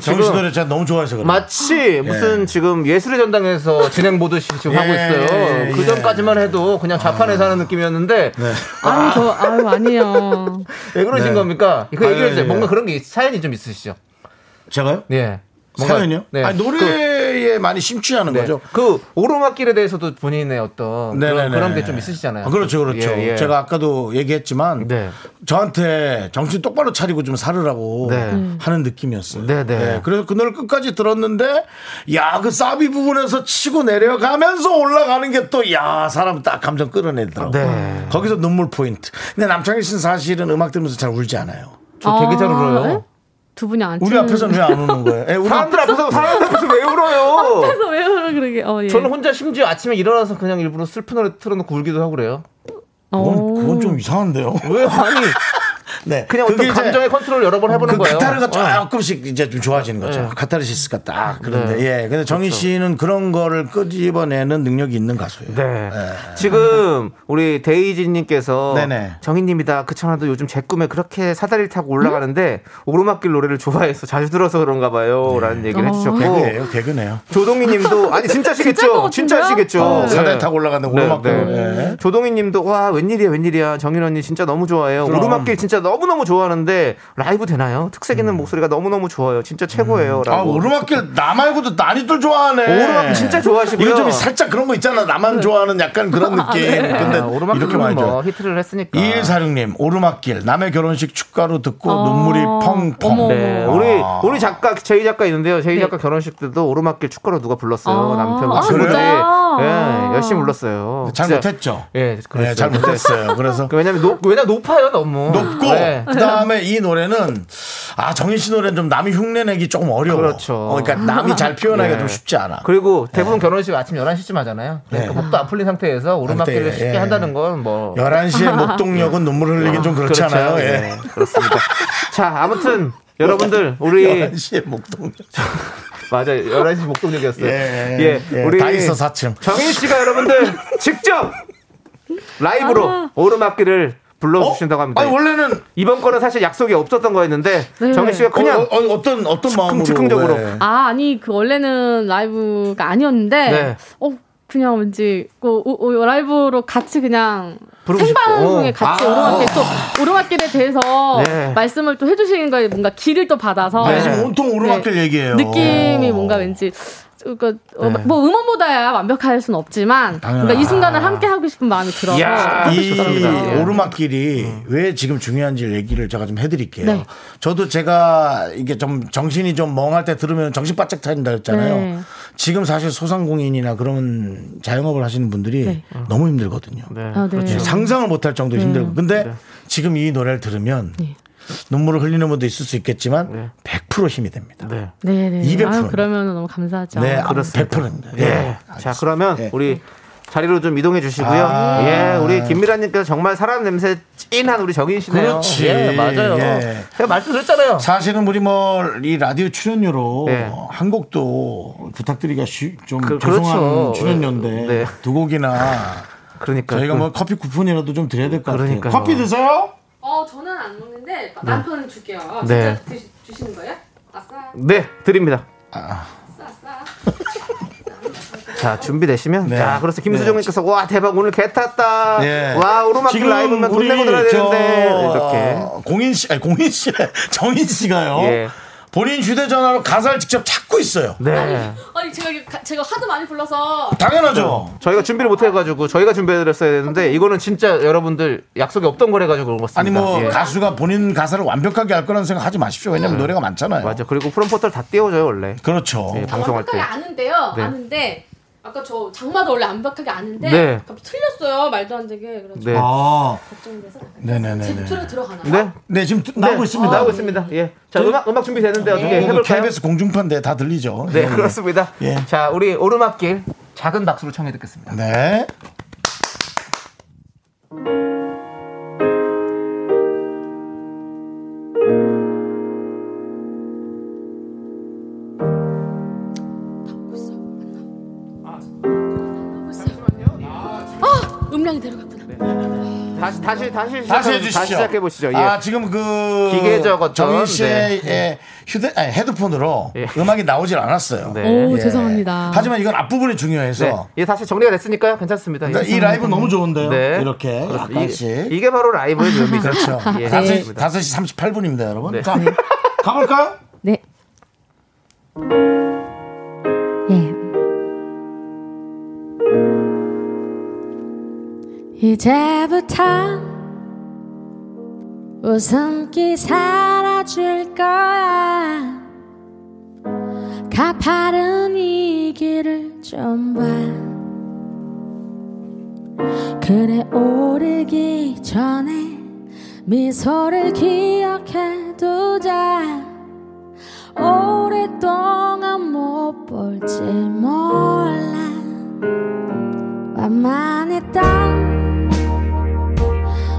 Speaker 1: 정우 씨
Speaker 2: 지금
Speaker 1: 노래 제가 너무 좋아해서 그래요.
Speaker 2: 마치 무슨 지금 예술의 전당에서 진행 보듯이 지금
Speaker 1: 예,
Speaker 2: 하고 있어요.
Speaker 1: 예, 아.
Speaker 2: 그 전까지만 해도 그냥 자판에서 하는 느낌이었는데
Speaker 8: 아유 저 아유 아니에요
Speaker 2: 왜 그러신
Speaker 1: 네.
Speaker 2: 겁니까? 그
Speaker 1: 아,
Speaker 2: 얘기를
Speaker 1: 예,
Speaker 2: 이제
Speaker 1: 예.
Speaker 2: 뭔가 그런 게 있- 사연이 좀 있으시죠?
Speaker 1: 제가요?
Speaker 2: 네. 뭔가-
Speaker 1: 사연이요?
Speaker 2: 네. 그
Speaker 1: 아니, 노래에 많이 심취하는
Speaker 2: 네.
Speaker 1: 거죠.
Speaker 2: 그 오르막길에 대해서도 본인의 어떤 그런,
Speaker 1: 네네네.
Speaker 2: 게 좀 있으시잖아요.
Speaker 1: 아, 그렇죠, 그렇죠.
Speaker 2: 예, 예.
Speaker 1: 제가 아까도 얘기했지만
Speaker 2: 네.
Speaker 1: 저한테 정신 똑바로 차리고 좀 살으라고
Speaker 2: 네. 음.
Speaker 1: 하는 느낌이었어요.
Speaker 2: 네, 네.
Speaker 1: 그래서 그 노래 끝까지 들었는데 야 그 사비 부분에서 치고 내려가면서 올라가는 게 또 야 사람 딱 감정 끌어내더라고.
Speaker 2: 네.
Speaker 1: 요 거기서 눈물 포인트. 근데 남창희 씨는 사실은 음악 들으면서 잘 울지 않아요.
Speaker 2: 저 되게 잘
Speaker 8: 아,
Speaker 2: 울어요.
Speaker 8: 두 분이 안
Speaker 1: 우리
Speaker 8: 치는-
Speaker 1: 앞에서는 왜 안 우는 거예요? 예, 우리
Speaker 2: 음. 사람들 앞에서 사람들 앞에서 왜 울어요?
Speaker 8: 그래서 왜 그러 그러게 어, 예.
Speaker 7: 저는 혼자 심지어 아침에 일어나서 그냥 일부러 슬픈 노래 틀어놓고 울기도 하고 그래요.
Speaker 1: 그건, 그건 좀 이상한데요.
Speaker 7: 왜 아니
Speaker 1: 네.
Speaker 7: 그냥
Speaker 1: 그게
Speaker 7: 어떤
Speaker 1: 이제
Speaker 7: 감정의 컨트롤 여러 번 해보는
Speaker 1: 그
Speaker 7: 거예요.
Speaker 2: 어.
Speaker 1: 카타르가 조금씩 이제 좀 좋아지는
Speaker 2: 네.
Speaker 1: 거죠. 카타르시스가 딱 그런데 예.
Speaker 2: 그렇죠.
Speaker 1: 근데 정희 씨는 그런 거를 끄집어내는 능력이 있는 가수예요.
Speaker 2: 네. 지금 우리 데이지님께서
Speaker 1: 네네.
Speaker 2: 정인님이다. 그 천하도 요즘 제 꿈에 그렇게 사다리를 타고 올라가는데 오르막길 노래를 좋아해서 자주 들어서 그런가 봐요. 라는 얘기를 해주셨고
Speaker 1: 개그예요, 네. 개그네요.
Speaker 2: 조동희님도 아니 진짜시겠죠?
Speaker 8: 어. 진짜일 것 같은데요?
Speaker 2: 진짜시겠죠?
Speaker 1: 어,
Speaker 2: 네.
Speaker 1: 사다리 타고 올라가는
Speaker 2: 네,
Speaker 1: 오르막
Speaker 2: 네.
Speaker 1: 네.
Speaker 2: 조동희님도 와 웬일이야 웬일이야 정인 언니 진짜 너무 좋아해요
Speaker 1: 그럼.
Speaker 2: 오르막길 진짜 너무 너무 좋아하는데 라이브 되나요? 특색 있는 목소리가 너무 너무 좋아요 진짜
Speaker 1: 음.
Speaker 2: 최고예요라고
Speaker 1: 아 오르막길 나 말고도 난이들 좋아하네.
Speaker 2: 오르막길 진짜 좋아하시고요. 네.
Speaker 1: 이거 좀 살짝 그런 거 있잖아. 나만 좋아하는 약간 그런 느낌. 근데
Speaker 7: 아,
Speaker 1: 이렇게
Speaker 7: 오르막길은
Speaker 1: 많이 좋아.
Speaker 7: 뭐 히트를 했으니까.
Speaker 1: 2146님 오르막길 남의 결혼식 축가로 듣고
Speaker 8: 아,
Speaker 1: 눈물이
Speaker 8: 어머.
Speaker 1: 펑펑.
Speaker 2: 네,
Speaker 1: 아.
Speaker 2: 우리 우리 작가 제이 작가 있는데요. 제이
Speaker 8: 네.
Speaker 2: 작가 결혼식 때도 오르막길 축가로 누가 불렀어요.
Speaker 8: 아,
Speaker 2: 남편과
Speaker 8: 아,
Speaker 2: 친구들이.
Speaker 8: 진짜요?
Speaker 2: 예,
Speaker 8: 아.
Speaker 2: 열심히 불렀어요.
Speaker 1: 네, 잘
Speaker 2: 진짜.
Speaker 1: 못했죠.
Speaker 2: 예, 그랬어요.
Speaker 1: 네, 잘 못했어요. 그래서
Speaker 2: 그 왜냐면 높 왜냐 높아요 너무.
Speaker 1: 높고
Speaker 2: 네.
Speaker 1: 그다음에 이 노래는 아 정인 씨 노래는 좀 남이 흉내내기 조금 어려워.
Speaker 2: 그렇죠.
Speaker 1: 어, 그러니까 남이 잘 표현하기가
Speaker 2: 예.
Speaker 1: 좀 쉽지 않아.
Speaker 2: 그리고
Speaker 7: 대부분 결혼식 아침 11시쯤 하잖아요. 그러니까
Speaker 1: 네.
Speaker 7: 목도 안 풀린 상태에서 오르막길을
Speaker 1: 그때,
Speaker 7: 쉽게
Speaker 1: 예.
Speaker 7: 한다는 건 뭐.
Speaker 1: 11시에 목동역은 눈물 흘리긴 좀 그렇지
Speaker 2: 네. 그렇죠.
Speaker 1: 않아요?
Speaker 2: 예,
Speaker 1: 예.
Speaker 2: 그렇습니다. 자, 아무튼 여러분들 우리
Speaker 1: 11시에 목동역.
Speaker 2: 맞아 11시 목동역이었어요.
Speaker 1: 예, 예. 다 있어, 사층.
Speaker 2: 정인 씨가 여러분들 직접 라이브로
Speaker 8: 아.
Speaker 2: 오르막길을 불러 주신다고 합니다.
Speaker 1: 어? 아니, 원래는
Speaker 2: 이번 거는 사실 약속이 없었던 거였는데
Speaker 8: 네.
Speaker 2: 정희 씨가 그냥
Speaker 1: 그냥 어, 떤 어떤 마음으로
Speaker 2: 즉흥적으로.
Speaker 1: 예.
Speaker 8: 아, 아니, 그 원래는 라이브가 아니었는데,
Speaker 2: 네.
Speaker 8: 어, 그냥 왠지, 그, 오- 오- 라이브로 같이 그냥,
Speaker 2: 부르고 싶고.
Speaker 8: 생방송에 같이
Speaker 2: 아.
Speaker 8: 오르막길 또, 오르막길에 대해서
Speaker 2: 네.
Speaker 8: 말씀을 또 해주시는 거에 뭔가 기를 또 받아서.
Speaker 1: 아, 지금 온통 오르막길
Speaker 8: 네.
Speaker 1: 얘기예요.
Speaker 8: 느낌이 뭔가 왠지, 그러니까 어,
Speaker 2: 네.
Speaker 8: 뭐 음원보다야 완벽할 순 없지만,
Speaker 1: 당연하죠.
Speaker 8: 뭔가 이 순간을 함께 하고 싶은 마음이 들어서.
Speaker 2: 이야.
Speaker 1: 이
Speaker 2: 좋습니다. 예.
Speaker 1: 아, 오르막길이 왜 지금 중요한지 얘기를 제가 좀 해드릴게요.
Speaker 8: 네.
Speaker 1: 저도 제가 이게 좀 정신이 좀 멍할 때 들으면 정신 바짝 차린다 했잖아요.
Speaker 8: 네.
Speaker 1: 지금 사실 소상공인이나 그런 자영업을 하시는 분들이
Speaker 8: 네.
Speaker 1: 너무 힘들거든요.
Speaker 2: 네.
Speaker 8: 아, 네.
Speaker 1: 예, 상상을 못할
Speaker 2: 음.
Speaker 1: 정도로 힘들고. 근데 지금 이 노래를 들으면
Speaker 8: 네.
Speaker 1: 눈물을 흘리는 분도 있을 수 있겠지만 100% 힘이 됩니다.
Speaker 2: 네.
Speaker 8: 네네.
Speaker 1: 200%.
Speaker 8: 그러면 너무 감사하죠.
Speaker 1: 네, 아,
Speaker 2: 그렇습니다. 예.
Speaker 1: 100%입니다.
Speaker 2: 자, 그러면
Speaker 1: 예.
Speaker 2: 우리 자리로 좀 이동해 주시고요.
Speaker 1: 아.
Speaker 2: 예, 우리 김미라님께서 정말 사람 냄새 찐한 우리 정인시네요.
Speaker 1: 그렇지.
Speaker 2: 예, 맞아요.
Speaker 1: 예.
Speaker 2: 제가 말씀드렸잖아요.
Speaker 1: 사실은 우리 뭐 이 라디오 출연료로
Speaker 2: 네.
Speaker 1: 한 곡도 부탁드리기가 쉬, 좀
Speaker 2: 그-
Speaker 1: 죄송한
Speaker 2: 그렇죠.
Speaker 1: 출연료인데
Speaker 2: 네.
Speaker 1: 두 곡이나
Speaker 2: 그러니까
Speaker 1: 저희가 뭐 커피 쿠폰이라도 좀 드려야 될 것 같아요.
Speaker 2: 그러니까요.
Speaker 1: 커피 드세요?
Speaker 8: 어, 저는 안 먹는데 남편은 줄게요.
Speaker 2: 네.
Speaker 8: 진짜 드시, 주시는 거예요? 아싸,
Speaker 2: 네 드립니다.
Speaker 8: 아싸, 아싸.
Speaker 2: 자 준비되시면
Speaker 1: 네.
Speaker 2: 자 그래서 김수정님께서 와 대박 오늘 개 탔다.
Speaker 1: 네.
Speaker 2: 아, 와 오르막길 라이브면 돈 내고 들어야 되는데 이렇게
Speaker 1: 저 공인 씨, 아니 공인 씨, 정인 씨가요.
Speaker 2: 예.
Speaker 1: 본인 휴대전화로 가사를 직접 찾고 있어요.
Speaker 2: 네
Speaker 8: 아니 제가 이게 가- 제가 하도 많이 불러서
Speaker 1: 당연하죠.
Speaker 2: 저희가 준비를 못 해가지고 저희가 준비해드렸어야 되는데 이거는 진짜 여러분들 약속이 없던 거래가지고 그런 것 같습니다.
Speaker 1: 아니 뭐
Speaker 2: 예. 음.
Speaker 1: 가수가 본인 가사를 완벽하게 할 거라는 생각 하지 마십시오. 왜냐면 노래가 많잖아요.
Speaker 2: 맞아 그리고 프롬포터를 다 띄워줘요 원래
Speaker 1: 그렇죠.
Speaker 2: 예, 방송할
Speaker 8: 완벽하게
Speaker 2: 때.
Speaker 8: 아는데요.
Speaker 2: 네.
Speaker 8: 아는데 아까 저 장마도 원래 완벽하게 아는데
Speaker 2: 네.
Speaker 8: 갑자기 틀렸어요. 말도 안 되게 그래서
Speaker 2: 네.
Speaker 1: 아,
Speaker 8: 걱정돼서 지금
Speaker 1: 네네네네.
Speaker 8: 틀어 들어가나? 요
Speaker 2: 네.
Speaker 1: 네 지금 나오고 있습니다.
Speaker 2: 나오고 있습니다. 예. 자, 음악, 음악 준비되는데 어떻게
Speaker 1: 이거
Speaker 2: 해볼까요?
Speaker 1: KBS 공중파인데 다 들리죠.
Speaker 2: 네,
Speaker 1: 예, 예.
Speaker 2: 그렇습니다.
Speaker 1: 예.
Speaker 2: 자, 우리 오르막길 작은 박수로 청해 듣겠습니다.
Speaker 1: 네.
Speaker 8: 음량이 내려갔구나.
Speaker 2: 네. 다시, 다시, 다시,
Speaker 1: 다시
Speaker 2: 시작해-
Speaker 1: 해주시죠.
Speaker 2: 다시 시작해보시죠. 예.
Speaker 1: 아 지금 그
Speaker 2: 기계적 어떤,
Speaker 1: 정인 씨의 예, 휴대 아니, 헤드폰으로
Speaker 2: 예.
Speaker 1: 음악이 나오질 않았어요.
Speaker 2: 네.
Speaker 8: 오
Speaker 1: 예.
Speaker 8: 죄송합니다.
Speaker 1: 하지만 이건 앞부분이 중요해서
Speaker 2: 네. 예, 다시 정리가 됐으니까요. 괜찮습니다. 예.
Speaker 1: 네, 이 라이브 너무 좋은데요.
Speaker 2: 네.
Speaker 1: 이렇게
Speaker 2: 그렇습니다.
Speaker 1: 약간씩.
Speaker 2: 이, 이게 바로 라이브의 묘미죠.
Speaker 1: 그렇죠.
Speaker 2: 예,
Speaker 1: 다섯 시-
Speaker 2: 맞습니다.
Speaker 1: 다섯 시 38분입니다, 여러분.
Speaker 2: 네.
Speaker 1: 자, 가볼까요?
Speaker 4: 네. 예. 이제부터 웃음기 사라질 거야. 가파른 이 길을 좀 봐. 그래 오르기 전에 미소를 기억해 두자. 오랫동안 못 볼지 몰라 완만했던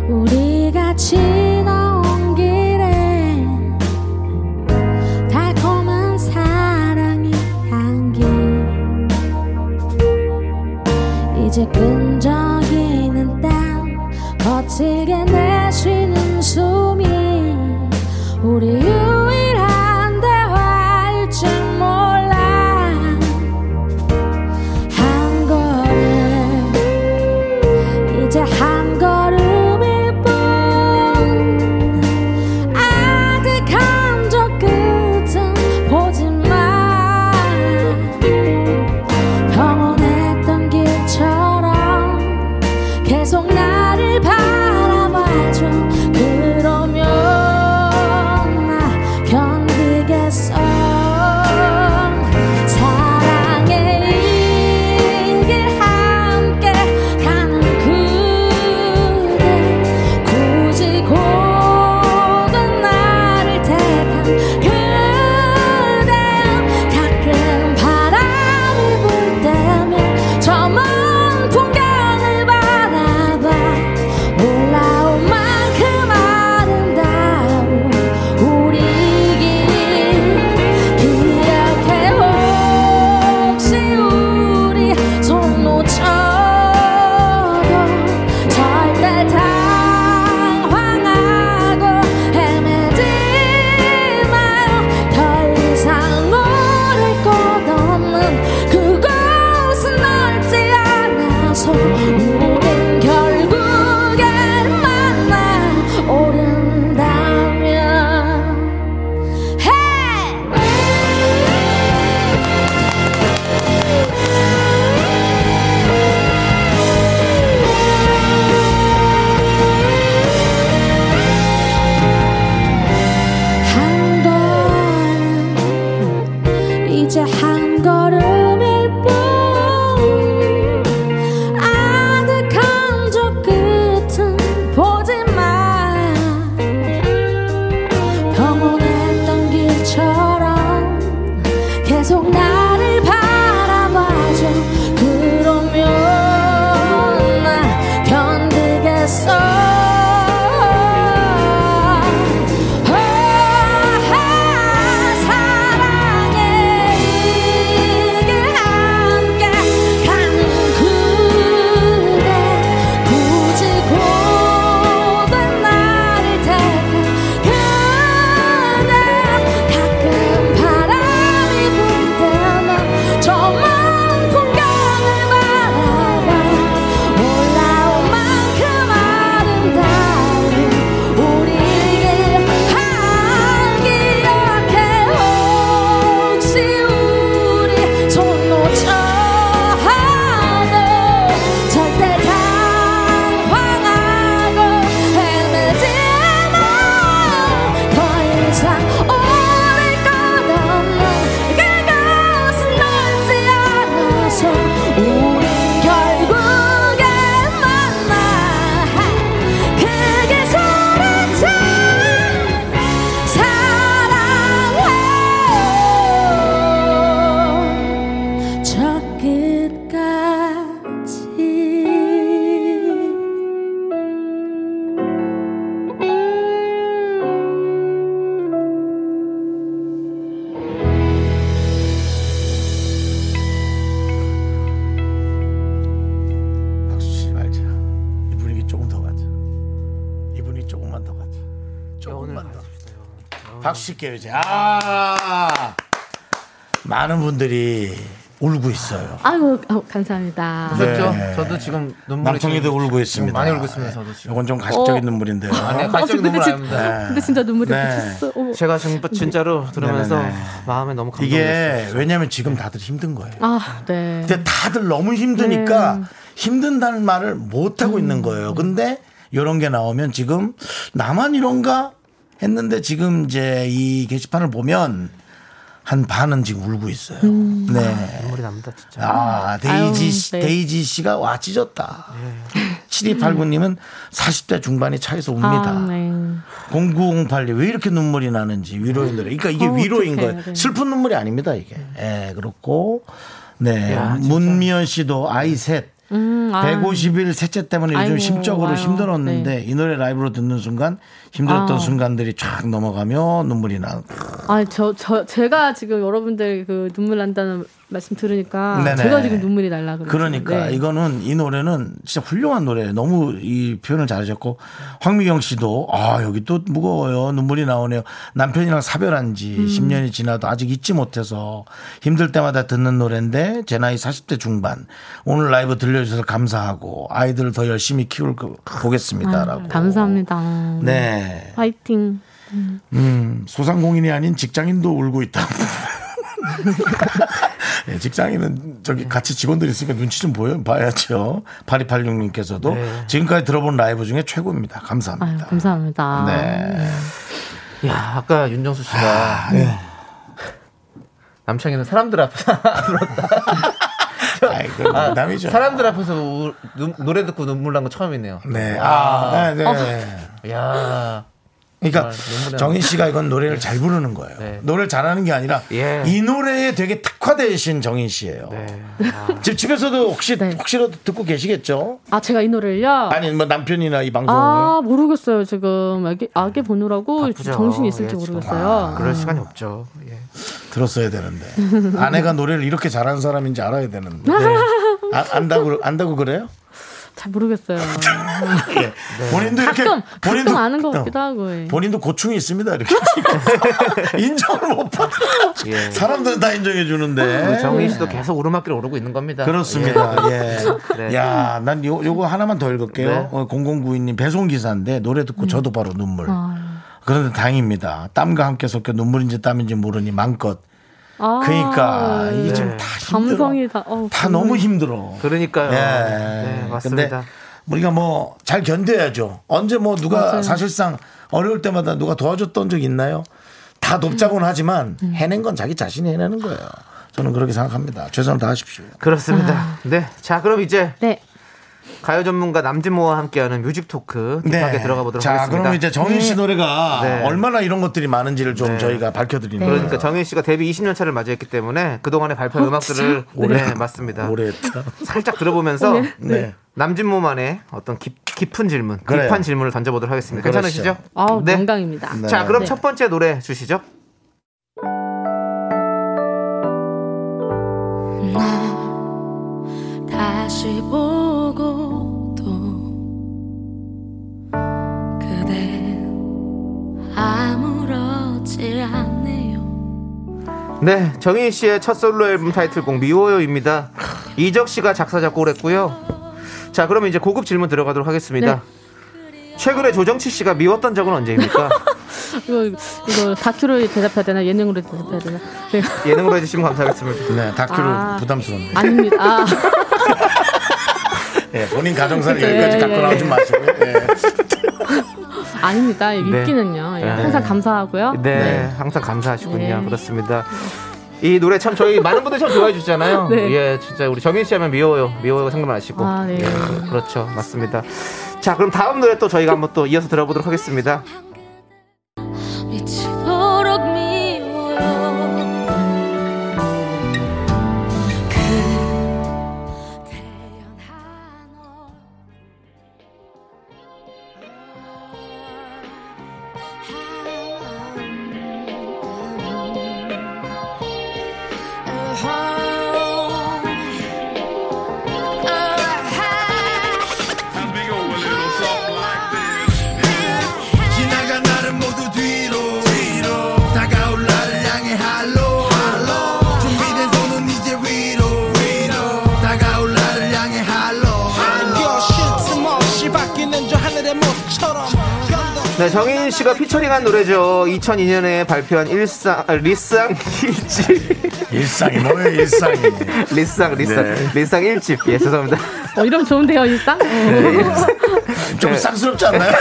Speaker 4: 우리가 지나온 길에 달콤한 사랑의 향기 이제 끈적이는 땀 거칠게 내쉬는 숨이 우리 유일한 대화일줄 몰라 한 걸음 이제 한 걸음일 뿐 아직 한적 끝은 보지만 평온했던 길처럼 계속 나를 바라봐줘 그러면 나 견디겠어 사랑의 이 길 함께 가는 그 그대 굳이 고든 나를 택한 그대 가끔 바람이 불 때면 저먼 풍경을 바라봐 올라온 만큼 아름다운 우리 길 기억해 혹시 우리 손 놓쳐도 절대 당황하고 헤매지 마요 더 이상 모를 곳 없는 그곳은 넓지 않아서 우린 결국엔 만나 오른다면 헤! 한 걸음 이제 한 걸음일 뿐 아득한
Speaker 1: 박수 칠게요, 이제. 아! 많은 분들이 울고 있어요.
Speaker 8: 아유, 아유, 감사합니다.
Speaker 1: 네.
Speaker 2: 그렇죠. 저도 지금 눈물이
Speaker 1: 남창이도
Speaker 2: 지금
Speaker 1: 울고 있습니다.
Speaker 2: 많이 울고 있습니다. 저도 지금.
Speaker 1: 이건 좀 가식적인
Speaker 8: 어.
Speaker 1: 눈물인데요.
Speaker 2: 아니요, 네.
Speaker 8: 아,
Speaker 2: 가족
Speaker 8: 저 근데,
Speaker 2: 눈물
Speaker 8: 진,
Speaker 2: 아닙니다.
Speaker 1: 네.
Speaker 8: 근데 진짜 눈물이
Speaker 1: 네.
Speaker 8: 꽂혔어요. 어머.
Speaker 2: 제가 지금 진짜로 들으면서
Speaker 1: 네네네.
Speaker 2: 마음에 너무 감동했어요.
Speaker 1: 이게 왜냐면 지금 다들 힘든 거예요.
Speaker 8: 아, 네.
Speaker 1: 근데 다들 너무 힘드니까
Speaker 2: 네.
Speaker 1: 힘든다는 말을 못 하고
Speaker 2: 음.
Speaker 1: 있는 거예요. 근데 이런 게 나오면 지금 나만 이런가 했는데 지금 이제 이 게시판을 보면 한 반은 지금 울고 있어요. 네.
Speaker 2: 음. 아, 눈물이 납니다, 진짜.
Speaker 1: 아, 데이지,
Speaker 8: 아유,
Speaker 1: 씨-
Speaker 8: 네.
Speaker 1: 데이지 씨가 와 찢었다.
Speaker 2: 네.
Speaker 1: 7289님은 40대 중반이 차에서 웁니다.
Speaker 8: 아, 네.
Speaker 1: 0908님 왜 이렇게 눈물이 나는지 위로인 노래. 그러니까 이게
Speaker 8: 어,
Speaker 1: 위로인
Speaker 8: 어떡해. 음.
Speaker 1: 거예요.
Speaker 8: 네.
Speaker 1: 슬픈 눈물이 아닙니다 이게. 예, 그렇고 네 문미연 씨도 아이 셋.
Speaker 8: 네. 음, 아.
Speaker 1: 150일 셋째 때문에 요즘
Speaker 8: 아이고,
Speaker 1: 심적으로
Speaker 8: 아유, 네.
Speaker 1: 힘들었는데 이 노래 라이브로 듣는 순간 힘들었던
Speaker 8: 아.
Speaker 1: 순간들이 쫙 넘어가며 눈물이 나.
Speaker 8: 아니 저, 저 제가 지금 여러분들 그 눈물 난다는 말씀 들으니까
Speaker 1: 네네.
Speaker 8: 제가 지금 눈물이 날라 그래요.
Speaker 1: 그러니까
Speaker 8: 네.
Speaker 1: 이거는 이 노래는 진짜 훌륭한 노래예요. 너무 이 표현을 잘하셨고 황미경 씨도 아 여기 또 무거워요. 눈물이 나오네요. 남편이랑 사별한 지 10년이 지나도 아직 잊지 못해서 힘들 때마다 듣는 노래인데 제 나이 40대 중반 오늘 라이브 들려주셔서 감사하고 아이들을 더 열심히 키울 거 보겠습니다라고.
Speaker 8: 감사합니다.
Speaker 1: 네.
Speaker 8: 파이팅.
Speaker 1: 음, 소상공인이 아닌 직장인도 울고 있다. 예, 직장인은
Speaker 2: 네.
Speaker 1: 저기 같이 직원들이 있으니까 눈치 좀 보여 봐야죠. 8286님께서도
Speaker 2: 네.
Speaker 1: 지금까지 들어본 라이브 중에 최고입니다.
Speaker 8: 아유,
Speaker 1: 감사합니다.
Speaker 8: 감사합니다.
Speaker 1: 네.
Speaker 2: 야, 아까 윤정수 씨가 남창이는 사람들 앞에서
Speaker 1: 그렇죠. 아이고, 농담이죠.
Speaker 2: 네. 사람들 앞에서 우- 눈- 노래 듣고 눈물 난 거 처음이네요.
Speaker 1: 네. 아, 네, 네.
Speaker 2: 야,
Speaker 1: 그러니까
Speaker 2: 어. 정말 눈물이
Speaker 1: 정인 씨가 이건 노래를 잘 부르는 거예요.
Speaker 2: 네.
Speaker 1: 노래를 잘하는 게 아니라
Speaker 2: 예. 네.
Speaker 1: 이 노래에 되게 특화되신 정인 씨예요. 지금 집에서도 혹시
Speaker 8: 네.
Speaker 1: 혹시라도 듣고 계시겠죠?
Speaker 8: 아 제가 이 노래를요.
Speaker 1: 아니 뭐 남편이나 이 방송을
Speaker 8: 아 모르겠어요 지금 아기 아기 보느라고
Speaker 2: 바쁘죠.
Speaker 8: 정신이 있을지
Speaker 2: 예, 지금.
Speaker 8: 모르겠어요.
Speaker 1: 아,
Speaker 8: 아.
Speaker 2: 그럴 시간이 없죠. 예.
Speaker 1: 들었어야 되는데 아내가 노래를 이렇게 잘하는 사람인지 알아야 되는데 아, 안다고 안다고 그래요?
Speaker 8: 잘 모르겠어요.
Speaker 1: 예. 본인도 이렇게
Speaker 8: 네. 가끔
Speaker 1: 본인도
Speaker 8: 가끔 아는 것
Speaker 1: 어,
Speaker 8: 같기도 하고. 예.
Speaker 1: 본인도 고충이 있습니다 이렇게 인정을 못 받아 사람들은 다 인정해
Speaker 2: 우리
Speaker 1: 주는데
Speaker 2: 예. 그
Speaker 1: 네.
Speaker 2: 정희
Speaker 8: 네.
Speaker 2: 씨도 계속 오르막길 오르고 있는 겁니다.
Speaker 1: 그렇습니다. 예.
Speaker 2: 네.
Speaker 1: 야, 난 요, 요거 하나만 더 읽을게요.
Speaker 2: 네.
Speaker 1: 어, 0092님 배송기사인데 노래 듣고 저도 바로 눈물.
Speaker 8: 음. 아.
Speaker 1: 그런데 다행입니다. 땀과 함께 섞여 눈물인지 땀인지 모르니 맘껏.
Speaker 8: 아,
Speaker 1: 그러니까 이게
Speaker 8: 예.
Speaker 1: 지금 다 힘들어.
Speaker 8: 감성이 다. 어,
Speaker 1: 다 너무 힘들어.
Speaker 2: 음. 그러니까요.
Speaker 1: 예.
Speaker 2: 네, 맞습니다.
Speaker 1: 근데 우리가 뭐 잘 견뎌야죠. 언제 뭐 누가
Speaker 8: 맞아요.
Speaker 1: 사실상 어려울 때마다 누가 도와줬던 적 있나요? 다
Speaker 8: 음.
Speaker 1: 돕자고는 하지만 해낸 건 자기 자신이 해내는 거예요. 저는 그렇게 생각합니다. 최선을 다하십시오.
Speaker 2: 그렇습니다. 네, 자 그럼 이제
Speaker 8: 아. 네.
Speaker 2: 가요 전문가 남진모와 함께하는 뮤직 토크 깊하게 들어가 보도록
Speaker 1: 네. 자,
Speaker 2: 하겠습니다.
Speaker 1: 그럼 이제 정인 씨 노래가
Speaker 2: 네.
Speaker 1: 얼마나 이런 것들이 많은지를 좀
Speaker 2: 네.
Speaker 1: 저희가 밝혀드리는 거예요.
Speaker 2: 그러니까 정희 씨가 데뷔 20년 차를 맞이했기 때문에 그동안에
Speaker 8: 어,
Speaker 2: 발표한 음악들을 네, 맞습니다.
Speaker 1: 오래했다.
Speaker 2: 살짝 들어보면서
Speaker 1: 네.
Speaker 2: 남진모만의 어떤 깊, 깊은 질문,
Speaker 1: 그래요.
Speaker 2: 깊은 질문을 던져보도록 하겠습니다.
Speaker 1: 그렇죠.
Speaker 2: 괜찮으시죠?
Speaker 8: 아우
Speaker 2: 네.
Speaker 8: 영광입니다.
Speaker 1: 네.
Speaker 2: 자, 그럼
Speaker 8: 네.
Speaker 2: 첫 번째 노래 주시죠.
Speaker 4: 다시 보고 도 그대 아무렇지 않네요
Speaker 2: 네, 정희 씨의 첫 솔로 앨범 타이틀곡 미워요입니다. 이적 씨가 작사 작곡을 했고요. 자, 그러면 이제 고급 질문 들어가도록 하겠습니다.
Speaker 8: 네.
Speaker 2: 최근에 조정치 씨가 미웠던 적은 언제입니까?
Speaker 8: 이거 이거 다큐로 대답해야 되나 예능으로 대답해야 되나? 네.
Speaker 2: 예능으로 해주시면 감사하겠습니다.
Speaker 1: 네, 다큐로
Speaker 8: 아.
Speaker 1: 부담스럽네.
Speaker 8: 아닙니다. 아,
Speaker 1: 예, 본인 가정사를
Speaker 8: 예,
Speaker 1: 여기까지 갖고
Speaker 8: 예.
Speaker 1: 나오지 마시고. 예.
Speaker 8: 아닙니다.
Speaker 1: 네.
Speaker 8: 인기는요. 예, 항상 감사하고요.
Speaker 2: 네, 항상 감사하시군요.
Speaker 8: 네.
Speaker 2: 그렇습니다. 이 노래 참 저희 많은 분들이 참 좋아해 주잖아요.
Speaker 8: 네.
Speaker 2: 예, 진짜 우리 정인 씨 하면 미워요. 미워요 상관 아시고.
Speaker 8: 아, 네.
Speaker 2: 예, 그렇죠. 맞습니다. 자, 그럼 다음 노래 또 저희가 한번 또 이어서 들어보도록 하겠습니다.
Speaker 4: 미치도록 미워요 그 태연한 얼굴
Speaker 3: 지나가
Speaker 2: 네, 정인 씨가 피처링한 노래죠. 2002년에 발표한 일상 아, 리쌍 일집,
Speaker 1: 일상이 뭐예요, 일상이.
Speaker 2: 리쌍 리쌍
Speaker 1: 네.
Speaker 2: 리쌍 일집. 예, 죄송합니다.
Speaker 8: 어, 이러면 좋은데요, 일상? 어.
Speaker 2: 네.
Speaker 1: 좀 쌍스럽지 않나요?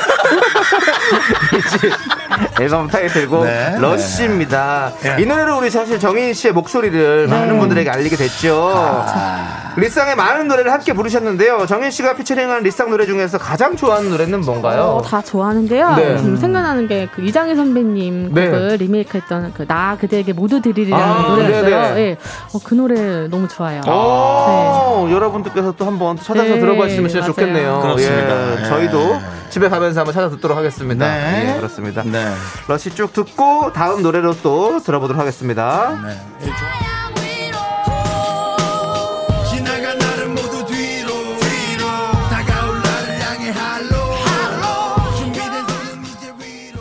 Speaker 2: 앨범 타이틀곡
Speaker 1: 네.
Speaker 2: 러쉬입니다.
Speaker 1: 네.
Speaker 2: 이 노래로 우리 사실 정인 씨의 목소리를 많은 분들에게 알리게 됐죠.
Speaker 1: 아.
Speaker 2: 리쌍의 많은 노래를 함께 부르셨는데요. 정인 씨가 피처링한 리쌍 노래 중에서 가장 좋아하는 노래는 뭔가요?
Speaker 8: 어, 다 좋아하는데요.
Speaker 2: 네.
Speaker 8: 지금 생각나는 게 그 이장희 선배님
Speaker 2: 네.
Speaker 8: 곡을 리메이크했던 그 나 그대에게 모두 드리리라는
Speaker 2: 아,
Speaker 8: 노래였어요.
Speaker 2: 네네.
Speaker 8: 예. 어, 그 노래 너무 좋아요.
Speaker 2: 오, 네. 여러분들께서 또 한번 찾아서
Speaker 8: 네,
Speaker 2: 들어보시면 진짜
Speaker 8: 맞아요.
Speaker 2: 좋겠네요.
Speaker 1: 그렇습니다.
Speaker 2: 예,
Speaker 1: 예.
Speaker 2: 저희도 집에 가면서 한번 찾아 듣도록 하겠습니다.
Speaker 1: 네.
Speaker 2: 예, 그렇습니다.
Speaker 1: 네.
Speaker 2: 러시 쭉 듣고 다음 노래로 또 들어보도록 하겠습니다.
Speaker 1: 네.
Speaker 6: 지나간 나를 모두 뒤로 뒤로 다가올 나를 향해 할로 할로 준비된 손은 이제 위로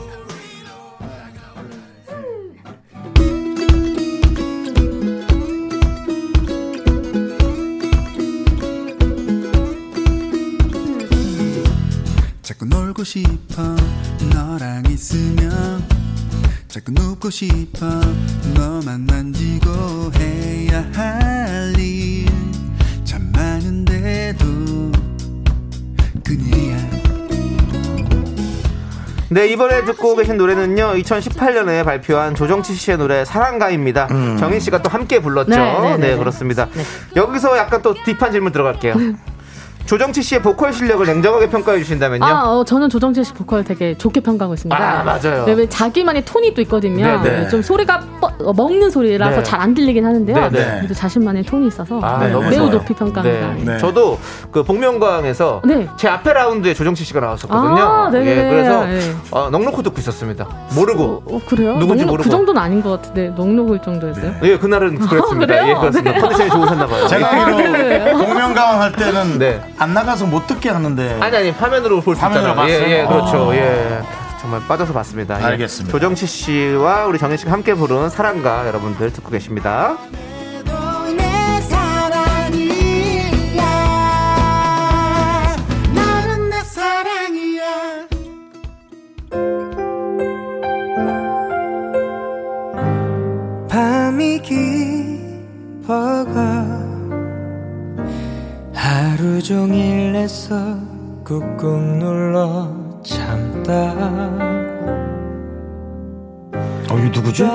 Speaker 5: 자꾸 놀고 싶어 너랑 있으면 자꾸 눕고 싶어 너만 만지고 해야 할 일 참 많은데도 그일이야
Speaker 2: 네, 이번에 듣고 계신 노래는요, 2018년에 발표한 조정치 씨의 노래 사랑가입니다.
Speaker 1: 음.
Speaker 2: 정인 씨가 또 함께 불렀죠.
Speaker 8: 네,
Speaker 2: 네,
Speaker 8: 네, 네.
Speaker 2: 그렇습니다. 여기서 약간 또 딥한 질문 들어갈게요. 조정치 씨의 보컬 실력을 냉정하게 평가해 주신다면요?
Speaker 8: 아, 어, 저는 조정재 씨 보컬 되게 좋게 평가하고 있습니다. 네,
Speaker 2: 아, 맞아요.
Speaker 8: 왜, 왜 자기만의 톤이 또 있거든요.
Speaker 2: 네, 네.
Speaker 8: 좀 소리가 뻐- 어, 먹는 소리라서
Speaker 2: 네.
Speaker 8: 잘 안 들리긴 하는데요.
Speaker 2: 네, 네.
Speaker 8: 그래도 자신만의 톤이 있어서
Speaker 2: 아,
Speaker 8: 매우
Speaker 2: 너무 좋아요.
Speaker 8: 높이 평가합니다.
Speaker 2: 네.
Speaker 1: 네.
Speaker 2: 저도 그 복면가왕에서
Speaker 8: 네.
Speaker 2: 제 앞에 라운드에 조정치 씨가 나왔었거든요.
Speaker 8: 아, 네네.
Speaker 2: 예, 그래서
Speaker 8: 네.
Speaker 2: 어, 넉넉히 듣고 있었습니다. 모르고.
Speaker 8: 어, 그래요?
Speaker 2: 누군지
Speaker 8: 넉넉-
Speaker 2: 모르고.
Speaker 8: 그 정도는 아닌 것 같은데 넉넉을 정도였어요?
Speaker 2: 예, 그날은 그랬습니다.
Speaker 8: 아, 그래요?
Speaker 2: 예, 그렇습니다.
Speaker 8: 네.
Speaker 2: 컨디션이 좋으셨나봐요.
Speaker 1: 제가
Speaker 8: 네.
Speaker 1: 알기로 공명가왕 할 때는
Speaker 2: 아, 네.
Speaker 1: 안 나가서 못 듣게 하는데
Speaker 2: 예. 아니 아니 화면으로 볼 수
Speaker 1: 화면으로
Speaker 2: 있잖아요.
Speaker 1: 봤어요?
Speaker 2: 예, 예, 그렇죠.
Speaker 1: 아.
Speaker 2: 예. 정말 빠져서 봤습니다. 예.
Speaker 1: 알겠습니다.
Speaker 2: 조정치 씨와 우리 정혜 씨가 함께 부른 사랑가 여러분들 듣고 계십니다.
Speaker 4: 내 사랑이야 너는 내 사랑이야
Speaker 5: 밤이 깊어가 하루 종일 애써 꾹꾹 눌러 참다
Speaker 1: 어, 이 누구지?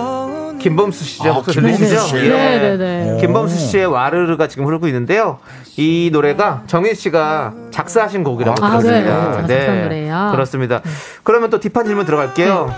Speaker 2: 김범수 씨죠.
Speaker 1: 아,
Speaker 2: 목소리
Speaker 1: 김범수
Speaker 2: 들리시죠?
Speaker 1: 씨예요?
Speaker 2: 예.
Speaker 8: 네, 네, 네.
Speaker 2: 김범수 씨의 와르르가 지금 흐르고 있는데요. 이 노래가 정혜 씨가 작사하신 곡이라고
Speaker 8: 아,
Speaker 2: 들었습니다.
Speaker 8: 네, 네, 제가 작사한 노래예요.
Speaker 2: 그렇습니다. 그러면 또 딥한 질문 들어갈게요.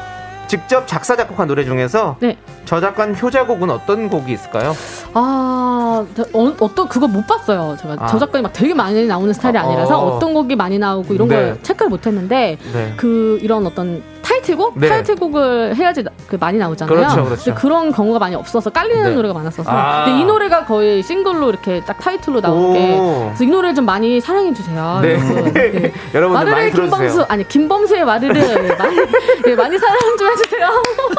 Speaker 2: 직접 작사 작곡한 노래 중에서
Speaker 8: 네.
Speaker 2: 저작권 효자곡은 어떤 곡이 있을까요?
Speaker 8: 아, 저- 어, 어떤 그거 못 봤어요. 제가
Speaker 2: 아.
Speaker 8: 저작권이 막 되게 많이 나오는 스타일이
Speaker 2: 아,
Speaker 8: 아니라서
Speaker 2: 어.
Speaker 8: 어. 떤 곡이 많이 나오고 이런
Speaker 2: 네.
Speaker 8: 걸 체크를 못 했는데
Speaker 2: 네.
Speaker 8: 그 이런 어떤 타이틀곡,
Speaker 2: 네.
Speaker 8: 타이틀곡을 해야지 나- 그 많이 나오잖아요.
Speaker 2: 그렇죠, 그렇죠.
Speaker 8: 근데 그런 경우가 많이 없어서 깔리는
Speaker 2: 네.
Speaker 8: 노래가 많았어서
Speaker 2: 아.
Speaker 8: 근데 이 노래가 거의 싱글로 이렇게 딱 타이틀로
Speaker 2: 오.
Speaker 8: 나온 게 그래서 이 노래 좀 많이 사랑해 주세요.
Speaker 2: 네. 여러분들 많이
Speaker 8: 마르르
Speaker 2: 들어주세요.
Speaker 8: 김범수 아니 김범수의 마르르 많이 예, 많이 사랑 좀 해주세요.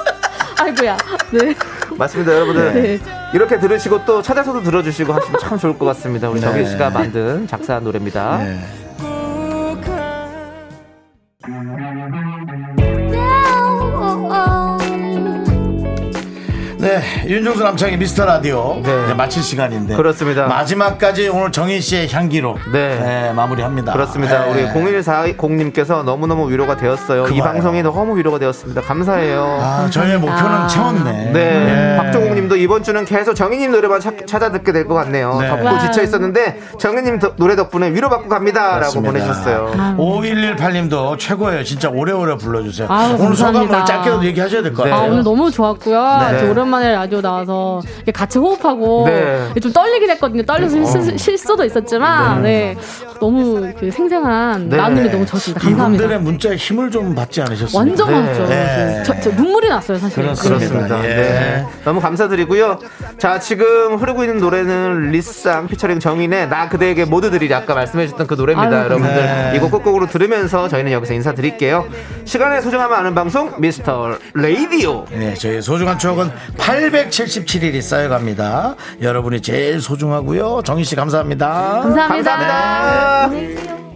Speaker 8: 아이고야. 네.
Speaker 2: 맞습니다, 여러분들.
Speaker 8: 네.
Speaker 2: 이렇게 들으시고 또 찾아서도 들어주시고 하시면 참 좋을 것 같습니다.
Speaker 1: 네.
Speaker 2: 우리 정희 씨가 만든 작사한 노래입니다.
Speaker 1: 네, 윤종수 남창의 미스터 라디오
Speaker 2: 네.
Speaker 1: 이제 마칠 시간인데
Speaker 2: 그렇습니다.
Speaker 1: 마지막까지 오늘 정인 씨의 향기로
Speaker 2: 네.
Speaker 1: 네, 마무리합니다.
Speaker 2: 그렇습니다.
Speaker 1: 네.
Speaker 2: 우리 0140님께서 너무너무 위로가 되었어요. 이
Speaker 1: 그만요.
Speaker 2: 방송이 너무 위로가 되었습니다. 감사해요.
Speaker 1: 아, 저희의 목표는 채웠네.
Speaker 2: 네.
Speaker 1: 예.
Speaker 2: 박종욱 님도 이번 주는 계속 정희님 노래만 찾- 찾아 듣게 될 것 같네요.
Speaker 1: 네.
Speaker 2: 덥고 지쳐 있었는데 정희님 덕- 노래 덕분에 위로받고 갑니다. 라고
Speaker 1: 그렇습니다. 아,
Speaker 2: 보내주셨어요.
Speaker 1: 5118님도 최고예요. 진짜 오래오래 불러주세요.
Speaker 8: 아유,
Speaker 1: 오늘 소감을 뭐
Speaker 8: 감사합니다.
Speaker 1: 짧게라도 얘기하셔야 될 것
Speaker 2: 네.
Speaker 8: 아
Speaker 1: 같아요.
Speaker 8: 오늘 너무 좋았고요.
Speaker 2: 네.
Speaker 8: 이제 오랜만에 라디오 나와서 이렇게 같이 호흡하고
Speaker 2: 네.
Speaker 8: 좀 떨리긴 했거든요. 떨려서
Speaker 1: 어.
Speaker 8: 실수, 실수도 있었지만 네. 너무 그 생생한
Speaker 2: 네.
Speaker 8: 나눔이 너무 좋습니다. 감사합니다.
Speaker 1: 이분들의 문자에 힘을 좀 받지 않으셨어요?
Speaker 8: 완전 많죠.
Speaker 1: 네.
Speaker 8: 저, 저 눈물이 났어요 사실.
Speaker 1: 그렇습니다.
Speaker 2: 그렇습니다.
Speaker 1: 예.
Speaker 2: 네. 너무 감사드리고요. 자, 지금 흐르고 있는 노래는 리쌍 피처링 정인의 나 그대에게 모두 드리리 아까 말씀해주셨던 그 노래입니다.
Speaker 8: 아유,
Speaker 2: 여러분들
Speaker 1: 네.
Speaker 2: 이곡 꼭곡으로 들으면서 저희는 여기서 인사드릴게요. 시간의 소중함을 아는 방송 미스터 레이디오.
Speaker 1: 네, 저희 소중한 추억은 877일이 쌓여갑니다. 여러분이 제일 소중하고요. 정희 씨 감사합니다.
Speaker 8: 감사합니다.
Speaker 2: 감사합니다.
Speaker 4: 안녕히 계세요.